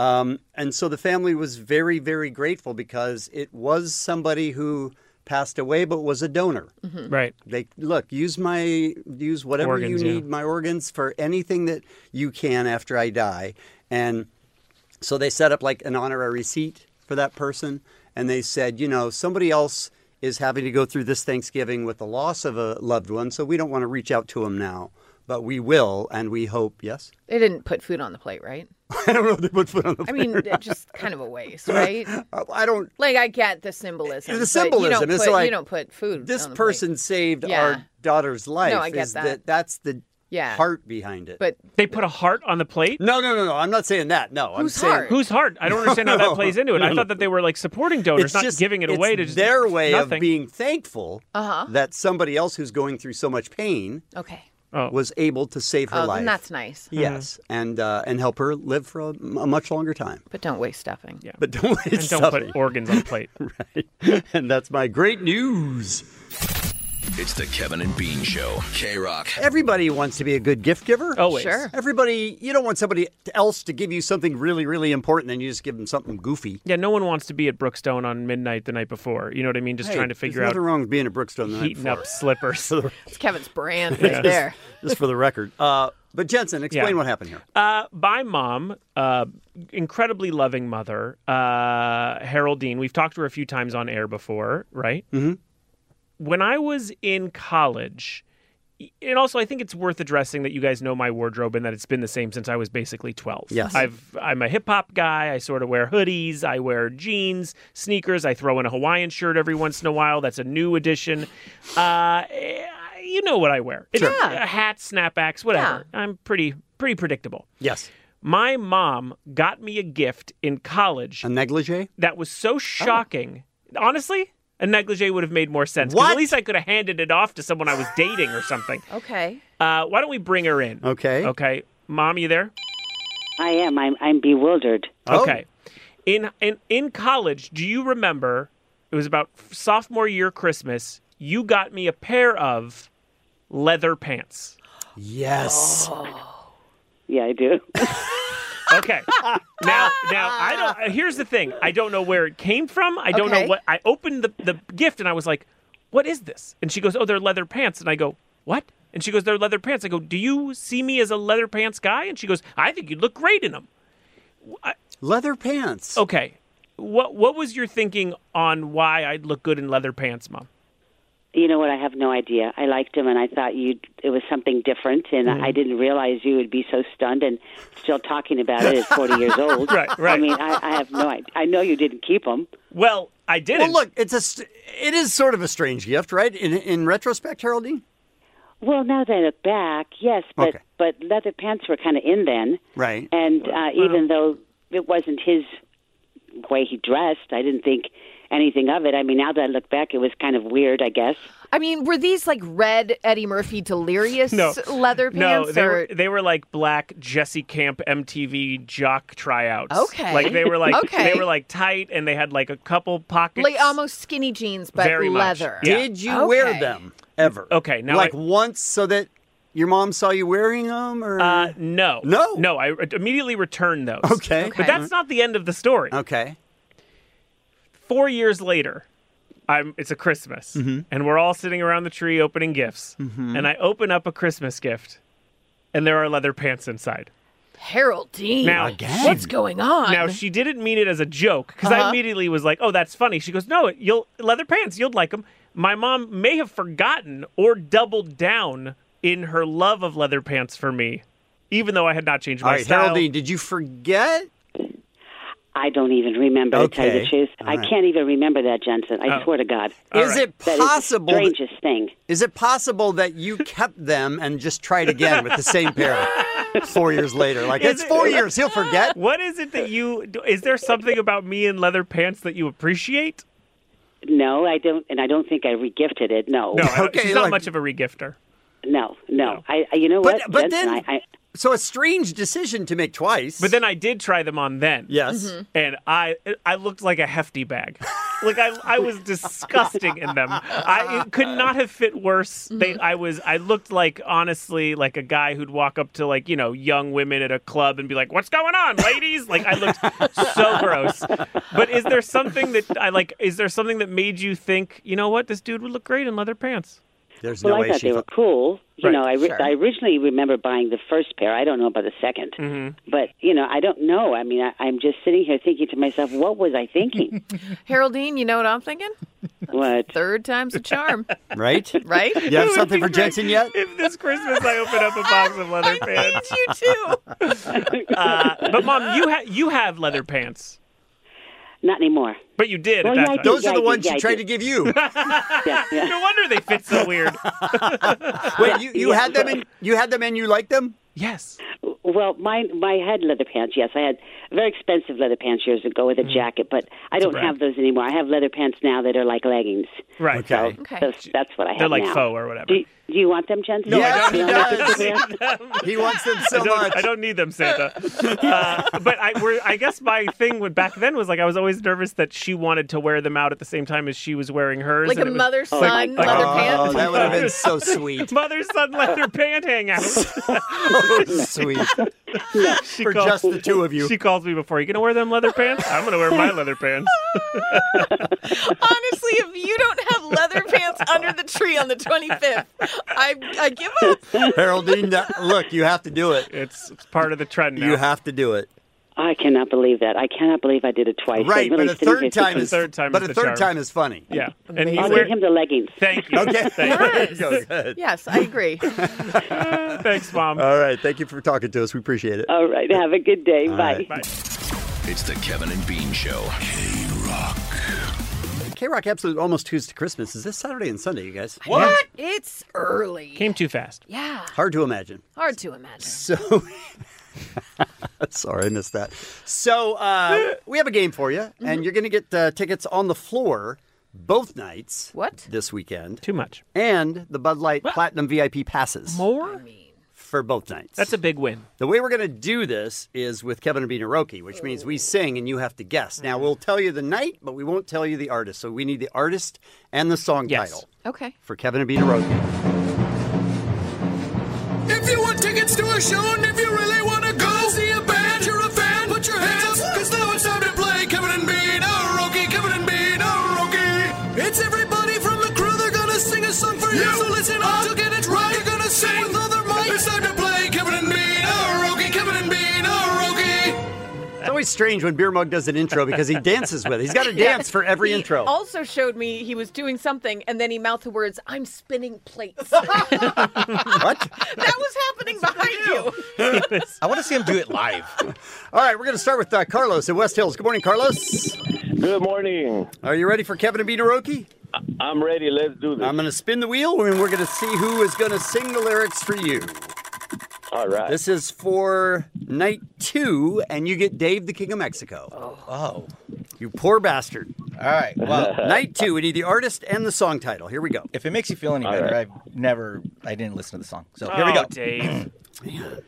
Speaker 8: Um, and so the family was very, very grateful because it was somebody who passed away but was a donor.
Speaker 6: Mm-hmm.
Speaker 5: Mhm. Right.
Speaker 8: They look, use my use whatever
Speaker 5: Organs,
Speaker 8: you
Speaker 5: yeah.
Speaker 8: need my organs for anything that you can after I die. And so they set up like an honorary seat for that person. And they said, you know, somebody else is having to go through this Thanksgiving with the loss of a loved one. So we don't want to reach out to them now, but we will. And we hope, yes?
Speaker 10: They didn't put food on the plate, right?
Speaker 8: I don't know if they put foot on the
Speaker 10: I mean,
Speaker 8: plate or
Speaker 10: it's just kind of a waste, right?
Speaker 8: I don't.
Speaker 10: Like, I get the symbolism.
Speaker 8: The
Speaker 10: but You
Speaker 8: symbolism
Speaker 10: don't,
Speaker 8: is
Speaker 10: put,
Speaker 8: like,
Speaker 10: you don't put food.
Speaker 8: this
Speaker 10: on the plate.
Speaker 8: person saved
Speaker 10: Yeah.
Speaker 8: our daughter's life.
Speaker 10: I get
Speaker 8: is
Speaker 10: that.
Speaker 8: That's the
Speaker 10: Yeah.
Speaker 8: heart behind it.
Speaker 10: But
Speaker 5: they put a heart on the plate.
Speaker 8: No, no, no, no. I'm not saying that. No, I'm saying
Speaker 5: Whose heart? I don't understand how
Speaker 8: No,
Speaker 5: that plays into it.
Speaker 8: no,
Speaker 5: I
Speaker 8: no.
Speaker 5: thought that they were like supporting donors,
Speaker 8: It's
Speaker 5: not
Speaker 8: just-
Speaker 5: giving it
Speaker 8: it's
Speaker 5: away to just
Speaker 8: their way
Speaker 5: nothing.
Speaker 8: of being thankful
Speaker 10: Uh-huh.
Speaker 8: that somebody else who's going through so much pain
Speaker 10: Okay.
Speaker 5: Oh.
Speaker 8: was able to save her
Speaker 10: Oh,
Speaker 8: life.
Speaker 10: then that's nice.
Speaker 5: Uh-huh.
Speaker 8: Yes, and uh, and help her live for a, a much longer time.
Speaker 10: But don't waste stuffing.
Speaker 5: Yeah.
Speaker 8: But don't waste
Speaker 5: And don't put organs on a plate.
Speaker 8: right. And that's my great news.
Speaker 14: It's the Kevin and Bean Show. K Rock.
Speaker 8: Everybody wants to be a good gift giver.
Speaker 14: Always. Sure.
Speaker 8: Everybody, you don't want somebody else to give you something really, really important, and you just give them something goofy.
Speaker 5: Yeah, no one wants to be at Brookstone on midnight the night before. You know what I mean? Just
Speaker 8: Hey,
Speaker 5: trying to figure out
Speaker 8: there's nothing wrong with being a Brookstone the night
Speaker 5: heating up
Speaker 8: before.
Speaker 5: slippers.
Speaker 10: Mm-hmm. It's Kevin's brand right there.
Speaker 8: Just for the record. Uh, but Jensen, explain
Speaker 5: Yeah.
Speaker 8: what happened here.
Speaker 5: Uh, my mom, uh, incredibly loving mother, uh, Haroldine. We've talked to her a few times on air before, right?
Speaker 8: Mm-hmm.
Speaker 5: When I was in college, and also I think it's worth addressing that you guys know my wardrobe and that it's been the same since I was basically twelve.
Speaker 8: Yes.
Speaker 5: I've I'm a hip hop guy. I sort of wear hoodies. I wear jeans, sneakers. I throw in a Hawaiian shirt every once in a while. That's a new addition. Uh, eh, you know what I wear? It's
Speaker 2: Yeah.
Speaker 5: a hat, snapbacks, whatever. I'm pretty pretty predictable.
Speaker 8: Yes.
Speaker 5: My mom got me a gift in college.
Speaker 8: A negligee?
Speaker 5: That was so shocking. Honestly, a negligee would have made more sense. 'cause
Speaker 10: What?
Speaker 5: At least I could have handed it off to someone I was dating or something.
Speaker 10: Okay.
Speaker 5: Uh, why don't we bring her in?
Speaker 8: Okay.
Speaker 5: Okay. Mom, you there?
Speaker 9: I am. I'm, I'm bewildered.
Speaker 8: Oh.
Speaker 5: Okay. In in in college, do you remember? It was about sophomore year Christmas. You got me a pair of leather pants.
Speaker 8: Yes.
Speaker 10: Oh.
Speaker 9: Yeah, I do.
Speaker 5: Okay. Now, now I don't. uh, Here's the thing. I don't know where it came from. I don't
Speaker 2: Okay.
Speaker 5: know what. I opened the the gift and I was like, "What is this?" And she goes, "Oh, they're leather pants." And I go, "What?" And she goes, "They're leather pants." I go, "Do you see me as a leather pants guy?" And she goes, "I think you'd look great in them."
Speaker 8: Leather pants.
Speaker 5: Okay. What What was your thinking on why I'd look good in leather pants, Mom?
Speaker 9: You know what? I have no idea. I liked him, and I thought you it was something different, and
Speaker 5: Mhm.
Speaker 9: I didn't realize you would be so stunned and still talking about it at 40 years old.
Speaker 5: Right,
Speaker 9: I
Speaker 5: right.
Speaker 9: mean, I, I have no. I, I know you didn't keep him.
Speaker 5: Well, I
Speaker 8: Well, look, it's a st- it is sort of a strange gift, right? In in retrospect, Haroldine.
Speaker 9: Well, now that I look back, yes, but
Speaker 8: Okay.
Speaker 9: but leather pants were kind of in then,
Speaker 8: Right.
Speaker 9: and uh, even though it wasn't his way he dressed, I didn't think anything of it. I mean, now that I look back, it was kind of weird, I guess.
Speaker 10: I mean, were these like red Eddie Murphy delirious
Speaker 5: No.
Speaker 10: leather
Speaker 5: No,
Speaker 10: pants?
Speaker 5: they
Speaker 10: or...
Speaker 5: were they were like black Jesse Camp MTV jock tryouts.
Speaker 10: Okay.
Speaker 5: Like they were like
Speaker 10: Okay.
Speaker 5: they were like tight and they had like a couple pockets.
Speaker 10: like um, almost skinny jeans, but
Speaker 5: Very much.
Speaker 10: leather.
Speaker 5: Yeah.
Speaker 8: Did you wear
Speaker 10: Okay.
Speaker 8: them ever?
Speaker 5: Okay, now
Speaker 8: like
Speaker 5: I-
Speaker 8: once, so that your mom saw you wearing them, or
Speaker 5: Uh, no,
Speaker 8: no,
Speaker 5: no. I re- immediately returned those.
Speaker 8: Okay. Okay.
Speaker 5: but that's not the end of the story.
Speaker 8: Okay.
Speaker 5: Four years later, I'm. It's a Christmas,
Speaker 8: Mm-hmm.
Speaker 5: and we're all sitting around the tree opening gifts,
Speaker 2: Mhm.
Speaker 5: and I open up a Christmas gift, and there are leather pants inside.
Speaker 10: Harold Dean.
Speaker 5: Now
Speaker 10: what's going on?
Speaker 5: Now she didn't mean it as a joke because
Speaker 10: Uh-huh.
Speaker 5: I immediately was like, "Oh, that's funny." She goes, "No, you'll leather pants. You'll like them." My mom may have forgotten or doubled down in her love of leather pants for me, even though I had not changed
Speaker 8: All
Speaker 5: my
Speaker 8: right,
Speaker 5: style.
Speaker 8: Haroldine, did you forget?
Speaker 9: I don't even remember to tell you
Speaker 8: Okay.
Speaker 9: the truth.
Speaker 8: All
Speaker 9: I
Speaker 8: right.
Speaker 9: can't even remember that, Jensen. I
Speaker 8: Oh.
Speaker 9: swear to God.
Speaker 8: Is it
Speaker 9: That is the
Speaker 8: possible? that-
Speaker 9: strangest thing.
Speaker 8: Is it possible that you kept them and just tried again with the same pair four years later? Like
Speaker 5: Is
Speaker 8: it's
Speaker 5: it-
Speaker 8: four years, he'll forget.
Speaker 5: What is it that you do- is there something about me in leather pants that you appreciate?
Speaker 9: No, I don't, and I don't think I regifted it.
Speaker 8: Oh.
Speaker 9: No.
Speaker 5: No, I don't- she's not much of a regifter.
Speaker 9: No, no. I, I- you know what?
Speaker 8: But- but
Speaker 9: Jensen,
Speaker 8: then-
Speaker 9: I, I,
Speaker 8: So a strange decision to make twice. But
Speaker 9: Mm-hmm.
Speaker 5: then I did try them on then.
Speaker 8: Yes. Mhm.
Speaker 5: and I I looked like a hefty bag. Like I, I was disgusting in them. I it could not have fit worse. They,
Speaker 9: Mm-hmm.
Speaker 5: I was, I looked like honestly like a guy who'd walk up to like you know young women at a club and be like, "What's going on, ladies?" Like I looked so gross. But is there something that I like? Is there something that made you think, you know what, this dude would look great in leather pants?
Speaker 8: There's
Speaker 9: well, I thought they were cool. You
Speaker 5: Right,
Speaker 9: know, I, re-
Speaker 5: sure.
Speaker 9: I originally remember buying the first pair. I don't know about the 2nd
Speaker 5: Mm-hmm.
Speaker 9: but you know, I don't know. I mean, I, I'm just sitting here thinking to myself, what was I thinking?
Speaker 10: Geraldine, you know what I'm thinking?
Speaker 9: what?
Speaker 10: Third time's a charm,
Speaker 8: Right?
Speaker 10: right?
Speaker 8: You have something for Jensen yet?
Speaker 5: If this Christmas I open up a box of leather pants,
Speaker 10: you too.
Speaker 5: Uh, but mom, you ha- you have leather pants,
Speaker 9: Not anymore.
Speaker 5: but you did.
Speaker 9: Well,
Speaker 5: at that
Speaker 9: yeah, I
Speaker 5: time.
Speaker 9: did, Those are yeah, the I did, ones yeah, she I tried did. to
Speaker 8: give you.
Speaker 5: No wonder they fit so weird.
Speaker 8: Wait, you, you had them in you had them and you liked them?
Speaker 5: Yes.
Speaker 9: Well, mine, my had leather pants. Yes, I had very expensive leather pants years ago with a
Speaker 5: Mm-hmm.
Speaker 9: jacket, but I
Speaker 5: It's a
Speaker 9: don't
Speaker 5: brag.
Speaker 9: have those anymore. I have leather pants now that are like leggings.
Speaker 5: Right. Okay.
Speaker 9: So that's what I have
Speaker 5: They're like
Speaker 9: now.
Speaker 5: faux or whatever.
Speaker 9: Do, do you want them, Jensen?
Speaker 5: No, I don't.
Speaker 9: You
Speaker 5: He
Speaker 9: want them?
Speaker 8: He wants them
Speaker 5: I don't, I don't need them, Santa. Uh, but I, we're, I guess my thing with back then was like I was always nervous that she wanted to wear them out at the same time as she was wearing hers.
Speaker 10: Like
Speaker 5: and
Speaker 10: a
Speaker 5: it was-
Speaker 10: mother-son leather
Speaker 5: a-
Speaker 10: pant?
Speaker 8: Oh, that would have been so sweet.
Speaker 5: Mother son leather pant hangout.
Speaker 8: sweet.
Speaker 5: She
Speaker 8: For just the two of you.
Speaker 5: She calls me before. You gonna wear them leather pants? I'm gonna wear my leather pants.
Speaker 10: Honestly, if you don't have leather pants under the tree on the 25th, I, I give up.
Speaker 8: Haroldine, that- look, you have to do it.
Speaker 5: It's, it's part of the trend now.
Speaker 8: You have to do it.
Speaker 9: I cannot believe that. I cannot believe I did it twice. I
Speaker 8: Right,
Speaker 9: really
Speaker 8: but a
Speaker 9: sitting here
Speaker 8: third time
Speaker 9: thinking-
Speaker 8: is but a third time is funny.
Speaker 5: Yeah. And
Speaker 9: I'll give him the leggings.
Speaker 5: Thank you.
Speaker 8: Okay.
Speaker 5: Thank you.
Speaker 8: There you go. Good.
Speaker 10: Yes, I agree.
Speaker 5: Thanks, mom.
Speaker 8: All right, thank you for talking to us. We appreciate it.
Speaker 9: All right. Have a good day.
Speaker 8: All
Speaker 9: Bye.
Speaker 8: right.
Speaker 14: It's the Kevin and Bean Show. K Rock.
Speaker 8: K Rock Absolute almost Tuesday Christmas is this Saturday and Sunday, you guys.
Speaker 10: It's early.
Speaker 5: Came too fast.
Speaker 10: Yeah.
Speaker 8: Hard to imagine.
Speaker 10: Hard to imagine.
Speaker 8: So, sorry, I missed that. So, uh, we have a game for you, and you're going to get uh, tickets on the floor both nights.
Speaker 10: What?
Speaker 8: This weekend.
Speaker 5: Too much.
Speaker 8: And the Bud Light Platinum VIP passes.
Speaker 5: More?
Speaker 8: For both nights.
Speaker 5: That's a big win.
Speaker 8: The way we're going to do this is with Kevin and Roki, which means we sing and you have to guess. Now, we'll tell you the night, but we won't tell you the artist. So we need the artist and the song title
Speaker 10: Okay.
Speaker 8: for Kevin and Roki.
Speaker 13: If you want tickets to a show and if you really want to go see a band, you're a fan, put your hands up, because now it's time to play Kevin and Bean, oh, Roki, Kevin and Bean, oh, Roki. It's everybody from the crew, they're going to sing a song for you, so listen up to get it right. They're going to sing with all their might. It's time to play Kevin and Bean, oh, Roki, Kevin and Bean, oh, Roki.
Speaker 8: It's always strange when Beer Mug does an intro because he dances with it. He's got a dance for every
Speaker 10: He
Speaker 8: intro.
Speaker 10: also showed me he was doing something, and then he mouthed the words, I'm spinning plates.
Speaker 8: what?
Speaker 10: That was happening behind you.
Speaker 8: I want to see him do it live. All right, we're going to start with uh, Carlos in West Hills. Good morning, Carlos.
Speaker 7: Good morning.
Speaker 8: Are you ready for Kevin and Roki?
Speaker 7: I'm ready. Let's do this.
Speaker 8: I'm going to spin the wheel and we're going to see who is going to sing the lyrics for you.
Speaker 7: All right.
Speaker 8: This is for night two, and you get Dave, the King of Mexico. Oh. You poor bastard. All right.
Speaker 16: well-
Speaker 8: night two, we need the artist and the song title. Here we go.
Speaker 16: If it makes you feel any
Speaker 8: All
Speaker 16: better,
Speaker 8: right.
Speaker 16: I've never, I didn't listen to the song. So here we
Speaker 5: Oh,
Speaker 16: go.
Speaker 5: Dave.
Speaker 16: Here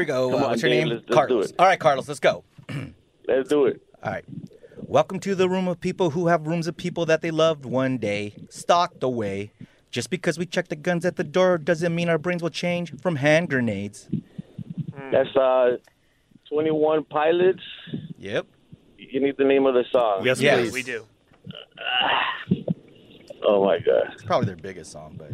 Speaker 16: we go.
Speaker 7: Come
Speaker 16: Uh,
Speaker 7: on,
Speaker 16: what's your
Speaker 7: Dave,
Speaker 16: name?
Speaker 7: let's- let's do
Speaker 16: Carlos.
Speaker 7: it.
Speaker 16: All right, Carlos, let's go.
Speaker 7: let's do it.
Speaker 16: All right. Welcome to the room of people who have rooms of people that they loved one day, stalked away. Just because we check the guns at the door doesn't mean our brains will change from hand grenades.
Speaker 7: That's uh, 21 Pilots.
Speaker 16: Yep.
Speaker 7: You need the name of the song.
Speaker 16: Yes, Yes. please.
Speaker 5: We do.
Speaker 7: Oh, my God.
Speaker 16: It's probably their biggest song, but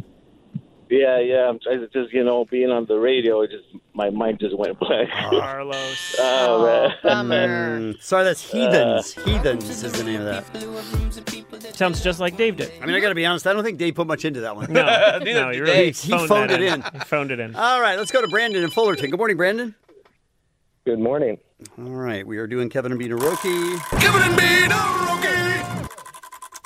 Speaker 7: Yeah, yeah. I'm trying to just, you know, being on the radio, it just my mind just went blank.
Speaker 5: Carlos.
Speaker 7: oh, man. Uh.
Speaker 8: Mm, sorry, that's Heathens. Heathens is the name of that.
Speaker 5: Sounds just like Dave did.
Speaker 8: I mean, I got to be honest, I don't think Dave put much into that one.
Speaker 5: No, no, you really
Speaker 8: He, he phoned
Speaker 5: that
Speaker 8: it in.
Speaker 5: He phoned it in.
Speaker 8: All right, let's go to Brandon in Fullerton. Good morning, Brandon.
Speaker 7: Good morning.
Speaker 8: All right, we are doing Kevin and Bean Roki.
Speaker 13: Kevin and Bean, oh, Roki.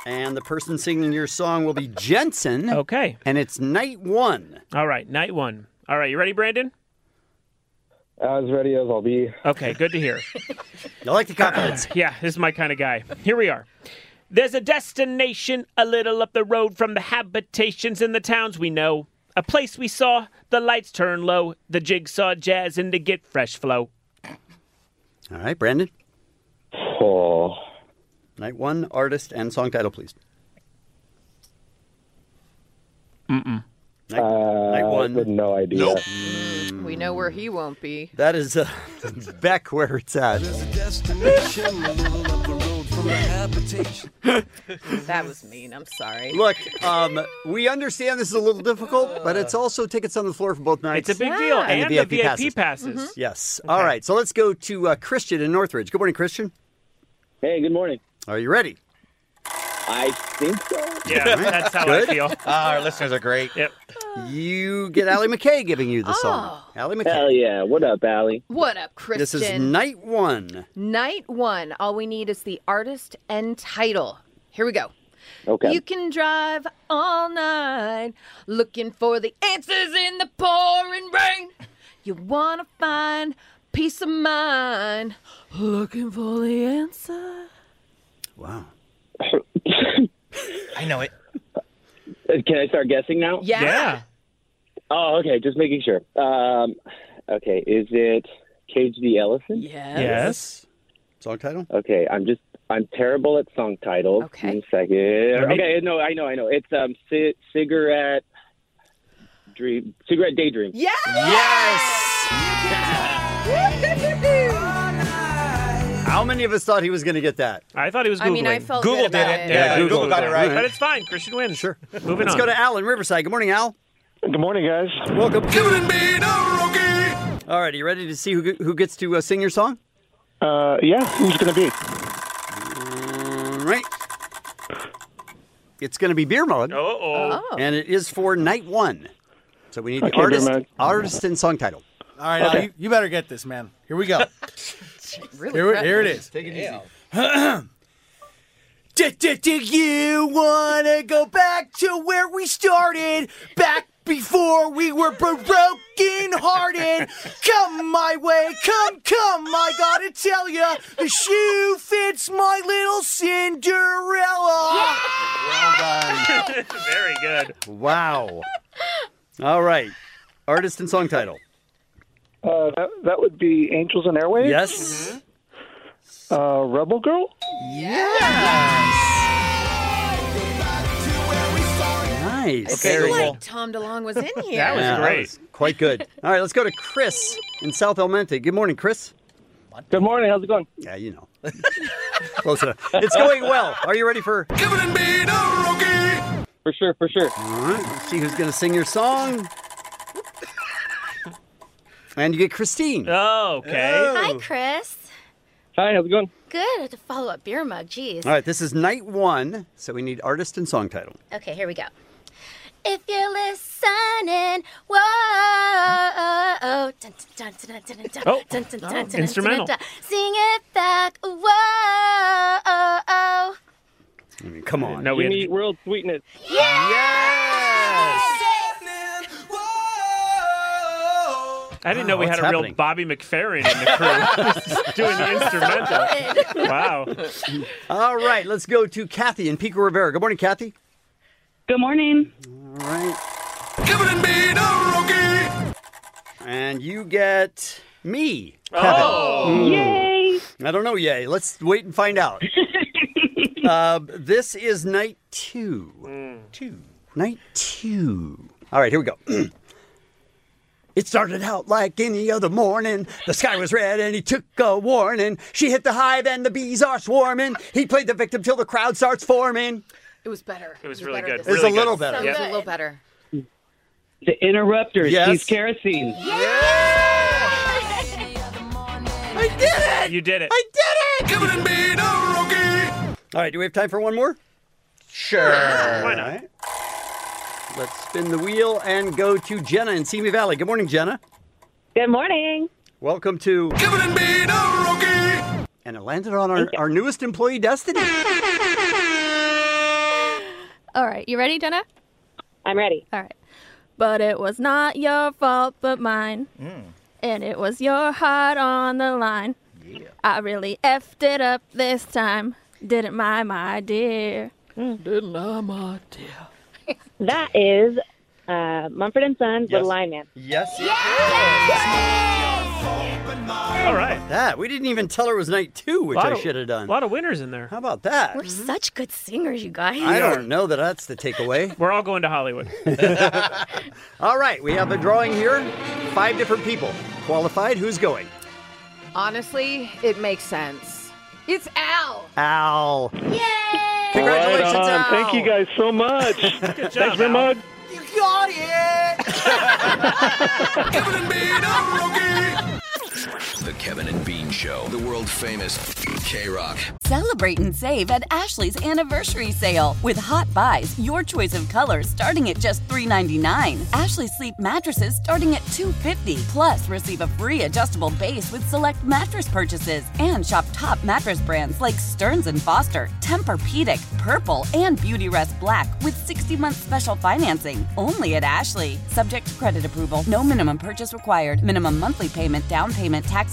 Speaker 8: And the person singing your song will be Jensen.
Speaker 5: Okay.
Speaker 8: And it's night one.
Speaker 5: All right, night one. All right, you ready, Brandon?
Speaker 7: As ready as I'll be.
Speaker 5: Okay, good to hear.
Speaker 8: I like the confidence.
Speaker 5: yeah, this is my kind of guy. Here we are. There's a destination a little up the road from the habitations in the towns we know. A place we saw the lights turn low, the jigsaw jazz and to get fresh flow.
Speaker 8: All right, Brandon.
Speaker 7: Oh,
Speaker 8: Night one, artist and song title, please.
Speaker 5: Mm-mm.
Speaker 8: Night, night one.
Speaker 7: Uh, no idea.
Speaker 8: Nope.
Speaker 5: Mm.
Speaker 8: Hmm. Mm.
Speaker 10: We know where he won't be.
Speaker 8: That is uh, back where it's at.
Speaker 10: that was mean. I'm sorry.
Speaker 8: Look, um, we understand this is a little difficult, but it's also tickets on the floor for both nights.
Speaker 5: It's a big deal, and, the VIP passes.
Speaker 8: Yes. All right. So let's go to uh, Christian in Northridge. Good morning, Christian.
Speaker 7: Hey, good morning.
Speaker 8: Are you ready?
Speaker 7: I think so.
Speaker 8: All right. Good.
Speaker 16: Ah, our listeners are great.
Speaker 5: Yep.
Speaker 8: You get Allie McKay giving you the song. Allie McKay. Hell
Speaker 7: yeah. What up, Allie?
Speaker 10: What up, Christian?
Speaker 8: This is night one.
Speaker 10: Night one. All we need is the artist and title. Here we go.
Speaker 8: Okay.
Speaker 10: You can drive all night looking for the answers in the pouring rain. You want to find peace of mind looking for the answer.
Speaker 8: Wow.
Speaker 7: I know it. Can I start guessing now?
Speaker 10: Yeah. Yeah.
Speaker 7: Oh, okay. Just making sure. Um, okay, is it Cage the Elephant?
Speaker 10: Yes.
Speaker 7: Yes.
Speaker 8: Song title?
Speaker 7: Okay, I'm just I'm terrible at song titles. Okay. One second. Okay, no, I know, I know. It's um ci- cigarette dream, cigarette daydream.
Speaker 10: Yeah.
Speaker 8: How many of us thought he was going to get that?
Speaker 5: I thought he was
Speaker 10: I mean, I Googling. felt
Speaker 7: Google
Speaker 10: did it.
Speaker 8: Yeah, Google got it right.
Speaker 5: But it's fine. Christian wins. Sure. Moving
Speaker 8: Let's
Speaker 5: on.
Speaker 8: go to Al in Riverside. Good morning, Al.
Speaker 20: Good morning, guys.
Speaker 8: Welcome. Kevin and All right, you ready to see who who gets to uh, sing your song?
Speaker 20: Uh, yeah, who's going to be?
Speaker 8: All right. It's going to be beer mode.
Speaker 5: Uh-oh.
Speaker 8: And it is for night one. So we need the
Speaker 20: Okay, beer
Speaker 8: artist,
Speaker 20: mug.
Speaker 8: artist and song title.
Speaker 21: All right, Al,
Speaker 8: Okay.
Speaker 21: you, you better get this, man. Here we go.
Speaker 10: really
Speaker 21: here, here it is.
Speaker 8: Take it easy.
Speaker 21: Do, do, do you want to go back to where we started? Back before we were broken hearted? Come my way, come, come, I gotta tell ya, the shoe fits my little Cinderella.
Speaker 5: Very good.
Speaker 8: Wow. All right. Artist and song title.
Speaker 20: Uh, that, that would be Angels and Airwaves.
Speaker 8: Yes.
Speaker 7: Mm-hmm.
Speaker 20: Uh, Rebel Girl.
Speaker 8: Nice.
Speaker 10: I feel like Tom DeLong was in here.
Speaker 8: Yeah, was quite good. All right, let's go to Chris in South Elmente. Good morning, Chris.
Speaker 7: Good morning. How's it going?
Speaker 8: Yeah, you know. Close enough. It's going well. Are you ready for?
Speaker 7: For sure, for sure.
Speaker 8: All right, let's see who's going to sing your song. And you get Christine.
Speaker 5: Oh,
Speaker 1: Hi, Chris.
Speaker 8: Hi, how's it going?
Speaker 1: Good. I had to follow up beer mug. Jeez.
Speaker 8: All right, this is night one, so we need artist and song title.
Speaker 1: Okay, here we go. If you're listening, whoa. Dun, dun, dun, dun, dun, dun,
Speaker 5: Oh.
Speaker 1: dun, dun, dun,
Speaker 5: Oh.
Speaker 1: dun, dun,
Speaker 5: Instrumental.
Speaker 1: dun, dun. Sing it back, whoa.
Speaker 8: I mean, come on.
Speaker 5: No, we had-
Speaker 7: world sweetness.
Speaker 5: I didn't know we
Speaker 8: Wow,
Speaker 5: had a real
Speaker 8: Mm-hmm. Oh, what's happening?
Speaker 5: Bobby McFerrin in the crew doing the instrumental. Wow.
Speaker 8: All right, let's go to Kathy in Pico Rivera. Good morning, Kathy.
Speaker 22: Good morning.
Speaker 8: All right. And you get me.
Speaker 5: Oh.
Speaker 8: Kevin.
Speaker 5: Mm.
Speaker 22: Yay!
Speaker 8: I don't know, yay. Let's wait and find out. uh, this is night two. Two. Night two. All right, here we go. It started out like any other morning. The sky was red and he took a warning. She hit the hive and the bees are swarming. He played the victim till the crowd starts forming.
Speaker 10: It was better. It was,
Speaker 5: really
Speaker 10: better
Speaker 5: good.
Speaker 10: this
Speaker 8: It was a
Speaker 10: time.
Speaker 8: little better.
Speaker 10: Sounds a little better.
Speaker 22: The interrupters.
Speaker 8: Yes.
Speaker 22: These kerosene.
Speaker 8: I did it!
Speaker 5: You did it.
Speaker 8: I did it! Coming and being a rookie! All right, do we have time for one more? Sure.
Speaker 5: Why not?
Speaker 8: All right. Let's spin the wheel and go to Jenna in Simi Valley. Good morning, Jenna.
Speaker 22: Good morning.
Speaker 8: Welcome to Coming and being a rookie! And it landed on our, our newest employee, Destiny.
Speaker 1: All right, you ready, Jenna?
Speaker 22: I'm ready.
Speaker 1: All right. But it was not your fault, but mine.
Speaker 10: Mm.
Speaker 1: And it was your heart on the line. I really effed it up this time. Didn't my, my dear.
Speaker 10: Didn't I, my dear?
Speaker 22: That is uh, Mumford and Sons,
Speaker 8: Yes.
Speaker 22: Little Lion Man.
Speaker 8: Yes.
Speaker 5: All right.
Speaker 8: That we didn't even tell her it was night two, which
Speaker 5: Lot
Speaker 8: I
Speaker 5: of-
Speaker 8: should have done. A
Speaker 5: lot of winners in there.
Speaker 8: How about that? Mm-hmm.
Speaker 23: We're such good singers, you guys.
Speaker 8: I don't know that that's the takeaway.
Speaker 5: We're all going to Hollywood.
Speaker 8: all right, we have a drawing here. Five different people qualified. Who's going?
Speaker 10: Honestly, it makes sense. It's Al.
Speaker 8: Al. Yay!
Speaker 10: Right
Speaker 8: Congratulations,
Speaker 10: on.
Speaker 8: Al.
Speaker 10: Thank you
Speaker 8: guys so much.
Speaker 10: Good
Speaker 13: job, very Al. much.
Speaker 21: You got it!
Speaker 13: Kevin and Bean are rookie.
Speaker 14: The Kevin and Bean Show, the world famous K Rock.
Speaker 24: Celebrate and save at Ashley's anniversary sale with hot buys, your choice of colors starting at just $3.99. Ashley Sleep mattresses starting at $2.50. Plus, receive a free adjustable base with select mattress purchases and shop top mattress brands like Stearns and Foster, Tempur-Pedic, Purple, and Beautyrest Black with 60-month special financing only at Ashley. Subject to credit approval, no minimum purchase required. Minimum monthly payment, down payment, tax,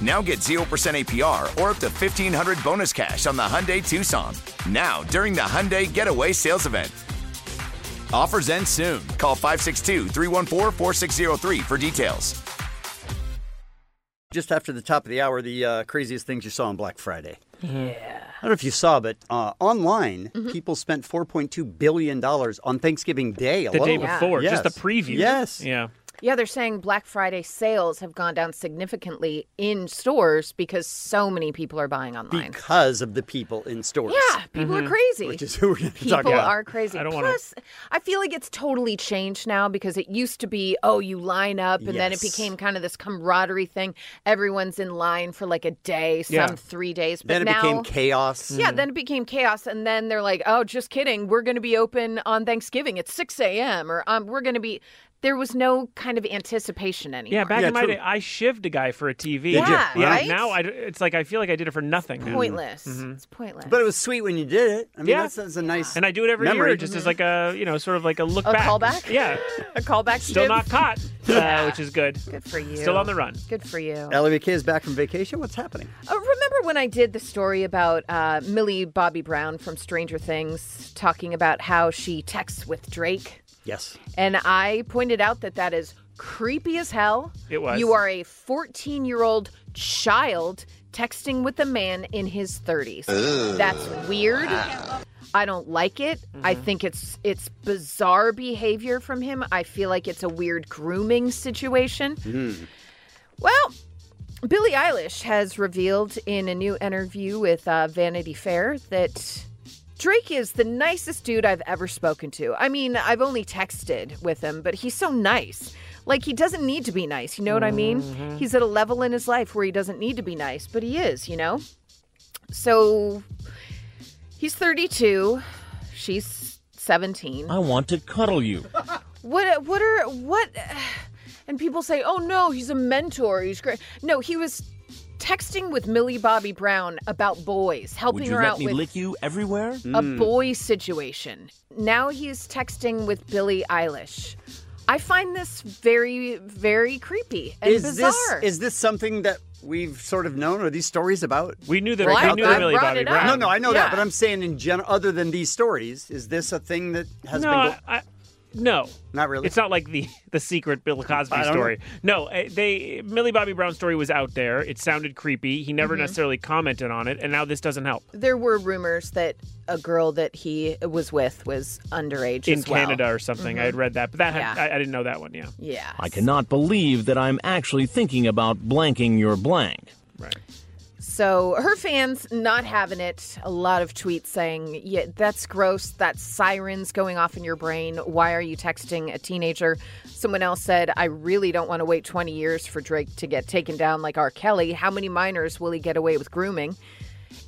Speaker 14: Now get 0% APR or up to 1500 bonus cash on the Hyundai Tucson. Now, during the Hyundai Getaway Sales Event. Offers end soon. Call 562 314 4603 for details.
Speaker 8: Just after the top of the hour, the uh, craziest things you saw on Black Friday.
Speaker 13: Yeah.
Speaker 8: I don't know if you saw, but uh, online, people spent $4.2 billion on Thanksgiving Day
Speaker 5: The
Speaker 8: alone.
Speaker 5: day before, just
Speaker 8: Yes.
Speaker 5: the preview.
Speaker 8: Yes.
Speaker 5: Yeah.
Speaker 10: Yeah, they're saying Black Friday sales have gone down significantly in stores because so many people are buying online.
Speaker 8: Because of the people in stores.
Speaker 10: Yeah, people
Speaker 5: Mm-hmm.
Speaker 10: are crazy.
Speaker 8: Which is who we're going to talk about.
Speaker 10: People are crazy. Plus, I feel like it's totally changed now because it used to be, oh, you line up, and then it
Speaker 8: Yes.
Speaker 10: became kind of this camaraderie thing. Everyone's in line for like a day, some
Speaker 8: Yeah.
Speaker 10: three days. But
Speaker 8: Then it
Speaker 10: now,
Speaker 8: became chaos.
Speaker 10: Yeah,
Speaker 5: Hmm. Mm-hmm.
Speaker 10: then it became chaos, and then they're like, "Oh, just kidding. We're going to be open on Thanksgiving at 6 a.m. or um, we're going to be." There was no kind of anticipation anymore.
Speaker 5: Yeah, back in my day, I shivved a guy for a TV.
Speaker 10: Did you? Yeah,
Speaker 5: yeah.
Speaker 10: right?
Speaker 5: Now I, it's like I feel like I did it for nothing. now.
Speaker 10: Pointless. It's pointless.
Speaker 8: But it was sweet when you did it. I mean,
Speaker 5: Yeah.
Speaker 8: that's, that's a nice.
Speaker 5: And I do it every
Speaker 8: memory.
Speaker 5: year, just as like a you know, sort of like a look
Speaker 10: A
Speaker 5: back.
Speaker 10: callback?
Speaker 5: Yeah,
Speaker 10: a callback.
Speaker 5: still
Speaker 10: Jim.
Speaker 5: not caught, uh, which is good.
Speaker 10: Good for you.
Speaker 5: Still on the run.
Speaker 10: Good for you.
Speaker 8: Ellie McKay is back from vacation. What's happening?
Speaker 10: Uh, remember when I did the story about uh, Millie Bobby Brown from Stranger Things talking about how she texts with Drake?
Speaker 8: Yes.
Speaker 10: And I pointed out that that is creepy as hell.
Speaker 5: It was.
Speaker 10: You are a 14 year old child texting with a man in his 30s.
Speaker 13: Ugh.
Speaker 10: That's weird.
Speaker 13: Wow.
Speaker 10: I don't like it. I
Speaker 5: Mm-hmm.
Speaker 10: think it's it's bizarre behavior from him. I feel like it's a weird grooming situation.
Speaker 5: Hmm.
Speaker 10: Well, Billie Eilish has revealed in a new interview with uh, Vanity Fair that Drake is the nicest dude I've ever spoken to. I mean, I've only texted with him, but he's so nice. Like, he doesn't need to be nice. You know what I mean?
Speaker 13: Mhm.
Speaker 10: He's at a level in his life where he doesn't need to be nice, but he is, you know? So he's 32, she's 17.
Speaker 25: want to cuddle you.
Speaker 10: What? What are what? And people say, "Oh no, he's a mentor. He's great." No, he was texting with Millie Bobby Brown about boys, helping her out with
Speaker 25: you everywhere?
Speaker 10: a
Speaker 5: Mm.
Speaker 8: Hmm.
Speaker 10: boy situation. Now he's texting with Billie Eilish. I find this very, very creepy and
Speaker 8: is
Speaker 10: bizarre.
Speaker 8: this is this something that we've sort of known? Are these stories about?
Speaker 5: We knew
Speaker 10: that- Well, we I- knew I that Millie brought Bobby it up. Brown.
Speaker 8: No, no, I know that,
Speaker 10: Yeah.
Speaker 8: but I'm saying in general, other than these stories, is this a thing that has
Speaker 5: no,
Speaker 8: been? Go-
Speaker 5: I, I- no,
Speaker 8: not really.
Speaker 5: It's not like the the secret Bill Cosby
Speaker 8: I don't
Speaker 5: story. No, eh, they Millie Bobby Brown's story was out there. It sounded creepy. He never
Speaker 10: Mhm.
Speaker 5: necessarily commented on it, and now this doesn't help.
Speaker 10: there were rumors that a girl that he was with was underage
Speaker 5: in
Speaker 10: as well.
Speaker 5: Canada or something. I had
Speaker 10: Mhm.
Speaker 5: read that, but that had,
Speaker 10: Yeah.
Speaker 5: I, I didn't know that one. Yeah.
Speaker 10: Yeah.
Speaker 25: I cannot believe that I'm actually thinking about blanking your blank.
Speaker 5: Right.
Speaker 10: So her fans not having it. A lot of tweets saying, "Yeah, that's gross. That's sirens going off in your brain. Why are you texting a teenager?" Someone else said, "I really don't want to wait 20 years for Drake to get taken down like R. Kelly. How many minors will he get away with grooming?"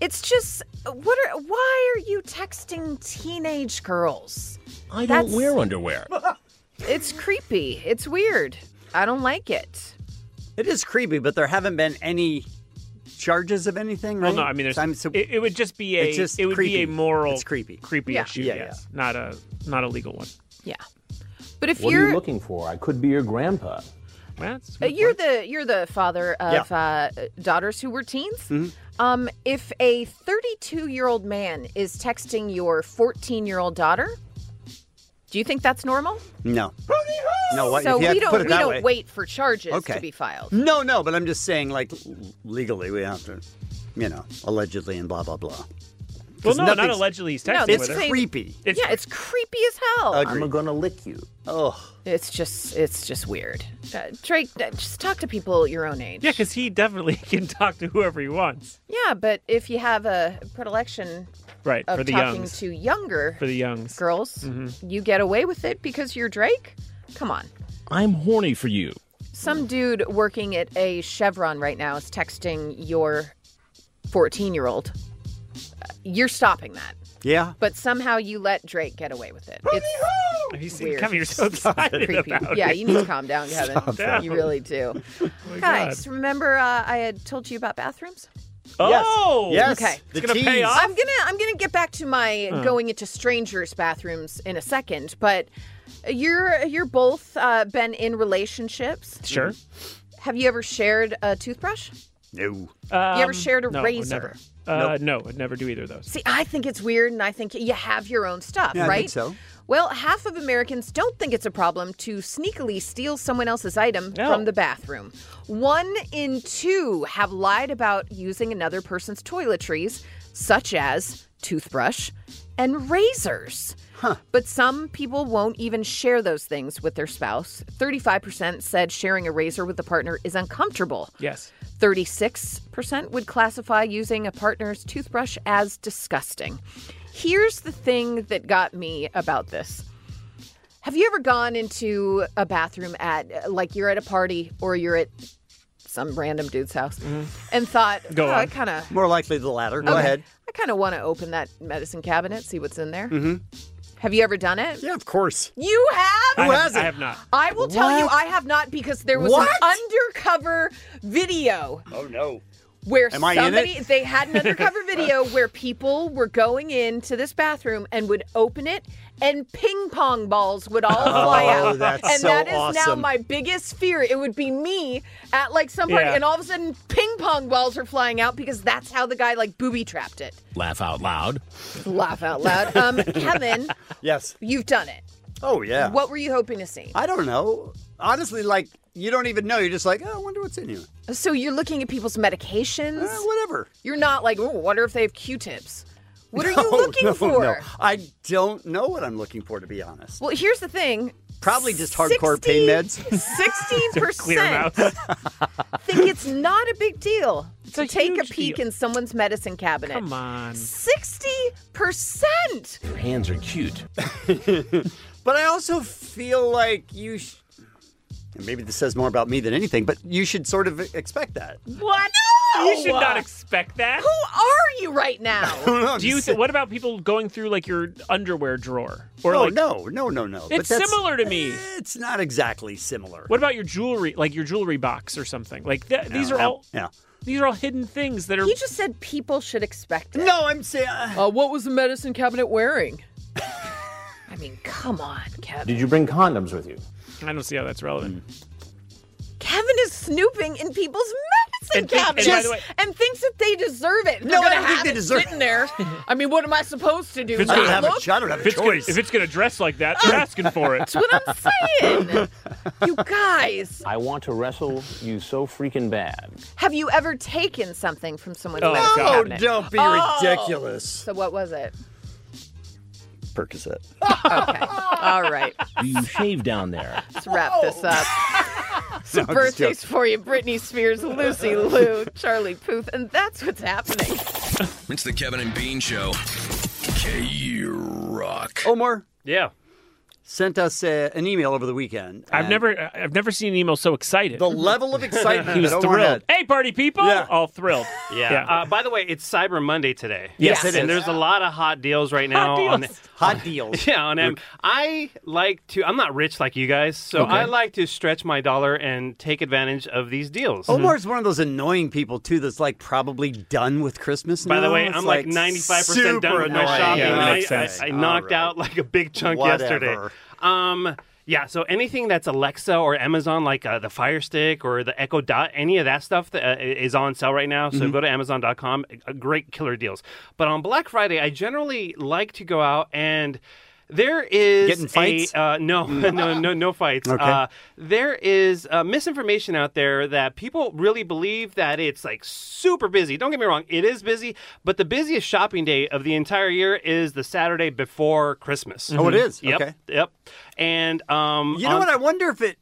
Speaker 10: It's just what are why are you texting teenage girls?
Speaker 25: I don't
Speaker 10: That's-
Speaker 25: wear underwear.
Speaker 10: It's creepy. It's weird. I don't like it.
Speaker 8: It is creepy, but there haven't been any charges of anything, right?
Speaker 5: Well, no, I mean, there's,
Speaker 8: I'm so-
Speaker 5: it, it would just be a
Speaker 8: It's just
Speaker 5: it would be a
Speaker 8: creepy.
Speaker 5: moral
Speaker 8: It's creepy.
Speaker 5: creepy
Speaker 10: Yeah.
Speaker 5: issue.
Speaker 10: Yeah,
Speaker 5: yes, not a not a legal one.
Speaker 10: Yeah. But if
Speaker 25: what
Speaker 10: you're
Speaker 25: are you looking for? I could be your grandpa.
Speaker 10: Uh, you're the you're the father of uh, daughters who were teens.
Speaker 8: Mm-hmm.
Speaker 10: Um, if a 32 year old man is texting your 14 year old daughter, do you think that's normal?
Speaker 8: No. No, what,
Speaker 10: so
Speaker 8: if you have
Speaker 10: we
Speaker 8: to
Speaker 10: don't
Speaker 8: put it
Speaker 10: we
Speaker 8: that
Speaker 10: don't
Speaker 8: way-
Speaker 10: wait for charges
Speaker 8: Okay.
Speaker 10: to be filed.
Speaker 8: No, no, but I'm just saying, like, l- legally, we have to, you know, allegedly and blah, blah, blah.
Speaker 5: Well,
Speaker 8: 'Cause
Speaker 5: no, not
Speaker 8: nothing's-
Speaker 5: allegedly. He's
Speaker 10: No,
Speaker 5: texting.
Speaker 10: this
Speaker 5: with her.
Speaker 10: is a- yeah, it's creepy as hell.
Speaker 8: Agreed.
Speaker 25: Oh, gonna lick you.
Speaker 8: Oh,
Speaker 10: it's just it's just weird. Uh, Drake, uh, just talk to people your own age.
Speaker 5: Yeah, because he definitely can talk to whoever he wants.
Speaker 10: Yeah, but if you have a predilection
Speaker 5: Right
Speaker 10: of
Speaker 5: for the
Speaker 10: talking
Speaker 5: youngs.
Speaker 10: to younger
Speaker 5: for the youngs. Mm-hmm.
Speaker 10: girls,
Speaker 8: Mm-hmm.
Speaker 10: you get away with it because you're Drake. Come on.
Speaker 25: I'm horny for you.
Speaker 10: Some dude working at a Chevron right now is texting your 14 year old. You're stopping that.
Speaker 8: Yeah.
Speaker 10: But somehow you let Drake get away with it. It's
Speaker 5: You see,
Speaker 10: weird.
Speaker 5: Kevin, you're so excited
Speaker 10: creepy.
Speaker 5: about
Speaker 10: yeah,
Speaker 5: it.
Speaker 10: you need to calm down, Kevin.
Speaker 5: Stop that.
Speaker 10: You really do.
Speaker 5: my
Speaker 10: Guys, remember uh, I had told you about bathrooms?
Speaker 5: Oh,
Speaker 8: Yes.
Speaker 10: Okay.
Speaker 8: The
Speaker 5: It's gonna pay
Speaker 8: tease.
Speaker 5: off.
Speaker 10: I'm gonna I'm gonna get back to my
Speaker 8: Huh.
Speaker 10: going into strangers' bathrooms in a second, but you're you're both uh, been in relationships.
Speaker 5: Sure.
Speaker 10: Have you ever shared a toothbrush?
Speaker 8: No.
Speaker 10: You ever shared a
Speaker 5: Um, no,
Speaker 10: razor?
Speaker 5: Never. Uh, No, I'd never do either of those.
Speaker 10: See, I think it's weird, and I think you have your own stuff,
Speaker 5: Yeah, I
Speaker 10: right?
Speaker 5: think so.
Speaker 10: Well, half of Americans don't think it's a problem to sneakily steal someone else's item
Speaker 5: No.
Speaker 10: from the bathroom. One in two have lied about using another person's toiletries, such as toothbrush and razors. But some people won't even share those things with their spouse. 35% said sharing a razor with a partner is uncomfortable.
Speaker 5: Yes.
Speaker 10: 36% would classify using a partner's toothbrush as disgusting. Here's the thing that got me about this. Have you ever gone into a bathroom at, like, you're at a party or you're at some random dude's house and thought,
Speaker 8: Go
Speaker 10: oh,
Speaker 8: on.
Speaker 10: I kind of
Speaker 8: More likely the latter. Go
Speaker 10: Okay.
Speaker 8: ahead.
Speaker 10: I kind of want to open that medicine cabinet, see what's in there.
Speaker 8: Mm-hmm.
Speaker 10: Have you ever done it?
Speaker 8: Yeah, of course.
Speaker 10: You have?
Speaker 8: Who I have- hasn't? I have not.
Speaker 10: I will tell you,
Speaker 8: What?
Speaker 10: I have not because there was
Speaker 8: What?
Speaker 10: an undercover video
Speaker 8: Oh, no.
Speaker 10: where
Speaker 8: Am I in
Speaker 10: somebody
Speaker 8: it?
Speaker 10: they had an undercover video where people were going into this bathroom and would open it and ping pong balls would all
Speaker 8: Oh,
Speaker 10: fly out
Speaker 8: that's
Speaker 10: and
Speaker 8: so
Speaker 10: that is now
Speaker 8: awesome.
Speaker 10: my biggest fear it would be me at like some party
Speaker 25: Yeah.
Speaker 10: and all of a sudden ping pong balls are flying out because that's how the guy like booby trapped it
Speaker 25: Laugh out loud.
Speaker 10: laugh out loud um kevin
Speaker 8: Yes.
Speaker 10: you've done it
Speaker 8: Oh, yeah.
Speaker 10: what were you hoping to see
Speaker 8: I don't know. Honestly, like, you don't even know. You're just like, oh, I wonder what's in here.
Speaker 10: so you're looking at people's medications
Speaker 8: Uh, whatever
Speaker 10: you're not like oh wonder if they have q-tips what are you
Speaker 8: No,
Speaker 10: looking
Speaker 8: no,
Speaker 10: for
Speaker 8: no. I don't know what I'm looking for, to be honest.
Speaker 10: Well, here's the thing.
Speaker 8: Probably just hardcore pain meds.
Speaker 10: Sixteen
Speaker 8: Clear 'em
Speaker 10: percent
Speaker 8: out.
Speaker 10: think it's not a big deal to take a peek in someone's medicine cabinet.
Speaker 25: Come on.
Speaker 10: Sixty percent.
Speaker 25: Your hands are cute.
Speaker 8: But I also feel like you. Sh- and maybe this says more about me than anything, but you should sort of expect that.
Speaker 10: What?
Speaker 5: You should not expect that.
Speaker 10: Who are you right now?
Speaker 5: Do you? Th- what about people going through like your underwear drawer or
Speaker 8: Or oh,
Speaker 5: like?
Speaker 8: no, no, no, no. But
Speaker 5: It's
Speaker 8: that's- Eh,
Speaker 5: similar to me.
Speaker 8: It's not exactly similar.
Speaker 5: What about your jewelry, like your jewelry box or something? Like th- these are
Speaker 8: Yeah,
Speaker 5: all
Speaker 8: Yeah.
Speaker 5: these are all hidden things that are.
Speaker 10: He just said people should expect it.
Speaker 8: No, I'm saying.
Speaker 10: Uh, what was the medicine cabinet wearing? I mean, come on, Kevin.
Speaker 25: Did you bring condoms with you?
Speaker 5: I don't see how that's relevant.
Speaker 10: Kevin is snooping in people's medicine
Speaker 5: And think- and by
Speaker 10: cabinets
Speaker 5: the way-
Speaker 10: and thinks that they deserve it. They're
Speaker 5: No, I
Speaker 10: gonna
Speaker 5: don't think
Speaker 10: have
Speaker 5: they
Speaker 10: it
Speaker 5: deserve-
Speaker 10: sitting there. I mean, what am I supposed to do?
Speaker 5: If it's gonna-
Speaker 10: Not look?
Speaker 5: if it's Gonna, if it's gonna dress like that, they're asking for it.
Speaker 10: That's what I'm saying. you guys,
Speaker 25: I want to wrestle you so freaking bad.
Speaker 10: have you ever taken something from someone's
Speaker 25: Oh,
Speaker 10: medicine
Speaker 25: God.
Speaker 10: cabinet?
Speaker 25: No, don't be
Speaker 10: Oh.
Speaker 25: ridiculous.
Speaker 10: So what was it?
Speaker 8: Percocet.
Speaker 10: All right,
Speaker 25: Do you shave down there?
Speaker 10: let's wrap this up. Some
Speaker 8: Oh. No, I'm just
Speaker 10: birthdays
Speaker 8: joking.
Speaker 10: for you Britney Spears, Lucy Liu, Charlie Puth, and that's what's happening.
Speaker 13: It's the Kevin and Bean Show. K Rock.
Speaker 8: Omar.
Speaker 5: Yeah.
Speaker 8: Sent us uh, an email over the weekend.
Speaker 5: I've never, uh, I've never seen an email so excited.
Speaker 8: The level of excitement
Speaker 5: he was
Speaker 8: that Omar
Speaker 5: thrilled.
Speaker 8: had.
Speaker 5: Hey, party people!
Speaker 8: Yeah.
Speaker 5: All thrilled.
Speaker 26: Yeah. Uh, by the way, it's Cyber Monday today.
Speaker 5: Yes, Yes, it
Speaker 26: and
Speaker 5: is.
Speaker 26: there's a lot of hot deals right now.
Speaker 5: Hot
Speaker 26: on
Speaker 5: deals.
Speaker 8: Hot deals.
Speaker 26: Yeah, on M. I like to. I'm not rich like you guys, so
Speaker 8: Okay.
Speaker 26: I like to stretch my dollar and take advantage of these deals.
Speaker 8: Omar's one of those annoying people too. That's like probably done with Christmas.
Speaker 26: By the
Speaker 8: now.
Speaker 26: way,
Speaker 8: It's,
Speaker 26: I'm like 95% done
Speaker 8: super
Speaker 26: with my
Speaker 8: annoying.
Speaker 26: shopping.
Speaker 8: Yeah,
Speaker 26: I-
Speaker 8: makes
Speaker 26: I,
Speaker 8: sense.
Speaker 26: I
Speaker 8: All
Speaker 26: knocked
Speaker 8: right.
Speaker 26: out like a big chunk yesterday.
Speaker 8: Whatever.
Speaker 26: Um, yeah, so anything that's Alexa or Amazon, like uh, the Fire Stick or the Echo Dot, any of that stuff that, uh, is on sale right now. So
Speaker 8: Mm-hmm.
Speaker 4: Mhm.
Speaker 26: go to Amazon.com. uh, Great killer deals. But on Black Friday, I generally like to go out and there is
Speaker 8: Getting
Speaker 26: a-
Speaker 8: fights?
Speaker 26: uh, no,
Speaker 8: Mm.
Speaker 26: no, no, no fights.
Speaker 8: Okay.
Speaker 26: Uh, there is uh, misinformation out there that people really believe that it's like super busy. Don't get me wrong, it is busy, but the busiest shopping day of the entire year is the Saturday before Christmas.
Speaker 8: Oh, it is?
Speaker 26: Yep,
Speaker 8: Okay.
Speaker 26: Yep. And um,
Speaker 8: You know
Speaker 26: on-
Speaker 8: what? I wonder if it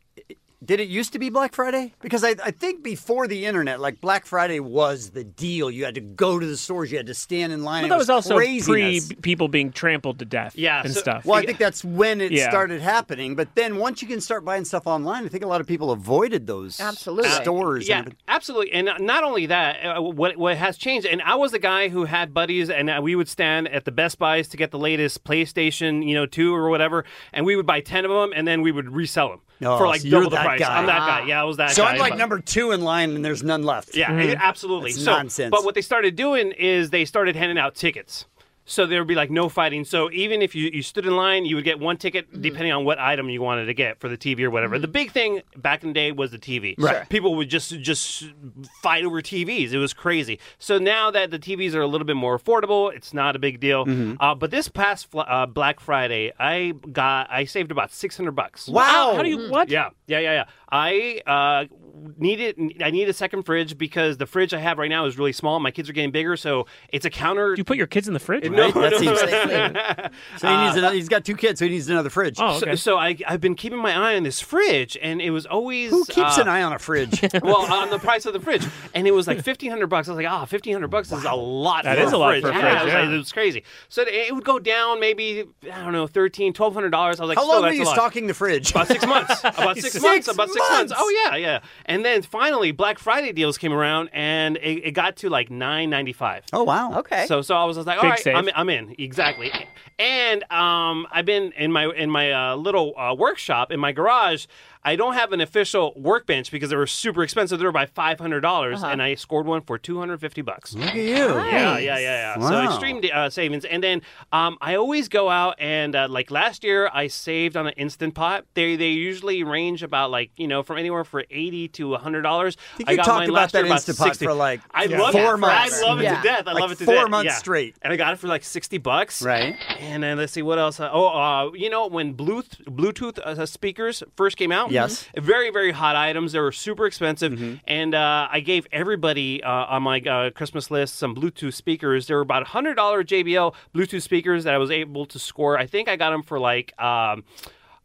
Speaker 8: did it used to be Black Friday because I, I think before the internet, like Black Friday was the deal. You had to go to the stores, you had to stand in line.
Speaker 5: But
Speaker 8: it
Speaker 5: that was also pre
Speaker 8: craziness.
Speaker 5: people being trampled to death. and stuff.
Speaker 8: Well, I think that's when it
Speaker 5: Yeah.
Speaker 8: started happening. But then once you can start buying stuff online, I think a lot of people avoided those
Speaker 26: Absolutely. Uh,
Speaker 8: stores.
Speaker 26: Yeah,
Speaker 8: And
Speaker 26: absolutely. And not only that, uh, what what has changed, and I was the guy who had buddies, and uh, we would stand at the Best Buys to get the latest PlayStation, you know, two or whatever, and we would buy ten of them, and then we would resell them
Speaker 8: Oh,
Speaker 26: for like
Speaker 8: so you're
Speaker 26: double the
Speaker 8: that
Speaker 26: price.
Speaker 8: guy.
Speaker 26: I'm that guy. Yeah, I was that
Speaker 8: so
Speaker 26: guy.
Speaker 8: I'm like
Speaker 26: But-
Speaker 8: number two in line, and there's none left.
Speaker 26: yeah,
Speaker 5: Mm-hmm.
Speaker 26: it- absolutely.
Speaker 8: That's
Speaker 26: so,
Speaker 8: nonsense.
Speaker 26: But what they started doing is they started handing out tickets. So there would be like no fighting. So even if you, you stood in line, you would get one ticket
Speaker 8: Mm-hmm.
Speaker 26: depending on what item you wanted to get for the TV or whatever. The big thing back in the day was the TV.
Speaker 8: Right. Sure.
Speaker 26: People would just just fight over TVs. It was crazy. So now that the TVs are a little bit more affordable, it's not a big deal.
Speaker 8: Mhm.
Speaker 26: Uh, but this past fl- uh, Black Friday, I got I saved about six hundred bucks.
Speaker 8: Wow. Wow. How do you-
Speaker 26: Mm.
Speaker 8: what?
Speaker 26: Yeah, yeah, yeah, yeah. I uh, needed I need a second fridge because the fridge I have right now is really small. My kids are getting bigger, so it's a counter.
Speaker 5: you put your kids in the fridge?
Speaker 26: No,
Speaker 8: right? That
Speaker 26: no,
Speaker 8: seems-
Speaker 26: no.
Speaker 8: So he
Speaker 26: Uh,
Speaker 8: needs another, he's got two kids, so he needs another fridge.
Speaker 5: Oh,
Speaker 26: so- So, I, I've been keeping my eye on this fridge, and it was always
Speaker 8: who keeps
Speaker 26: uh,
Speaker 8: an eye on a fridge?
Speaker 26: well, on the price of the fridge, and it was like fifteen hundred bucks. I was like, ah, fifteen hundred bucks is a lot.
Speaker 5: That
Speaker 26: for
Speaker 5: is a lot
Speaker 26: fridge.
Speaker 5: for a
Speaker 26: yeah,
Speaker 5: fridge,
Speaker 26: I was like,
Speaker 5: yeah.
Speaker 26: it was crazy. So it it would go down maybe I don't know, thirteen, twelve hundred dollars. I was like,
Speaker 8: How
Speaker 26: still,
Speaker 8: long were
Speaker 26: that's
Speaker 8: you
Speaker 26: a lot.
Speaker 8: stocking the fridge?
Speaker 26: About six months. About six,
Speaker 8: Six
Speaker 26: months. About six months.
Speaker 8: months.
Speaker 26: Oh yeah, yeah. And then finally, Black Friday deals came around, and it, it got to like nine ninety five.
Speaker 8: Oh wow.
Speaker 26: Okay. So so I was just like, all
Speaker 8: Big
Speaker 26: right,
Speaker 8: save.
Speaker 26: I'm, I'm in exactly. And um, I've been in my in my uh, little uh, workshop in my garage. I don't have an official workbench because they were super expensive. They were by five hundred dollars,
Speaker 8: Uh-huh.
Speaker 26: and I scored one for two hundred fifty bucks. Look
Speaker 8: at you!
Speaker 26: Yeah, yeah, yeah, yeah.
Speaker 8: Wow.
Speaker 26: So extreme extreme uh, savings. And then um, I always go out and uh, like last year I saved on an instant pot. They they usually range about like you know from anywhere for eighty to hundred dollars.
Speaker 8: think
Speaker 26: I
Speaker 8: you
Speaker 26: got
Speaker 8: talked
Speaker 26: mine
Speaker 8: about
Speaker 26: last year
Speaker 8: that
Speaker 26: about
Speaker 8: Instant Pot
Speaker 26: 60.
Speaker 8: for, like,
Speaker 26: I
Speaker 8: yeah,
Speaker 26: love
Speaker 8: four
Speaker 26: it.
Speaker 8: months.
Speaker 26: I love it
Speaker 8: Yeah.
Speaker 26: to death. I
Speaker 8: Like
Speaker 26: love it to
Speaker 8: four
Speaker 26: death.
Speaker 8: months
Speaker 26: Yeah.
Speaker 8: straight.
Speaker 26: And I got it for like sixty bucks.
Speaker 8: Right.
Speaker 26: And then let's see what else. oh, uh, you know when Bluetooth Bluetooth uh, speakers first came out. Mm-hmm.
Speaker 8: Yes. Mm-hmm.
Speaker 26: Very very hot items. They were super expensive. And uh, I gave everybody uh, on my uh, Christmas list some Bluetooth speakers. They were about hundred dollar JBL Bluetooth speakers that I was able to score. I think I got them for like. Um,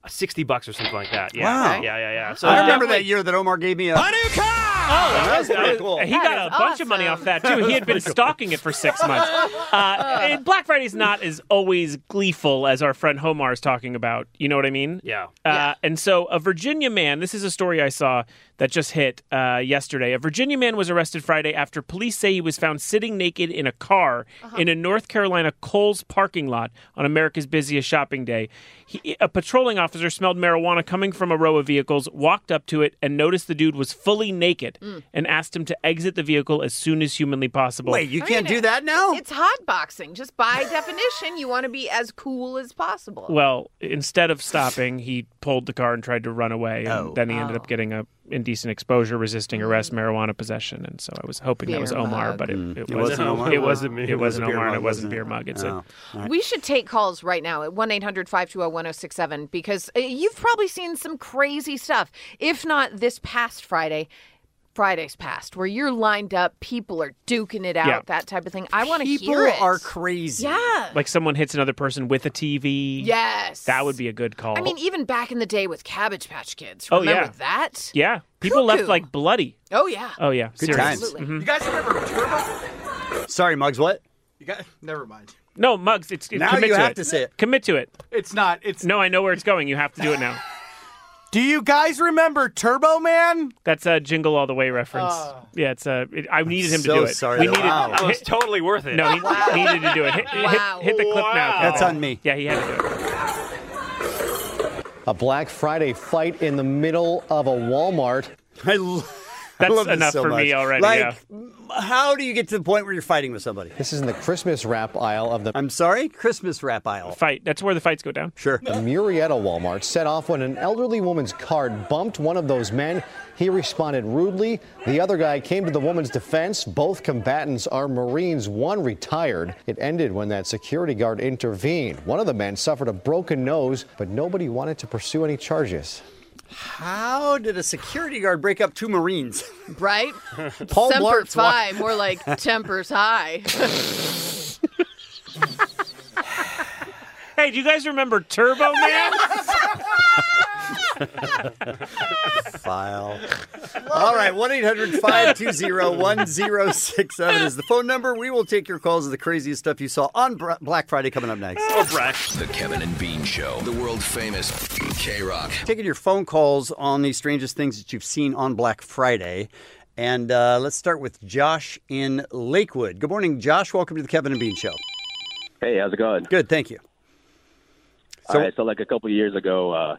Speaker 26: 60 bucks or something like that. Yeah.
Speaker 8: Wow.
Speaker 26: Yeah, yeah, yeah.
Speaker 8: I remember that year that Omar gave me a.
Speaker 5: Oh, that
Speaker 8: That
Speaker 5: was
Speaker 8: was pretty
Speaker 5: cool.
Speaker 8: cool.
Speaker 5: He
Speaker 8: That
Speaker 5: got
Speaker 8: is
Speaker 5: a bunch of money off that too. He had been stalking it for six months. Uh, and Black Friday's not as always gleeful as our friend Homar is talking about. You know what I mean?
Speaker 26: Yeah.
Speaker 5: Uh, And so, a Virginia man. This is a story I saw that just hit uh, yesterday. A Virginia man was arrested Friday after police say he was found sitting naked in a car in a North Carolina Kohl's parking lot on America's busiest shopping day. He, a patrolling officer smelled marijuana coming from a row of vehicles, walked up to it, and noticed the dude was fully naked
Speaker 10: Mm.
Speaker 5: and asked him to exit the vehicle as soon as humanly possible.
Speaker 10: I mean, it- It's hot boxing. Just by definition, you want to be as cool as possible.
Speaker 5: Well, instead of stopping, he pulled the car and tried to run away, and
Speaker 8: Oh.
Speaker 5: then he ended
Speaker 10: Oh.
Speaker 5: up getting a indecent exposure,
Speaker 8: Mm.
Speaker 5: resisting arrest, marijuana possession, and so I was hoping that was
Speaker 10: Beer
Speaker 5: Omar,
Speaker 10: mug.
Speaker 5: but it,
Speaker 8: Mm.
Speaker 5: it,
Speaker 8: It wasn't
Speaker 5: wasn't.
Speaker 8: Omar?
Speaker 5: It wasn't.
Speaker 8: It
Speaker 5: It,
Speaker 8: was a
Speaker 5: wasn't
Speaker 8: beer
Speaker 5: Omar, and
Speaker 8: mug,
Speaker 5: it wasn't
Speaker 8: wasn't it?
Speaker 5: beer mug. It's
Speaker 8: Oh.
Speaker 5: a
Speaker 10: We should take calls right now at 1 800 520 1067 because uh, you've probably seen some crazy stuff. If not this past Friday, Fridays past where you're lined up, people are duking it out,
Speaker 5: Yeah.
Speaker 10: that type of thing. I want to
Speaker 8: People
Speaker 10: hear it.
Speaker 8: are crazy.
Speaker 10: Yeah.
Speaker 5: Like someone hits another person with a TV.
Speaker 10: Yes.
Speaker 5: That would be a good call.
Speaker 10: I mean, even back in the day with Cabbage Patch Kids,
Speaker 5: Oh,
Speaker 10: remember
Speaker 5: yeah.
Speaker 10: that?
Speaker 5: yeah. People left
Speaker 10: Cuckoo.
Speaker 5: like bloody.
Speaker 10: Oh yeah.
Speaker 5: Oh, yeah.
Speaker 8: Good
Speaker 5: Serious.
Speaker 8: times.
Speaker 10: Absolutely.
Speaker 5: Mhm.
Speaker 12: You guys remember Turbo?
Speaker 8: Sorry, Muggs. What?
Speaker 12: You got never mind.
Speaker 5: No, Muggs, it's, it's
Speaker 8: Now
Speaker 5: commit
Speaker 8: you
Speaker 5: to
Speaker 8: have
Speaker 5: it.
Speaker 8: to say it.
Speaker 5: Commit to it.
Speaker 12: It's not. It's
Speaker 5: No, I know where it's going. You have to do it now.
Speaker 21: Do you guys remember Turbo Man? Oh.
Speaker 5: That's a jingle all the way reference. yeah, it's a. It, I needed him to
Speaker 8: so
Speaker 5: do it.
Speaker 8: sorry
Speaker 5: We
Speaker 8: that-
Speaker 5: needed.
Speaker 8: Wow. That was
Speaker 26: totally worth it.
Speaker 5: No, he he needed to do it. Hit, hit-
Speaker 8: Wow.
Speaker 5: hit, the clip now. Kevin.
Speaker 8: That's on me.
Speaker 5: Yeah, he had to do it.
Speaker 25: A Black Friday fight in the middle of a Walmart.
Speaker 8: I l-
Speaker 25: That's
Speaker 8: I love this
Speaker 25: enough
Speaker 8: so
Speaker 25: for me
Speaker 8: much.
Speaker 25: already,
Speaker 8: Like,
Speaker 25: yeah.
Speaker 8: m- how do you get to the point where you're fighting with somebody?
Speaker 25: This is in the Christmas wrap aisle of the.
Speaker 8: I'm sorry, Christmas wrap aisle.
Speaker 5: Fight. That's where the fights go down.
Speaker 8: Sure.
Speaker 25: The Murrieta Walmart set off when an elderly woman's card bumped one of those men. He responded rudely. The other guy came to the woman's defense. Both combatants are Marines, one retired. It ended when that security guard intervened. One of the men suffered a broken nose, but nobody wanted to pursue any charges.
Speaker 8: How did a security guard break up two Marines?
Speaker 10: Right?
Speaker 8: Paul
Speaker 10: Semper
Speaker 8: Blart's wa-
Speaker 10: Fi, more like Tempers High.
Speaker 5: Hey, do you guys remember Turbo Man?
Speaker 8: File. All right, 1 800 520 1067 is the phone number. We will take your calls of the craziest stuff you saw on Bra- Black Friday coming up next.
Speaker 14: The Kevin and Bean Show, the world famous K Rock.
Speaker 8: Taking your phone calls on the strangest things that you've seen on Black Friday. And uh, let's start with Josh in Lakewood. Good morning, Josh. Welcome to the Kevin and Bean Show.
Speaker 4: Hey, how's it going?
Speaker 8: Good, thank you.
Speaker 4: So, All right, so like a couple of years ago, uh,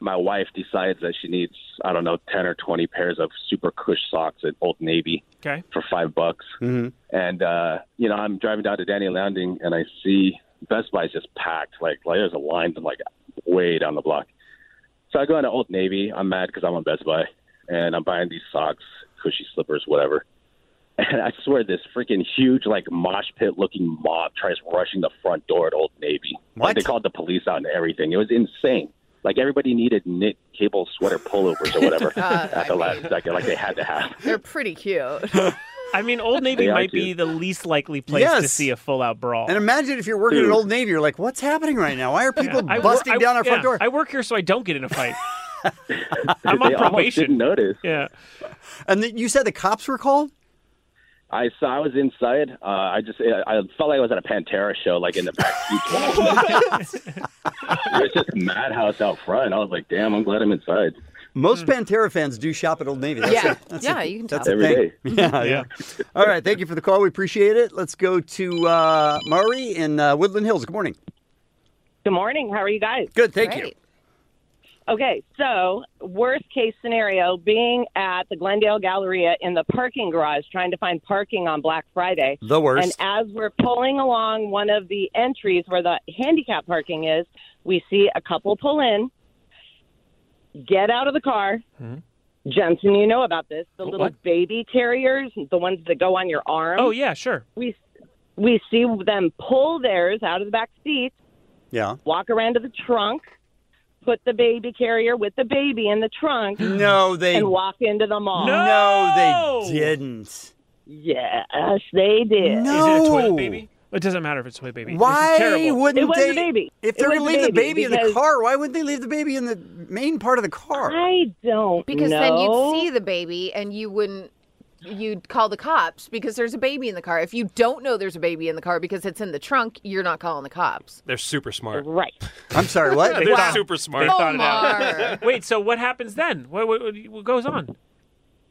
Speaker 4: my wife decides that she needs I don't know ten or twenty pairs of super cush socks at Old Navy
Speaker 5: Okay.
Speaker 4: for five bucks,
Speaker 8: Mm-hmm.
Speaker 4: and uh, you know I'm driving down to Danny Landing and I see Best Buy's just packed, like like there's a line like way down the block. So I go into Old Navy. I'm mad because I'm on Best Buy and I'm buying these socks, cushy slippers, whatever. And I swear, this freaking huge, like mosh pit looking mob tries rushing the front door at Old Navy. Like, they called the police out and everything. It was insane. Like everybody needed knit cable sweater pullovers or whatever
Speaker 10: God,
Speaker 4: at the last second. Like they had to have.
Speaker 10: They're pretty cute.
Speaker 5: I mean, Old Navy
Speaker 4: They are
Speaker 5: might be
Speaker 4: cute.
Speaker 5: the least likely place to
Speaker 8: Yes.
Speaker 5: see a full out brawl.
Speaker 8: And imagine if you're working
Speaker 5: Dude.
Speaker 8: at Old Navy, you're like, what's happening right now? Why are people
Speaker 5: I wor-
Speaker 8: busting
Speaker 5: I-
Speaker 8: down our
Speaker 5: yeah,
Speaker 8: front door?
Speaker 5: I work here so I don't get in a fight.
Speaker 4: I'm
Speaker 5: on
Speaker 4: they Almost
Speaker 5: probation.
Speaker 4: didn't notice.
Speaker 5: Yeah.
Speaker 8: And then you said the cops were called?
Speaker 4: I saw. I was inside. Uh, I just. I felt like I was at a Pantera show, like in the back seat. it was just a madhouse out front. I was like, damn, I'm glad I'm inside.
Speaker 8: Most
Speaker 5: Hmm.
Speaker 8: Pantera fans do shop at Old Navy. That's
Speaker 4: Yeah.
Speaker 8: a- that's
Speaker 4: Yeah,
Speaker 8: a-
Speaker 4: you can tell.
Speaker 8: that's a
Speaker 4: Every
Speaker 8: thing.
Speaker 4: day.
Speaker 8: Yeah, yeah. All right, thank you for the call. We appreciate it. Let's go to uh, Murray in uh, Woodland Hills. Good morning.
Speaker 15: Good morning. How are you guys?
Speaker 8: Good, thank you.
Speaker 15: Okay, so worst case scenario, being at the Glendale Galleria in the parking garage trying to find parking on Black Friday.
Speaker 8: The worst.
Speaker 15: And as we're pulling along one of the entries where the handicap parking is, we see a couple pull in, get out of the car.
Speaker 5: Hmm?
Speaker 15: Jensen, you know about this the little baby carriers, the ones that go on your arm.
Speaker 5: Oh yeah, sure.
Speaker 15: We we see them pull theirs out of the back seat
Speaker 8: Yeah.
Speaker 15: walk around to the trunk, put the baby carrier with the baby in the trunk.
Speaker 8: No, they-
Speaker 15: and walk into the mall.
Speaker 8: Oh, No, they didn't.
Speaker 15: Yes, they did.
Speaker 5: Is it a
Speaker 8: No.
Speaker 5: toilet baby? It doesn't matter if it's a toilet baby. This
Speaker 8: Why
Speaker 5: is terrible.
Speaker 8: wouldn't
Speaker 15: It was
Speaker 8: they?
Speaker 15: a baby.
Speaker 8: If
Speaker 15: It
Speaker 8: they're
Speaker 15: was
Speaker 8: going to
Speaker 15: a
Speaker 8: leave the
Speaker 15: baby,
Speaker 8: baby in the
Speaker 15: because-
Speaker 8: car, why wouldn't they leave the baby in the main part of the car?
Speaker 15: I don't
Speaker 10: Because then you'd see the baby and you wouldn't you'd call the cops because there's a baby in the car. If you don't know there's a baby in the car because it's in the trunk, you're not calling the cops.
Speaker 26: They're super smart.
Speaker 15: Right.
Speaker 8: I'm sorry, what?
Speaker 26: They're super smart.
Speaker 5: They thought it out. Wait, so what happens then? What, what, what goes on?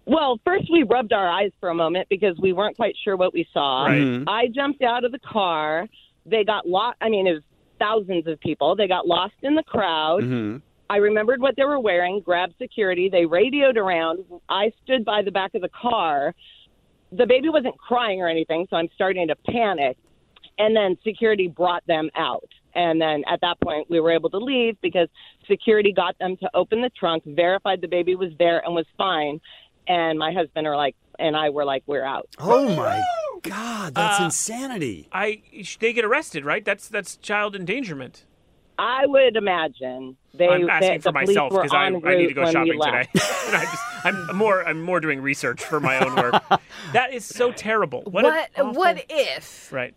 Speaker 15: Well, first we rubbed our eyes for a moment because we weren't quite sure what we saw.
Speaker 5: Right.
Speaker 8: Mm-hmm.
Speaker 5: Mhm.
Speaker 15: I jumped out of the car. They got lost. I mean, it was thousands of people. They got lost in the
Speaker 10: Oh.
Speaker 15: crowd.
Speaker 8: Mm-hmm.
Speaker 15: I remembered what they were wearing, grabbed security. They radioed around. I stood by the back of the car. The baby wasn't crying or anything, so I'm starting to panic. And then security brought them out. And then at that point, we were able to leave because security got them to open the trunk, verified the baby was there and was fine. And my husband are like, and I were like, we're out.
Speaker 8: Oh my God, that's insanity.
Speaker 5: I they get arrested, right? That's that's child endangerment.
Speaker 15: I would imagine they.
Speaker 5: I'm
Speaker 15: they-
Speaker 5: asking
Speaker 15: the
Speaker 5: for
Speaker 15: police
Speaker 5: myself
Speaker 15: were
Speaker 5: I,
Speaker 15: en
Speaker 5: I need
Speaker 15: route
Speaker 5: to go
Speaker 15: when we
Speaker 5: shopping today.
Speaker 15: left.
Speaker 5: and I just I'm more. I'm more doing research for my own work. that is so terrible. What? an
Speaker 10: What,
Speaker 5: awful-
Speaker 10: what if
Speaker 5: Right.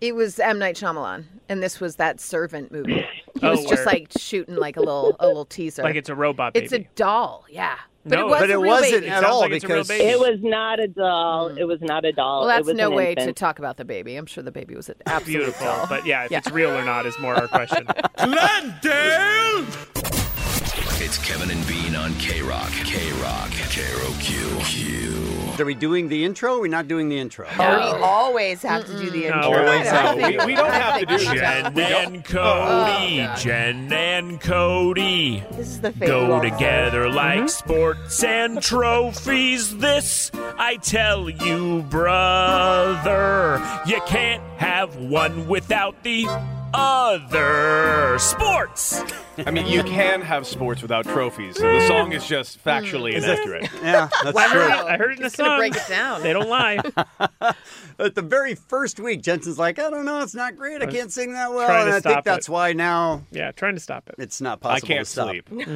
Speaker 10: it was M Night Shyamalan and this was that servant movie? He
Speaker 5: Oh,
Speaker 10: was just
Speaker 5: word.
Speaker 10: like shooting like a little a little teaser.
Speaker 5: Like it's a robot
Speaker 10: It's a
Speaker 5: baby.
Speaker 10: doll, yeah. But
Speaker 5: No,
Speaker 10: it was
Speaker 5: but
Speaker 10: a
Speaker 5: it
Speaker 10: real
Speaker 5: wasn't
Speaker 10: baby.
Speaker 5: at It sounds all like it's a real because- Mm. baby.
Speaker 15: It was not a doll. It was not a doll.
Speaker 10: Well,
Speaker 15: It
Speaker 10: that's
Speaker 15: was
Speaker 10: no
Speaker 15: an
Speaker 10: way to
Speaker 15: infant.
Speaker 10: talk about the baby. I'm sure the baby was an absolute
Speaker 5: Beautiful.
Speaker 10: doll.
Speaker 5: But yeah, if it's real or not is more our question.
Speaker 13: Glendale! It's Kevin and Bean on K Rock. K Rock. K R O Q. Q.
Speaker 8: Are we doing the intro? Or are we not doing the intro?
Speaker 27: Oh, we always have to do the intro.
Speaker 5: Jen and Cody, Uh, Oh, Jen and Cody.
Speaker 27: This is the fake
Speaker 5: Go
Speaker 27: wall. Mm-hmm.
Speaker 5: together like sports and trophies. This I tell you, brother. You can't have one without the other. Sports.
Speaker 28: I mean, you can have sports without trophies. The song is
Speaker 10: Mm.
Speaker 28: just factually inaccurate.
Speaker 8: Yeah, that's
Speaker 5: Well, I
Speaker 8: true.
Speaker 5: heard it- I heard it in He's the gonna song. break it down. They don't lie.
Speaker 8: At the very first week, Jensen's like, I don't know, it's not great. I
Speaker 5: was
Speaker 8: can't sing that well.
Speaker 5: trying
Speaker 8: And
Speaker 5: to
Speaker 8: I think
Speaker 5: stop
Speaker 8: that's
Speaker 5: it.
Speaker 8: why now.
Speaker 5: Yeah, trying to stop it.
Speaker 8: It's not possible
Speaker 28: can't
Speaker 8: to stop.
Speaker 28: sleep.
Speaker 8: Jen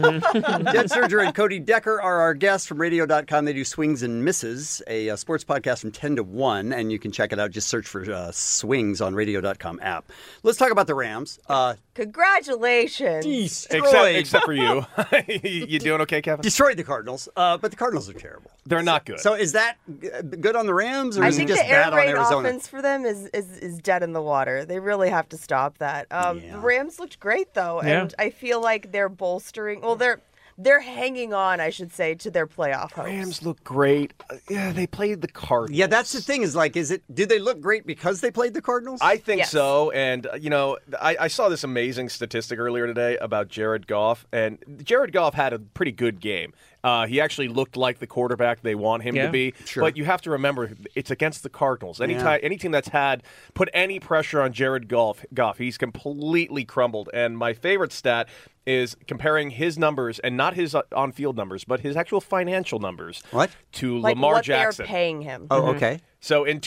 Speaker 8: Serger and Cody Decker are our guests from radio.com. They do Swings and Misses, a uh, sports podcast from 10 to 1, and you can check it out. Just search for uh, Swings on radio.com app. Let's talk about the Rams. Uh,
Speaker 27: Congratulations.
Speaker 8: Troy.
Speaker 28: Except, except for you. you you doing okay, Kevin?
Speaker 8: Destroyed the Cardinals, uh, but the Cardinals are terrible.
Speaker 28: They're not good.
Speaker 8: So is that g- good on the Rams, or
Speaker 27: I
Speaker 8: is it
Speaker 27: think
Speaker 8: just
Speaker 27: the air
Speaker 8: bad on
Speaker 27: raid
Speaker 8: Arizona?
Speaker 27: offense for them is, is is dead in the water. They really have to stop that. Um, The Rams looked great though,
Speaker 8: Yeah.
Speaker 27: and I feel like they're bolstering. Well, they're they're hanging on, I should say, to their playoff hopes.
Speaker 28: Rams look great. Uh, Yeah, they played the Cardinals.
Speaker 8: Yeah, that's the thing. Is like, is it? Do they look great because they played the Cardinals?
Speaker 28: I think so. And, uh, you know, I, I saw this amazing statistic earlier today about Jared Goff. And Jared Goff had a pretty good game. Uh, he actually looked like the quarterback they want him
Speaker 18: Yeah.
Speaker 28: to be.
Speaker 18: Sure.
Speaker 28: But you have to remember, it's against the Cardinals. Any,
Speaker 18: Yeah.
Speaker 28: ti- any team that's had put any pressure on Jared Goff, Goff, he's completely crumbled. And my favorite stat is comparing his numbers and not his uh, on-field numbers, but his actual financial numbers. What to
Speaker 27: like
Speaker 28: Lamar
Speaker 27: what
Speaker 28: Jackson?
Speaker 27: they're paying him.
Speaker 8: Oh,
Speaker 28: Mm-hmm. So in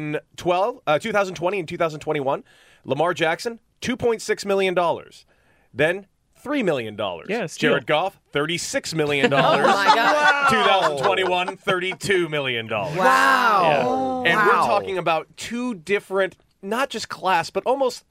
Speaker 28: 2012, uh, 2020 and 2021, Lamar Jackson, $2.6 million. Then $3 million. Yes.
Speaker 5: steal.
Speaker 28: Jared Goff, $36 million.
Speaker 5: Oh, my God.
Speaker 28: 2021, $32 million.
Speaker 27: Oh,
Speaker 5: Wow.
Speaker 28: Yeah. And
Speaker 5: Wow.
Speaker 28: we're talking about two different, not just class, but almost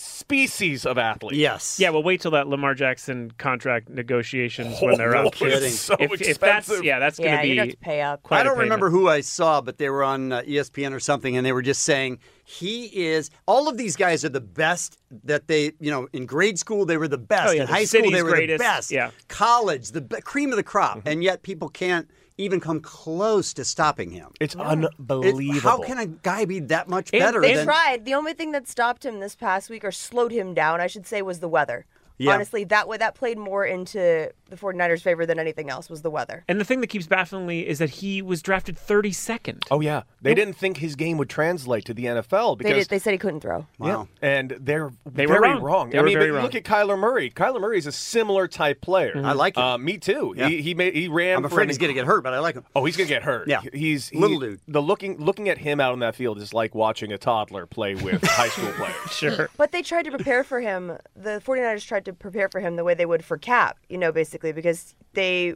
Speaker 28: species of athletes.
Speaker 8: Yes.
Speaker 5: Yeah, well, wait till that Lamar Jackson contract negotiations when they're up.
Speaker 28: Oh, no kidding. So
Speaker 5: if, if that's
Speaker 28: expensive.
Speaker 5: yeah, that's
Speaker 27: Yeah,
Speaker 5: going
Speaker 27: you're gonna
Speaker 5: be
Speaker 27: have to pay up.
Speaker 5: quite
Speaker 8: I
Speaker 5: a
Speaker 8: don't
Speaker 5: payment.
Speaker 8: remember who I saw, but they were on uh, ESPN or something, and they were just saying he is. All of these guys are the best that they, you know, in grade school they were the best.
Speaker 5: Oh, yeah,
Speaker 8: in
Speaker 5: the
Speaker 8: high school they
Speaker 5: city's
Speaker 8: were
Speaker 5: greatest,
Speaker 8: the best.
Speaker 5: yeah. Mm-hmm.
Speaker 8: College, the be- cream of the crop, and yet people can't even come close to stopping him.
Speaker 28: It's
Speaker 8: It, how can a guy be that much better?
Speaker 27: They
Speaker 8: than,
Speaker 27: tried. The only thing that stopped him this past week or slowed him down, I should say, was the weather.
Speaker 5: Yeah.
Speaker 27: Honestly, that way that played more into the 49ers' favor than anything else was the weather.
Speaker 5: And the thing that keeps baffling me is that he was drafted 32nd.
Speaker 28: Oh, yeah. They didn't think his game would translate to the NFL because
Speaker 27: they, did, they said he couldn't throw.
Speaker 8: Eh,
Speaker 28: Yeah. And they're
Speaker 5: They were
Speaker 28: very
Speaker 5: wrong. They
Speaker 28: I
Speaker 5: were
Speaker 28: mean, but
Speaker 5: very
Speaker 28: you
Speaker 5: wrong.
Speaker 28: look at Kyler Murray. Kyler Murray is a similar type player.
Speaker 8: Mhm. I like him.
Speaker 28: Uh, me too.
Speaker 8: Yeah.
Speaker 28: He, he made he ran.
Speaker 8: I'm
Speaker 28: for
Speaker 8: afraid
Speaker 28: an-
Speaker 8: he's going to get hurt, but I like him.
Speaker 28: Oh, he's gonna get hurt.
Speaker 8: Yeah.
Speaker 28: he's he-
Speaker 8: Little dude.
Speaker 28: The looking looking at him out on that field is like watching a toddler play with high school players.
Speaker 5: Sure.
Speaker 27: But they tried to prepare for him. The 49ers tried to prepare for him the way they would for Cap, you know, basically, because they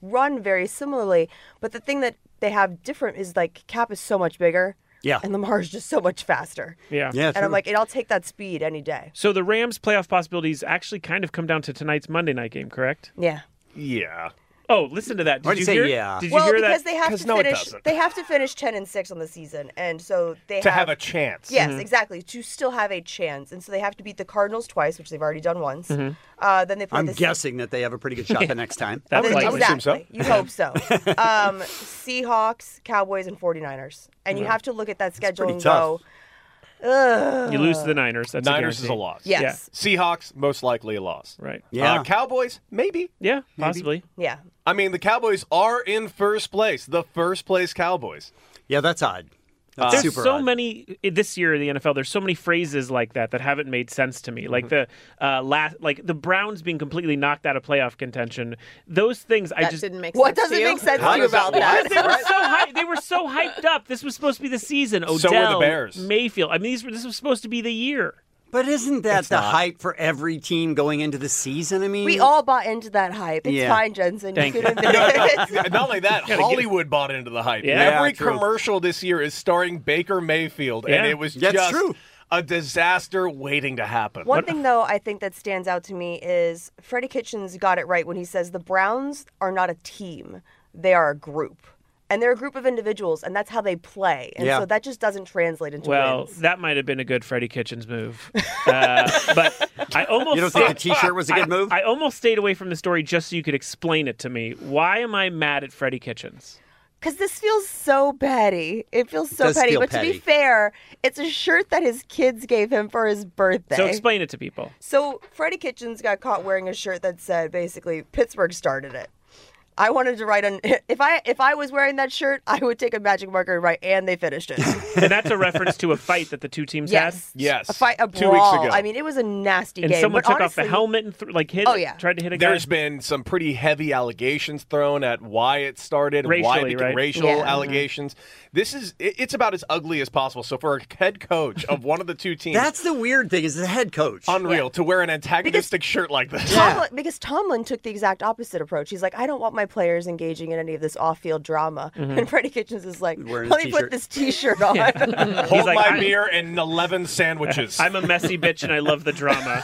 Speaker 27: run very similarly. But the thing that they have different is like Cap is so much bigger.
Speaker 5: Yeah.
Speaker 27: And Lamar is just so much faster.
Speaker 5: Yeah. Yeah,
Speaker 27: And
Speaker 5: true.
Speaker 27: I'm like, and I'll take that speed any day.
Speaker 5: So the Rams' playoff possibilities actually kind of come down to tonight's Monday night game, correct?
Speaker 27: Yeah.
Speaker 28: Yeah.
Speaker 5: Oh, listen to that. Did
Speaker 8: Why'd you
Speaker 5: you
Speaker 8: say
Speaker 5: hear?
Speaker 8: yeah?
Speaker 5: Did you
Speaker 27: well,
Speaker 5: hear that?
Speaker 27: because they have to finish. They have to finish ten and six on the season, and so they
Speaker 5: To have a chance.
Speaker 27: Yes,
Speaker 5: Mhm.
Speaker 27: exactly. To still have a chance, and so they have to beat the Cardinals twice, which they've already done once.
Speaker 5: Mm-hmm.
Speaker 8: Mhm.
Speaker 27: Uh, then they play
Speaker 8: I'm
Speaker 27: the
Speaker 8: guessing that they have a pretty good shot the next time.
Speaker 27: That's I would- I would likely. assume You hope so. um, Seahawks, Cowboys, and 49ers. And you
Speaker 5: Mhm.
Speaker 27: have to look at that schedule
Speaker 5: pretty
Speaker 27: and
Speaker 5: tough.
Speaker 27: go, Ugh.
Speaker 5: You lose to the Niners. That's a
Speaker 28: Niners is a
Speaker 5: guarantee.
Speaker 28: loss.
Speaker 27: Yes.
Speaker 28: Seahawks most likely a loss.
Speaker 5: Right.
Speaker 28: Uh, Cowboys maybe.
Speaker 5: Yeah.
Speaker 28: Maybe.
Speaker 5: Possibly.
Speaker 27: Yeah.
Speaker 28: I mean, the Cowboys are in first place. The first place Cowboys.
Speaker 8: Yeah, that's odd. That's
Speaker 5: there's
Speaker 8: super
Speaker 5: so
Speaker 8: odd.
Speaker 5: many i- this year in the NFL. There's so many phrases like that that haven't made sense to me.
Speaker 8: Mm-hmm.
Speaker 5: Like the uh, last, like the Browns being completely knocked out of playoff contention. Those things I
Speaker 10: That
Speaker 5: just
Speaker 10: didn't make What sense to doesn't you? make sense to How you does that- about
Speaker 5: Because
Speaker 10: that?
Speaker 5: They were so hyped. They were so hyped up. This was supposed to be the season.
Speaker 28: So were
Speaker 5: Odell,
Speaker 28: the Bears.
Speaker 5: Mayfield. I mean, these were, this was supposed to be the year.
Speaker 8: But isn't that
Speaker 27: It's
Speaker 8: the
Speaker 27: not.
Speaker 8: hype for every team going into the season? I mean,
Speaker 27: We all bought into that hype. It's
Speaker 8: Yeah.
Speaker 27: fine, Jensen.
Speaker 8: Thank
Speaker 27: you
Speaker 8: you.
Speaker 27: can admit it.
Speaker 28: Not only that,
Speaker 8: Gotta get-
Speaker 28: Hollywood bought into the hype.
Speaker 8: Yeah.
Speaker 28: Every
Speaker 8: Yeah, true.
Speaker 28: commercial this year is starring Baker Mayfield, and
Speaker 8: Yeah.
Speaker 28: it was
Speaker 8: That's
Speaker 28: just
Speaker 8: true.
Speaker 28: a disaster waiting to happen.
Speaker 27: One thing, though, I think that stands out to me is Freddie Kitchens got it right when he says the Browns are not a team, they are a group. And they're a group of individuals, and that's how they play. And
Speaker 5: Yeah.
Speaker 27: so that just doesn't translate into
Speaker 5: Well,
Speaker 27: wins.
Speaker 5: that might have been a good Freddie Kitchens move, uh, but I almost
Speaker 8: You don't think
Speaker 5: stayed-
Speaker 8: the t-shirt was a good
Speaker 5: I-
Speaker 8: move?
Speaker 5: I almost stayed away from the story just so you could explain it to me. Why am I mad at Freddie Kitchens?
Speaker 27: Because this feels so petty. It feels so
Speaker 5: does
Speaker 27: petty.
Speaker 5: feel
Speaker 27: But to
Speaker 5: petty.
Speaker 27: be fair, it's a shirt that his kids gave him for his birthday.
Speaker 5: So explain it to people.
Speaker 27: So Freddie Kitchens got caught wearing a shirt that said basically Pittsburgh started it. I wanted to write an if I if I was wearing that shirt, I would take a magic marker and write and they finished it.
Speaker 5: And that's a reference to a fight that the two teams
Speaker 27: yes.
Speaker 5: had.
Speaker 27: A fight a brawl. I mean, it was a nasty
Speaker 5: And
Speaker 27: game.
Speaker 5: someone
Speaker 27: but
Speaker 5: took off the
Speaker 27: honestly,
Speaker 5: helmet and th- like hit.
Speaker 27: Oh, yeah.
Speaker 5: tried to hit a guy.
Speaker 28: There's been some pretty heavy allegations thrown at why it started, why it
Speaker 5: Racially,
Speaker 28: became
Speaker 5: right? Mm-hmm.
Speaker 28: racial
Speaker 5: Yeah.
Speaker 28: allegations. This is it- it's about as ugly as possible. So for a head coach of one of the two teams,
Speaker 8: That's the weird thing is the head coach.
Speaker 28: Unreal to wear an antagonistic shirt like this.
Speaker 27: Tomlin, because Tomlin took the exact opposite approach. He's like, I don't want my players engaging in any of this off-field drama.
Speaker 5: Mm-hmm.
Speaker 28: Mhm.
Speaker 27: And Freddie Kitchens is like,
Speaker 28: Wearing a
Speaker 27: let me
Speaker 28: t-shirt.
Speaker 27: put this T-shirt on.
Speaker 28: Hold
Speaker 5: like,
Speaker 28: my
Speaker 5: I'm-
Speaker 28: beer and 11 sandwiches.
Speaker 5: I'm a messy bitch and I love the drama.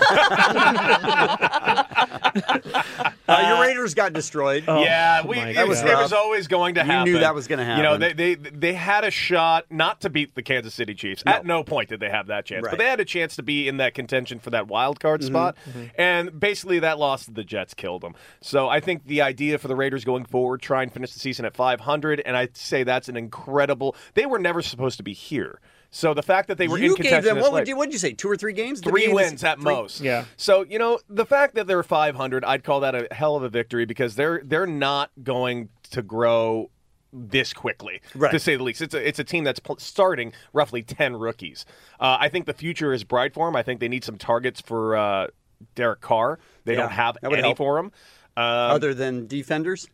Speaker 8: Uh, your Raiders got destroyed.
Speaker 28: yeah, we, it, was, it was always going to
Speaker 8: You
Speaker 28: happen.
Speaker 8: knew that was gonna
Speaker 28: You know, they,
Speaker 8: happen.
Speaker 28: they they had a shot not to beat the Kansas City Chiefs. At no point did they have that chance,
Speaker 8: Right.
Speaker 28: but they had a chance to be in that contention for that wild card spot.
Speaker 8: Mhm.
Speaker 28: And basically, that loss to the Jets killed them. So I think the idea for the Raiders going forward, try and finish the season at 500, and I say that's an incredible. They were never supposed to be here. So the fact that they were in
Speaker 8: you
Speaker 28: contention
Speaker 8: gave them
Speaker 28: is
Speaker 8: what
Speaker 28: like-
Speaker 8: would you, what'd you say? Two or three games? to
Speaker 28: three
Speaker 8: be in this-
Speaker 28: wins at
Speaker 8: three-
Speaker 28: most. So you know the fact that they're 500, I'd call that a hell of a victory because they're they're not going to grow this quickly,
Speaker 8: Right.
Speaker 28: to say the least. It's a it's a team that's pl- starting roughly 10 rookies. Uh, I think the future is bright for them. I think they need some targets for uh, Derek Carr. They
Speaker 8: Yeah,
Speaker 28: don't have
Speaker 8: that would
Speaker 28: any
Speaker 8: help.
Speaker 28: for him.
Speaker 8: Other than defenders?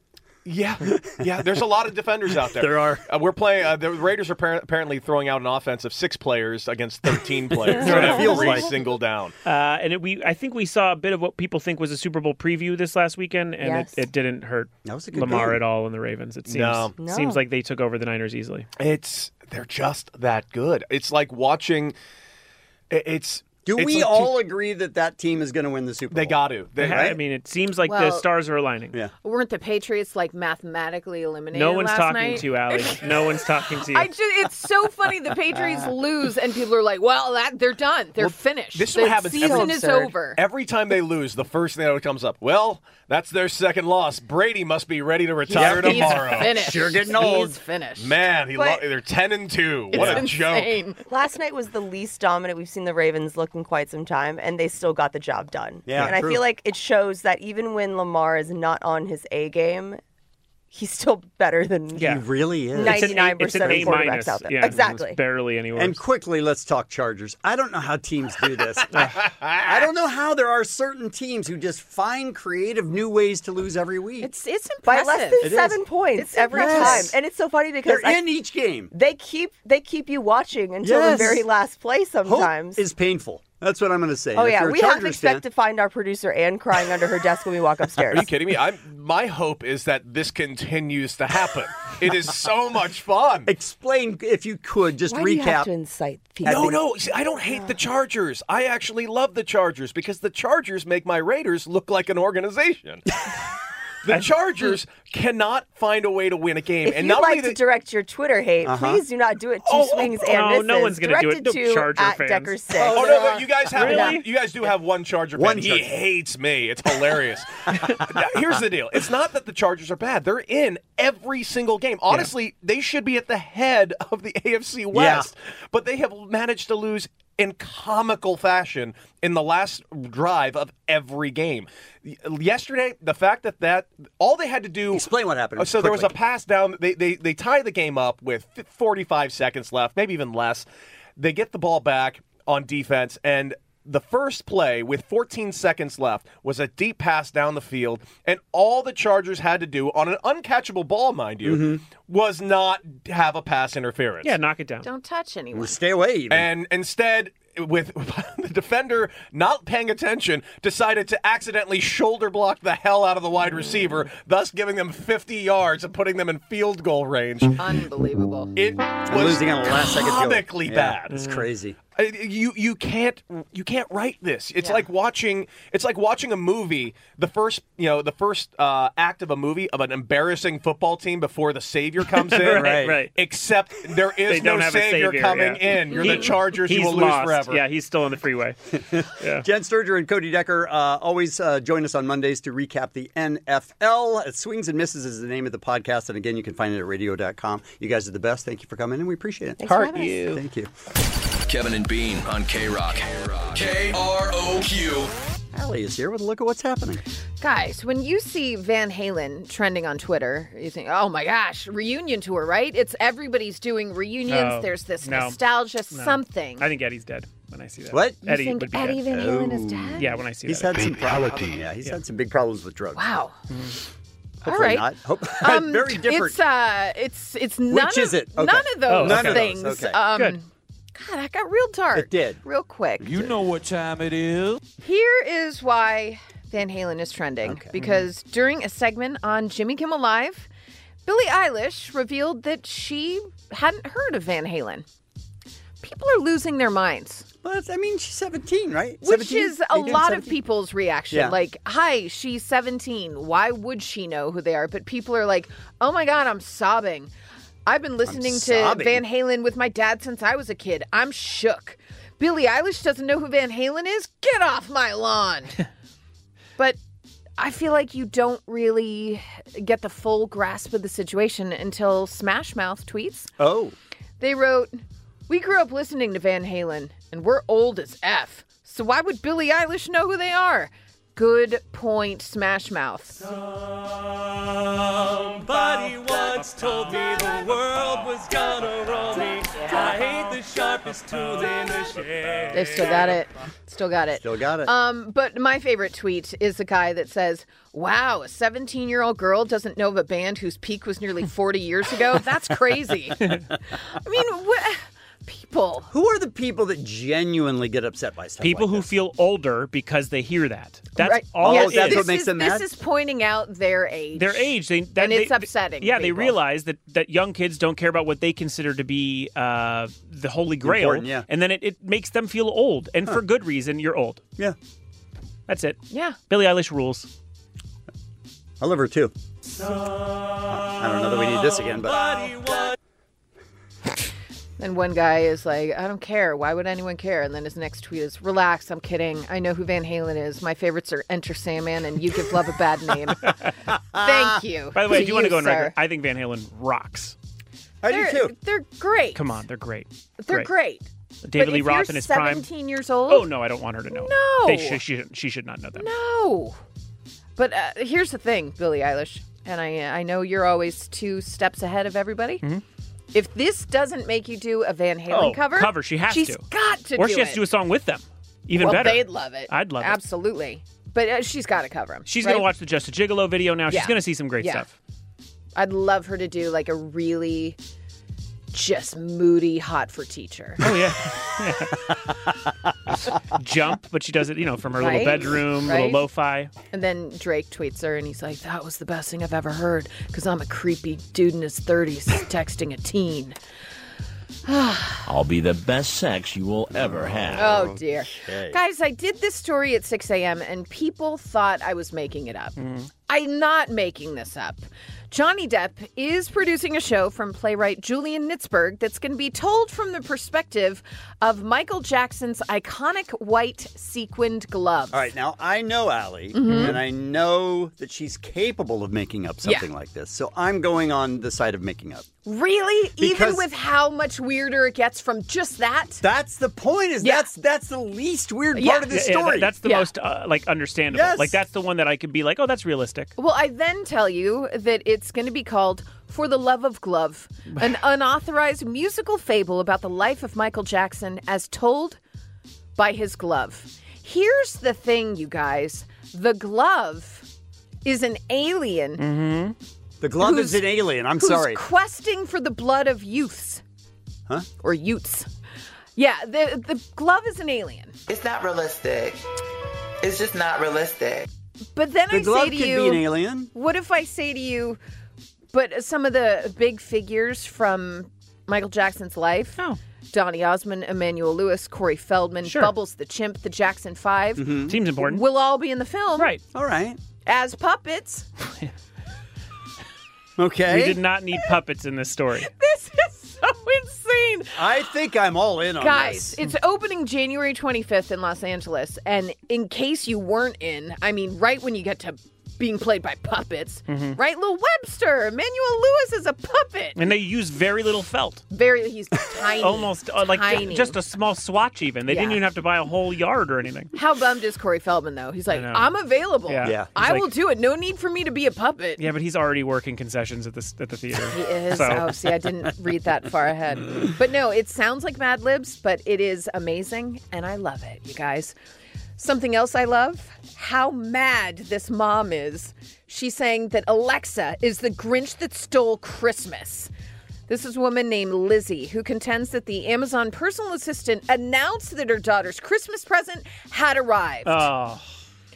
Speaker 28: Yeah, yeah. There's a lot of defenders out there.
Speaker 8: There are.
Speaker 28: Uh, we're playing. Uh, the Raiders are par- apparently throwing out an offense of six players against 13 players.
Speaker 5: That's what it
Speaker 28: Every
Speaker 5: feels like.
Speaker 28: single down.
Speaker 5: Uh, and it, we, I think we saw a bit of what people think was a Super Bowl preview this last weekend, and
Speaker 28: Yes.
Speaker 5: it, it didn't hurt that
Speaker 8: was a good
Speaker 5: Lamar
Speaker 28: game.
Speaker 5: at all and the Ravens. It seems
Speaker 28: No. No.
Speaker 5: seems like they took over the Niners easily.
Speaker 28: It's they're just that good. It's like watching. i- It's
Speaker 8: Do
Speaker 28: it's
Speaker 8: we
Speaker 28: like
Speaker 8: all agree that that team is going to win the Super Bowl? They
Speaker 28: got to.
Speaker 5: They- I mean, it seems like the
Speaker 10: Well-
Speaker 5: stars are aligning.
Speaker 8: Yeah.
Speaker 10: Weren't the Patriots like mathematically eliminated?
Speaker 5: No one's
Speaker 10: last
Speaker 5: talking
Speaker 10: night?
Speaker 5: to you, Allie. No one's talking to you.
Speaker 10: I just, it's so funny. The Patriots lose, and people are like, "Well, that they're done. They're
Speaker 28: Well,
Speaker 10: finished.
Speaker 28: This is
Speaker 10: the
Speaker 28: what happens.
Speaker 10: season
Speaker 28: every,
Speaker 10: is over."
Speaker 28: Every time they lose, the first thing that comes up. Well, that's their second loss. Brady must be ready to retire
Speaker 10: He's- he's
Speaker 28: tomorrow.
Speaker 10: finished. Sure getting He's old. finished.
Speaker 28: Man, he lo-
Speaker 27: But-
Speaker 28: they're ten and two. What a joke.
Speaker 27: Last night was the least dominant we've seen the Ravens look in quite some time, and they still got the job done.
Speaker 28: Yeah,
Speaker 27: and
Speaker 28: true.
Speaker 27: I feel like it shows that even when Lamar is not on his A game, he's still better than
Speaker 8: really is.
Speaker 27: Ninety-nine percent of quarterbacks out there. exactly.
Speaker 5: barely anywhere.
Speaker 8: And quickly, let's talk Chargers. I don't know how teams do this. I, I don't know how there are certain teams who just find creative new ways to lose every week.
Speaker 10: It's it's
Speaker 27: By less than seven points every
Speaker 8: Yes.
Speaker 27: time, and it's so funny because
Speaker 8: They're
Speaker 27: I-
Speaker 8: in each game.
Speaker 27: They keep they keep you watching until
Speaker 8: Yes.
Speaker 27: the very last play.
Speaker 8: Hope
Speaker 27: Sometimes.
Speaker 8: is painful. That's what I'm going to say.
Speaker 27: oh
Speaker 8: If
Speaker 27: yeah,
Speaker 8: you're a
Speaker 27: we have
Speaker 8: Chargers
Speaker 27: expect
Speaker 8: fan-
Speaker 27: to find our producer Anne crying under her desk when we walk upstairs.
Speaker 28: Are you kidding me? I'm, my hope is that this continues to happen. it is so much fun.
Speaker 8: Explain if you could just
Speaker 27: Why do you
Speaker 8: recap.
Speaker 27: have to incite people?
Speaker 28: No, no, see, I don't hate the Chargers. I actually love the Chargers because the Chargers make my Raiders look like an organization. The Chargers cannot find a way to win a game,
Speaker 27: If
Speaker 28: and
Speaker 27: you'd
Speaker 28: not
Speaker 27: like
Speaker 28: only
Speaker 27: to direct your Twitter hate,
Speaker 28: Uh-huh.
Speaker 27: please do not do it two
Speaker 28: Oh, oh,
Speaker 27: swings
Speaker 28: oh,
Speaker 27: and
Speaker 28: no,
Speaker 27: misses.
Speaker 28: no one's gonna do
Speaker 27: Directed
Speaker 28: it. No
Speaker 27: to
Speaker 28: Charger
Speaker 27: at
Speaker 28: fans.
Speaker 27: Decker six.
Speaker 28: Oh no, but you guys have one.
Speaker 27: Really?
Speaker 28: You guys do have one Charger fan.
Speaker 8: One
Speaker 28: he
Speaker 8: Charger.
Speaker 28: hates me. It's hilarious. Now, Here's the deal. It's not that the Chargers are bad. They're in every single game. Honestly, they should be at the head of the AFC West, but they have managed to lose in comical fashion in the last drive of every game. Y- Yesterday, the fact that that all they had to do
Speaker 8: Explain what happened.
Speaker 28: uh, So there was a
Speaker 8: quickly.
Speaker 28: pass down. They they they tie the game up with f- 45 seconds left, maybe even less. They get the ball back on defense and. The first play with 14 seconds left was a deep pass down the field, and all the Chargers had to do on an uncatchable ball, mind you, was not have a pass interference.
Speaker 5: Mm-hmm. yeah, knock it down.
Speaker 10: Don't touch anyone.
Speaker 8: Stay away.
Speaker 28: And instead, with the defender not paying attention, decided to accidentally shoulder block the hell out of the wide receiver, thus giving them 50 yards and putting them in field goal range.
Speaker 10: Unbelievable.
Speaker 28: It was
Speaker 8: losing on the last second field.
Speaker 28: comically
Speaker 8: Yeah,
Speaker 28: bad.
Speaker 8: it's crazy.
Speaker 28: I- You you can't you can't write this. It's like watching it's like watching a movie. The first you know the first uh, act of a movie of an embarrassing football team before the savior comes in.
Speaker 5: Right, right.
Speaker 28: Except there
Speaker 5: They
Speaker 28: is
Speaker 5: don't
Speaker 28: no
Speaker 5: have a
Speaker 28: savior,
Speaker 5: savior,
Speaker 28: coming
Speaker 5: yeah.
Speaker 28: in. You're
Speaker 5: He-
Speaker 28: the Chargers. You
Speaker 5: he's
Speaker 28: will
Speaker 5: lost.
Speaker 28: lose forever.
Speaker 5: Yeah, he's still on the freeway.
Speaker 8: Jen Sturger and Cody Decker uh, always uh, join us on Mondays to recap the NFL. Uh, Swings and Misses is the name of the podcast. And again, you can find it at radio.com. You guys are the best. Thank you for coming, and we appreciate it.
Speaker 22: Thanks for Heart having us. you.
Speaker 8: Thank you.
Speaker 13: Kevin and Bean on K Rock. K R O Q.
Speaker 8: Allie is here with a look at what's happening.
Speaker 10: Guys, when you see Van Halen trending on Twitter, you think, oh my gosh, reunion tour, right? It's everybody's doing reunions.
Speaker 5: No.
Speaker 10: There's this
Speaker 5: No.
Speaker 10: nostalgia
Speaker 5: No.
Speaker 10: something.
Speaker 5: I think Eddie's dead when I see that.
Speaker 8: What?
Speaker 10: You think
Speaker 5: would be
Speaker 10: Eddie
Speaker 5: dead.
Speaker 10: Van Halen is dead?
Speaker 5: Oh. Yeah, when I see
Speaker 8: He's
Speaker 5: that.
Speaker 8: had some problems. Yeah, he's had some big problems with drugs.
Speaker 10: Wow. All
Speaker 8: Hopefully
Speaker 10: right.
Speaker 8: not. Hope-
Speaker 10: Um,
Speaker 8: Very different.
Speaker 10: It's uh, it's it's none
Speaker 8: Which
Speaker 10: of
Speaker 8: is it? Okay.
Speaker 10: none of those
Speaker 8: Oh, okay.
Speaker 10: things.
Speaker 8: Okay.
Speaker 10: Um,
Speaker 8: Good.
Speaker 10: God, that got real dark.
Speaker 8: It did.
Speaker 10: real quick.
Speaker 20: You know what time it is.
Speaker 10: Here is why Van Halen is trending
Speaker 8: mhm.
Speaker 10: because during a segment on Jimmy Kimmel Live, Billie Eilish revealed that she hadn't heard of Van Halen. People are losing their minds.
Speaker 8: But I mean, she's 17, right?
Speaker 10: Which
Speaker 8: 17?
Speaker 10: is a
Speaker 8: They did
Speaker 10: lot
Speaker 8: 17?
Speaker 10: of people's reaction.
Speaker 8: Yeah.
Speaker 10: Like, hi, she's 17. Why would she know who they are? But people are like, oh my God, I'm sobbing. I've been listening to
Speaker 8: sobbing.
Speaker 10: Van Halen with my dad since I was a kid. I'm shook. Billie Eilish doesn't know who Van Halen is? Get off my lawn. but I feel like you don't really get the full grasp of the situation until Smash Mouth tweets.
Speaker 8: Oh.
Speaker 10: They wrote, We grew up listening to Van Halen, and we're old as F. So why would Billie Eilish know who they are? Good point, Smash Mouth.
Speaker 20: Somebody once told me the world was gonna roll me. I hate the sharpest tool in the shed.
Speaker 10: They've still got it. Still got it.
Speaker 8: Still got it.
Speaker 10: Um, but my favorite tweet is the guy that says, Wow, a 17 year old girl doesn't know of a band whose peak was nearly 40 years ago? That's crazy. I mean, what? People.
Speaker 8: Oh. Who are the people that genuinely get upset by stuff?
Speaker 5: People who feel older because they hear that. That's all.
Speaker 8: Oh,
Speaker 5: it
Speaker 8: that's
Speaker 5: is.
Speaker 8: what makes them
Speaker 10: This
Speaker 8: mad?
Speaker 10: is pointing out their age.
Speaker 5: their age. They, that,
Speaker 10: And it's
Speaker 5: they-
Speaker 10: upsetting
Speaker 5: Yeah, they
Speaker 10: people.
Speaker 5: realize that, that young kids don't care about what they consider to be uh, the holy grail.
Speaker 8: Important, yeah.
Speaker 5: And then it, it makes them feel old. And for good reason, you're old.
Speaker 8: Yeah.
Speaker 5: That's it.
Speaker 10: Yeah.
Speaker 5: Billie Eilish rules.
Speaker 8: I love her too. I don't know that we need this again, but
Speaker 10: And one guy is like, I don't care. Why would anyone care? And then his next tweet is, Relax, I'm kidding. I know who Van Halen is. My favorites are Enter Sandman and You Give Love a Bad Name. Thank you.
Speaker 5: By the way, I do want to go on
Speaker 10: sir.
Speaker 5: record. I think Van Halen rocks.
Speaker 10: they're, They're great.
Speaker 5: Come on, they're great.
Speaker 10: They're great.
Speaker 5: David
Speaker 10: But
Speaker 5: Lee
Speaker 10: if
Speaker 5: Roth
Speaker 10: you're
Speaker 5: in his prime.
Speaker 10: 17 years old?
Speaker 5: Oh no, I don't want her to know.
Speaker 10: No.
Speaker 5: They should, she, she should not know that.
Speaker 10: No. But uh, here's the thing, Billie Eilish, and I I know you're always two steps ahead of everybody.
Speaker 5: Mhm.
Speaker 10: If this doesn't make you do a Van Halen
Speaker 5: Oh,
Speaker 10: cover,
Speaker 5: cover, she has
Speaker 10: she's
Speaker 5: to.
Speaker 10: got to
Speaker 5: or
Speaker 10: do
Speaker 5: she has
Speaker 10: it.
Speaker 5: to do a song with them. Even
Speaker 10: well,
Speaker 5: better.
Speaker 10: they'd love it.
Speaker 5: I'd love it.
Speaker 10: Absolutely. But uh, she's got to cover him.
Speaker 5: She's gonna watch the Just a Gigolo video now. She's
Speaker 10: Yeah.
Speaker 5: gonna see some great
Speaker 10: Yeah.
Speaker 5: stuff.
Speaker 10: I'd love her to do like a really just moody hot for teacher.
Speaker 5: Oh yeah. Jump, but she does it, you know, from her
Speaker 10: Right?
Speaker 5: little bedroom,
Speaker 10: Right?
Speaker 5: little lo-fi.
Speaker 10: And then Drake tweets her and he's like, That was the best thing I've ever heard because I'm a creepy dude in his 30s texting a teen.
Speaker 18: I'll be the best sex you will ever have.
Speaker 10: Oh, dear. Guys, I did this story at 6 a.m. and people thought I was making it up.
Speaker 5: Mm.
Speaker 10: I'm not making this up. Johnny Depp is producing a show from playwright Julian Nitzberg that's going to be told from the perspective of Michael Jackson's iconic white sequined glove.
Speaker 8: all right. Now I know Allie,
Speaker 10: Mhm.
Speaker 8: and I know that she's capable of making up
Speaker 10: Yeah.
Speaker 8: something like this. So I'm going on the side of making up.
Speaker 10: Really? Even
Speaker 8: Because-
Speaker 10: with how much weirder it gets from just that?
Speaker 8: That's the point. Is that's that's the least weird
Speaker 10: Yeah.
Speaker 8: part of this
Speaker 5: Yeah, yeah, that-
Speaker 8: story.
Speaker 5: that's the most uh, like understandable.
Speaker 10: Yes.
Speaker 5: Like that's the one that I could be like, oh, that's realistic.
Speaker 10: Well, I then tell you that it's going to be called For the Love of Glove, an unauthorized musical fable about the life of Michael Jackson as told by his glove. Here's the thing, you guys the glove is an alien
Speaker 8: Mm-hmm. The glove
Speaker 10: who's-
Speaker 8: is an alien. I'm
Speaker 10: who's
Speaker 8: sorry.
Speaker 10: questing for the blood of youths
Speaker 8: Huh?
Speaker 10: or Utes. Yeah, the the glove is an alien.
Speaker 2: It's not realistic. It's just not realistic.
Speaker 10: But then
Speaker 2: The
Speaker 10: I
Speaker 2: glove
Speaker 10: say to
Speaker 2: could be
Speaker 10: you,
Speaker 2: an alien.
Speaker 10: What if I say to you, but some of the big figures from Michael Jackson's life, oh. Donny Osmond, Emmanuel Lewis, Corey Feldman, Bubbles the Chimp, the Jackson 5
Speaker 8: Mm-hmm.
Speaker 5: Mhm. Seems important.
Speaker 10: Will all be in the film, right?
Speaker 2: Mm-hmm. All right,
Speaker 10: as puppets.
Speaker 8: Okay.
Speaker 5: We did not need puppets in this story.
Speaker 10: This is so insane.
Speaker 8: I think I'm all in on
Speaker 10: Guys,
Speaker 8: this.
Speaker 10: it's opening January 25th in Los Angeles. And in case you weren't in, I mean, right when you get to being played by puppets,
Speaker 5: Mhm.
Speaker 10: right? Lil Webster, Emmanuel Lewis is a puppet.
Speaker 5: And they use very little felt.
Speaker 10: Very, he's tiny.
Speaker 5: Almost uh, like ju-
Speaker 10: tiny.
Speaker 5: just a small swatch, even. They didn't
Speaker 10: Yeah.
Speaker 5: even have to buy a whole yard or anything.
Speaker 10: How bummed is Corey Feldman, though? He's like,
Speaker 5: know.
Speaker 10: I'm available.
Speaker 5: Yeah. Yeah.
Speaker 10: I
Speaker 5: He's
Speaker 10: will
Speaker 5: like-
Speaker 10: do it. No need for me to be a puppet.
Speaker 5: Yeah, but he's already working concessions at this at the theater.
Speaker 10: He is.
Speaker 5: So.
Speaker 10: Oh, see, I didn't read that far ahead. But no, it sounds like Mad Libs, but it is amazing, and I love it, you guys. Something else I love how mad this mom is. She's saying that Alexa is the Grinch that stole Christmas. This is a woman named Lizzie who contends that the Amazon personal assistant announced that her daughter's Christmas present had arrived
Speaker 5: Oh.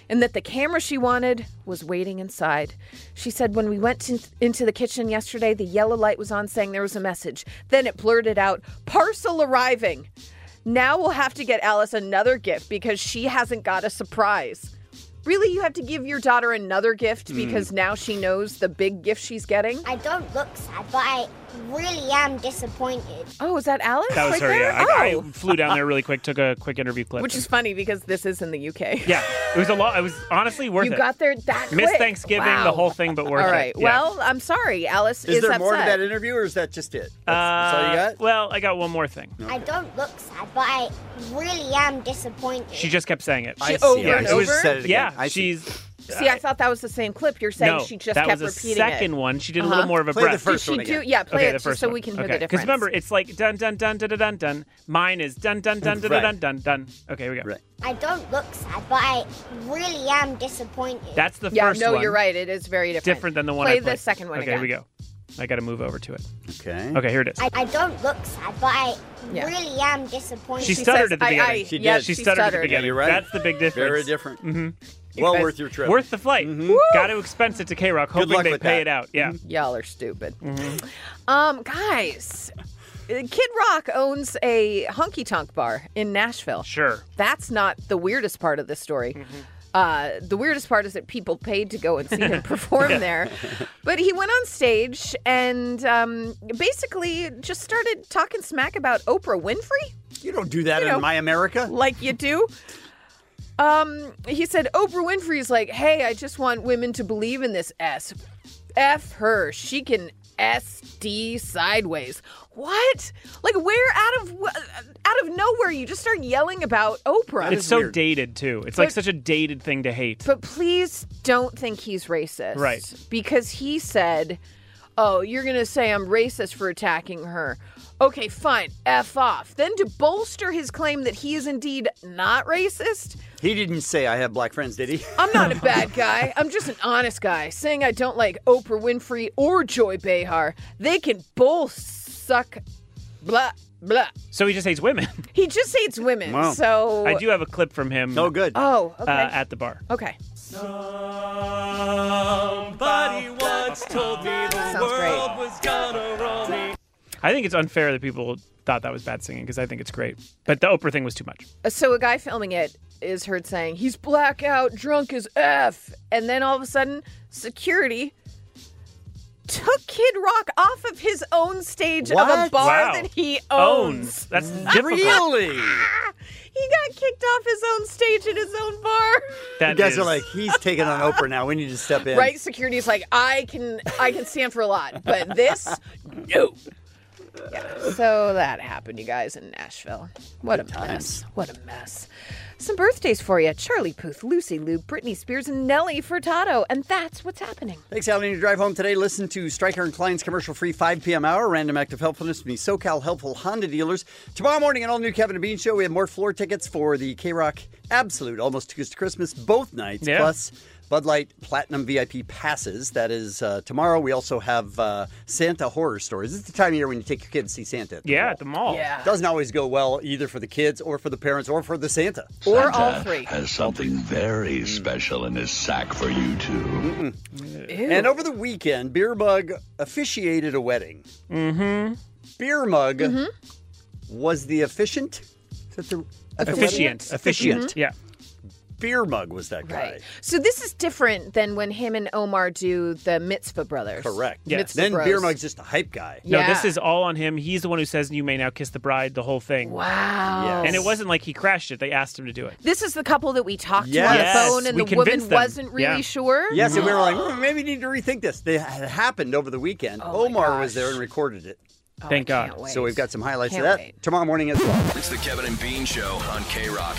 Speaker 10: and that the camera she wanted was waiting inside. She said, When we went to, into the kitchen yesterday, the yellow light was on saying there was a message. Then it blurted out, Parcel arriving. Now we'll have to get Alice another gift because she hasn't got a surprise. Really, you have to give your daughter another gift
Speaker 9: Hmm.
Speaker 10: because now she knows the big gift she's getting?
Speaker 9: I don't look sad, but I really am disappointed.
Speaker 10: Oh, is that Alice?
Speaker 5: That
Speaker 10: right
Speaker 5: was her,
Speaker 10: there?
Speaker 5: yeah. I,
Speaker 10: Oh.
Speaker 5: I flew down there really quick, took a quick interview clip.
Speaker 10: Which is funny because this is in the UK.
Speaker 5: yeah, it was a lot. It was honestly worth
Speaker 10: you
Speaker 5: it.
Speaker 10: got there that
Speaker 5: Miss
Speaker 10: quick.
Speaker 5: Thanksgiving,
Speaker 10: Wow.
Speaker 5: the whole thing, but worth
Speaker 10: All
Speaker 5: it.
Speaker 10: right.
Speaker 5: Yeah.
Speaker 10: Well, I'm sorry. Alice is,
Speaker 8: is there more to
Speaker 10: upset.
Speaker 8: that interview, or is that just it?
Speaker 5: uh,
Speaker 8: That's, that's all you got?
Speaker 5: Well, I got one more thing.
Speaker 9: I don't look sad, but I really am disappointed.
Speaker 5: She just kept saying it.
Speaker 10: She I see. over
Speaker 5: yeah,
Speaker 10: and
Speaker 5: it was,
Speaker 10: over? Said it
Speaker 5: Yeah,
Speaker 10: again. I see.
Speaker 5: she's.
Speaker 10: See, I thought that was the same clip. You're saying
Speaker 5: no,
Speaker 10: she just
Speaker 5: that
Speaker 10: kept
Speaker 5: was a
Speaker 10: repeating
Speaker 5: second
Speaker 10: it.
Speaker 5: one. She did a
Speaker 10: Uh-huh.
Speaker 5: little more of a
Speaker 10: Play the
Speaker 5: breath.
Speaker 10: first Did she one again. do- yeah, play
Speaker 5: okay,
Speaker 10: it
Speaker 5: the
Speaker 10: just
Speaker 5: first
Speaker 10: so
Speaker 5: one.
Speaker 10: we can hear the
Speaker 5: okay.
Speaker 10: difference.
Speaker 5: Because remember, it's like dun dun dun dun dun dun dun. Mine is dun dun dun dun dun dun
Speaker 9: Right.
Speaker 5: dun dun. Okay, here we go. Right.
Speaker 9: I don't look sad, but I really am disappointed.
Speaker 5: That's the
Speaker 10: yeah,
Speaker 5: first
Speaker 10: no,
Speaker 5: one.
Speaker 10: you're right. It is very different.
Speaker 5: Different than the one
Speaker 10: Play
Speaker 5: I played.
Speaker 10: the second one
Speaker 5: Okay,
Speaker 10: again.
Speaker 5: here we go. I got to move over to it.
Speaker 8: Okay.
Speaker 5: Okay, here it is.
Speaker 9: I, I don't look sad, but I
Speaker 10: Yeah.
Speaker 9: really am disappointed.
Speaker 5: She stuttered at the beginning.
Speaker 9: she
Speaker 5: yeah, she stuttered at the beginning.
Speaker 8: Yeah, you're right.
Speaker 5: That's the big difference.
Speaker 8: Very different.
Speaker 5: hmm
Speaker 8: You Well guys- worth your trip. Mm-hmm.
Speaker 5: Worth the flight. Got to expense it to K Rock, hoping
Speaker 8: luck
Speaker 5: they
Speaker 8: with
Speaker 5: pay
Speaker 8: that.
Speaker 5: it
Speaker 8: Mm-hmm.
Speaker 5: out. Yeah.
Speaker 10: Mm-hmm. Y'all are stupid. Um, guys, uh, Kid Rock owns a honky tonk bar in Nashville.
Speaker 5: Sure. Mm-hmm.
Speaker 10: That's not the weirdest part of this story. Uh, the weirdest part is that people paid to go and see him perform
Speaker 7: Yeah.
Speaker 10: there. But he went on stage and um, basically just started talking smack about Oprah Winfrey.
Speaker 8: You don't do that
Speaker 10: You
Speaker 8: in
Speaker 10: know,
Speaker 8: my America.
Speaker 10: Like you do. Um, he said Oprah Winfrey's like, "Hey, I just want women to believe in this S. F her. She can SD sideways. What? Like where out of wh- out of nowhere you just start yelling about Oprah?
Speaker 5: It's so dated too. It's like
Speaker 10: But-
Speaker 5: such a dated thing to hate.
Speaker 10: But please don't think he's racist.
Speaker 5: Right.
Speaker 10: Because he said, Oh, you're going to say I'm racist for attacking her. Okay, fine. F off. Then to bolster his claim that he is indeed not racist,
Speaker 8: He didn't say I have black friends, did he?
Speaker 10: I'm not a bad guy. I'm just an honest guy saying I don't like Oprah Winfrey or Joy Behar. They can both suck blah, blah.
Speaker 5: So he just hates women.
Speaker 10: He just hates women. So.
Speaker 5: I do have a clip from him. Oh,
Speaker 8: good.
Speaker 10: Oh, okay.
Speaker 5: Uh, at the bar.
Speaker 10: Okay.
Speaker 20: Somebody once told me the world was gonna roll me.
Speaker 5: I think it's unfair that people thought that was bad singing because I think it's great. But the Oprah thing was too much.
Speaker 10: So a guy filming it is heard saying he's blackout drunk as f, and then all of a sudden security took Kid Rock off of his own stage of a
Speaker 5: What?
Speaker 10: bar
Speaker 5: Wow.
Speaker 10: that he owns.
Speaker 5: Owns. That's difficult. Really?
Speaker 10: He got kicked off his own stage in his own bar.
Speaker 8: you guys are like, he's taking on Oprah now. We need to step in.
Speaker 10: Right? Security's like, I can, I can stand for a lot, but this, no. Yeah. So that happened, you guys, in Nashville. What a mess. What a mess. Some birthdays for you Charlie Puth, Lucy Liu, Britney Spears, and Nelly Furtado. And that's what's happening.
Speaker 8: Thanks, Alan. You drive home today. Listen to Stryker and Klein's commercial-free 5 p.m. hour random act of helpfulness from the SoCal helpful Honda dealers. Tomorrow morning, an all-new Kevin and Bean show. We have more floor tickets for the K Rock Absolute Almost Acoustic Christmas both nights.
Speaker 5: Yeah.
Speaker 8: Plus, Bud Light Platinum VIP passes. That is uh, tomorrow. We also have uh, Santa horror stories. This is the time of year when you take your kids to see Santa.
Speaker 5: Yeah, at the mall.
Speaker 8: Yeah. Doesn't always go well either for the kids or for the parents or for the Santa.
Speaker 2: Santa has something very
Speaker 29: Hmm.
Speaker 2: special in his sack for you two.
Speaker 8: And over the weekend, Beer Mug officiated a wedding. Mm-hmm. Beer Mug
Speaker 10: Mm-hmm.
Speaker 8: was the officiant. Is that the at the wedding?
Speaker 5: Officiant.
Speaker 8: Officiant.
Speaker 5: Mhm. Yeah.
Speaker 8: Beer Mug was that guy.
Speaker 10: Right. So this is different than when him and Omar do the Mitzvah Brothers.
Speaker 8: Correct.
Speaker 10: Mitzvah
Speaker 8: Then
Speaker 10: Bros.
Speaker 8: Beer Mug's just a hype guy.
Speaker 5: No, this
Speaker 10: Yeah.
Speaker 5: is all on him. He's the one who says you may now kiss the bride, the whole thing.
Speaker 10: Wow.
Speaker 5: And it wasn't like he crashed it. They asked him to do it.
Speaker 10: This is the couple that we talked
Speaker 5: Yes.
Speaker 10: to on the phone, and
Speaker 5: We
Speaker 10: the woman
Speaker 5: convinced them.
Speaker 10: wasn't really
Speaker 8: Yeah.
Speaker 10: sure.
Speaker 8: Yes, and we were like, "Hmm, maybe we need to rethink this. They had happened over the weekend.
Speaker 10: Oh
Speaker 8: Omar was there and recorded it.
Speaker 5: Thank God.
Speaker 8: So we've got some highlights
Speaker 5: Can't
Speaker 8: of that
Speaker 5: wait.
Speaker 8: tomorrow morning as well.
Speaker 13: It's the Kevin and Bean Show on K Rock.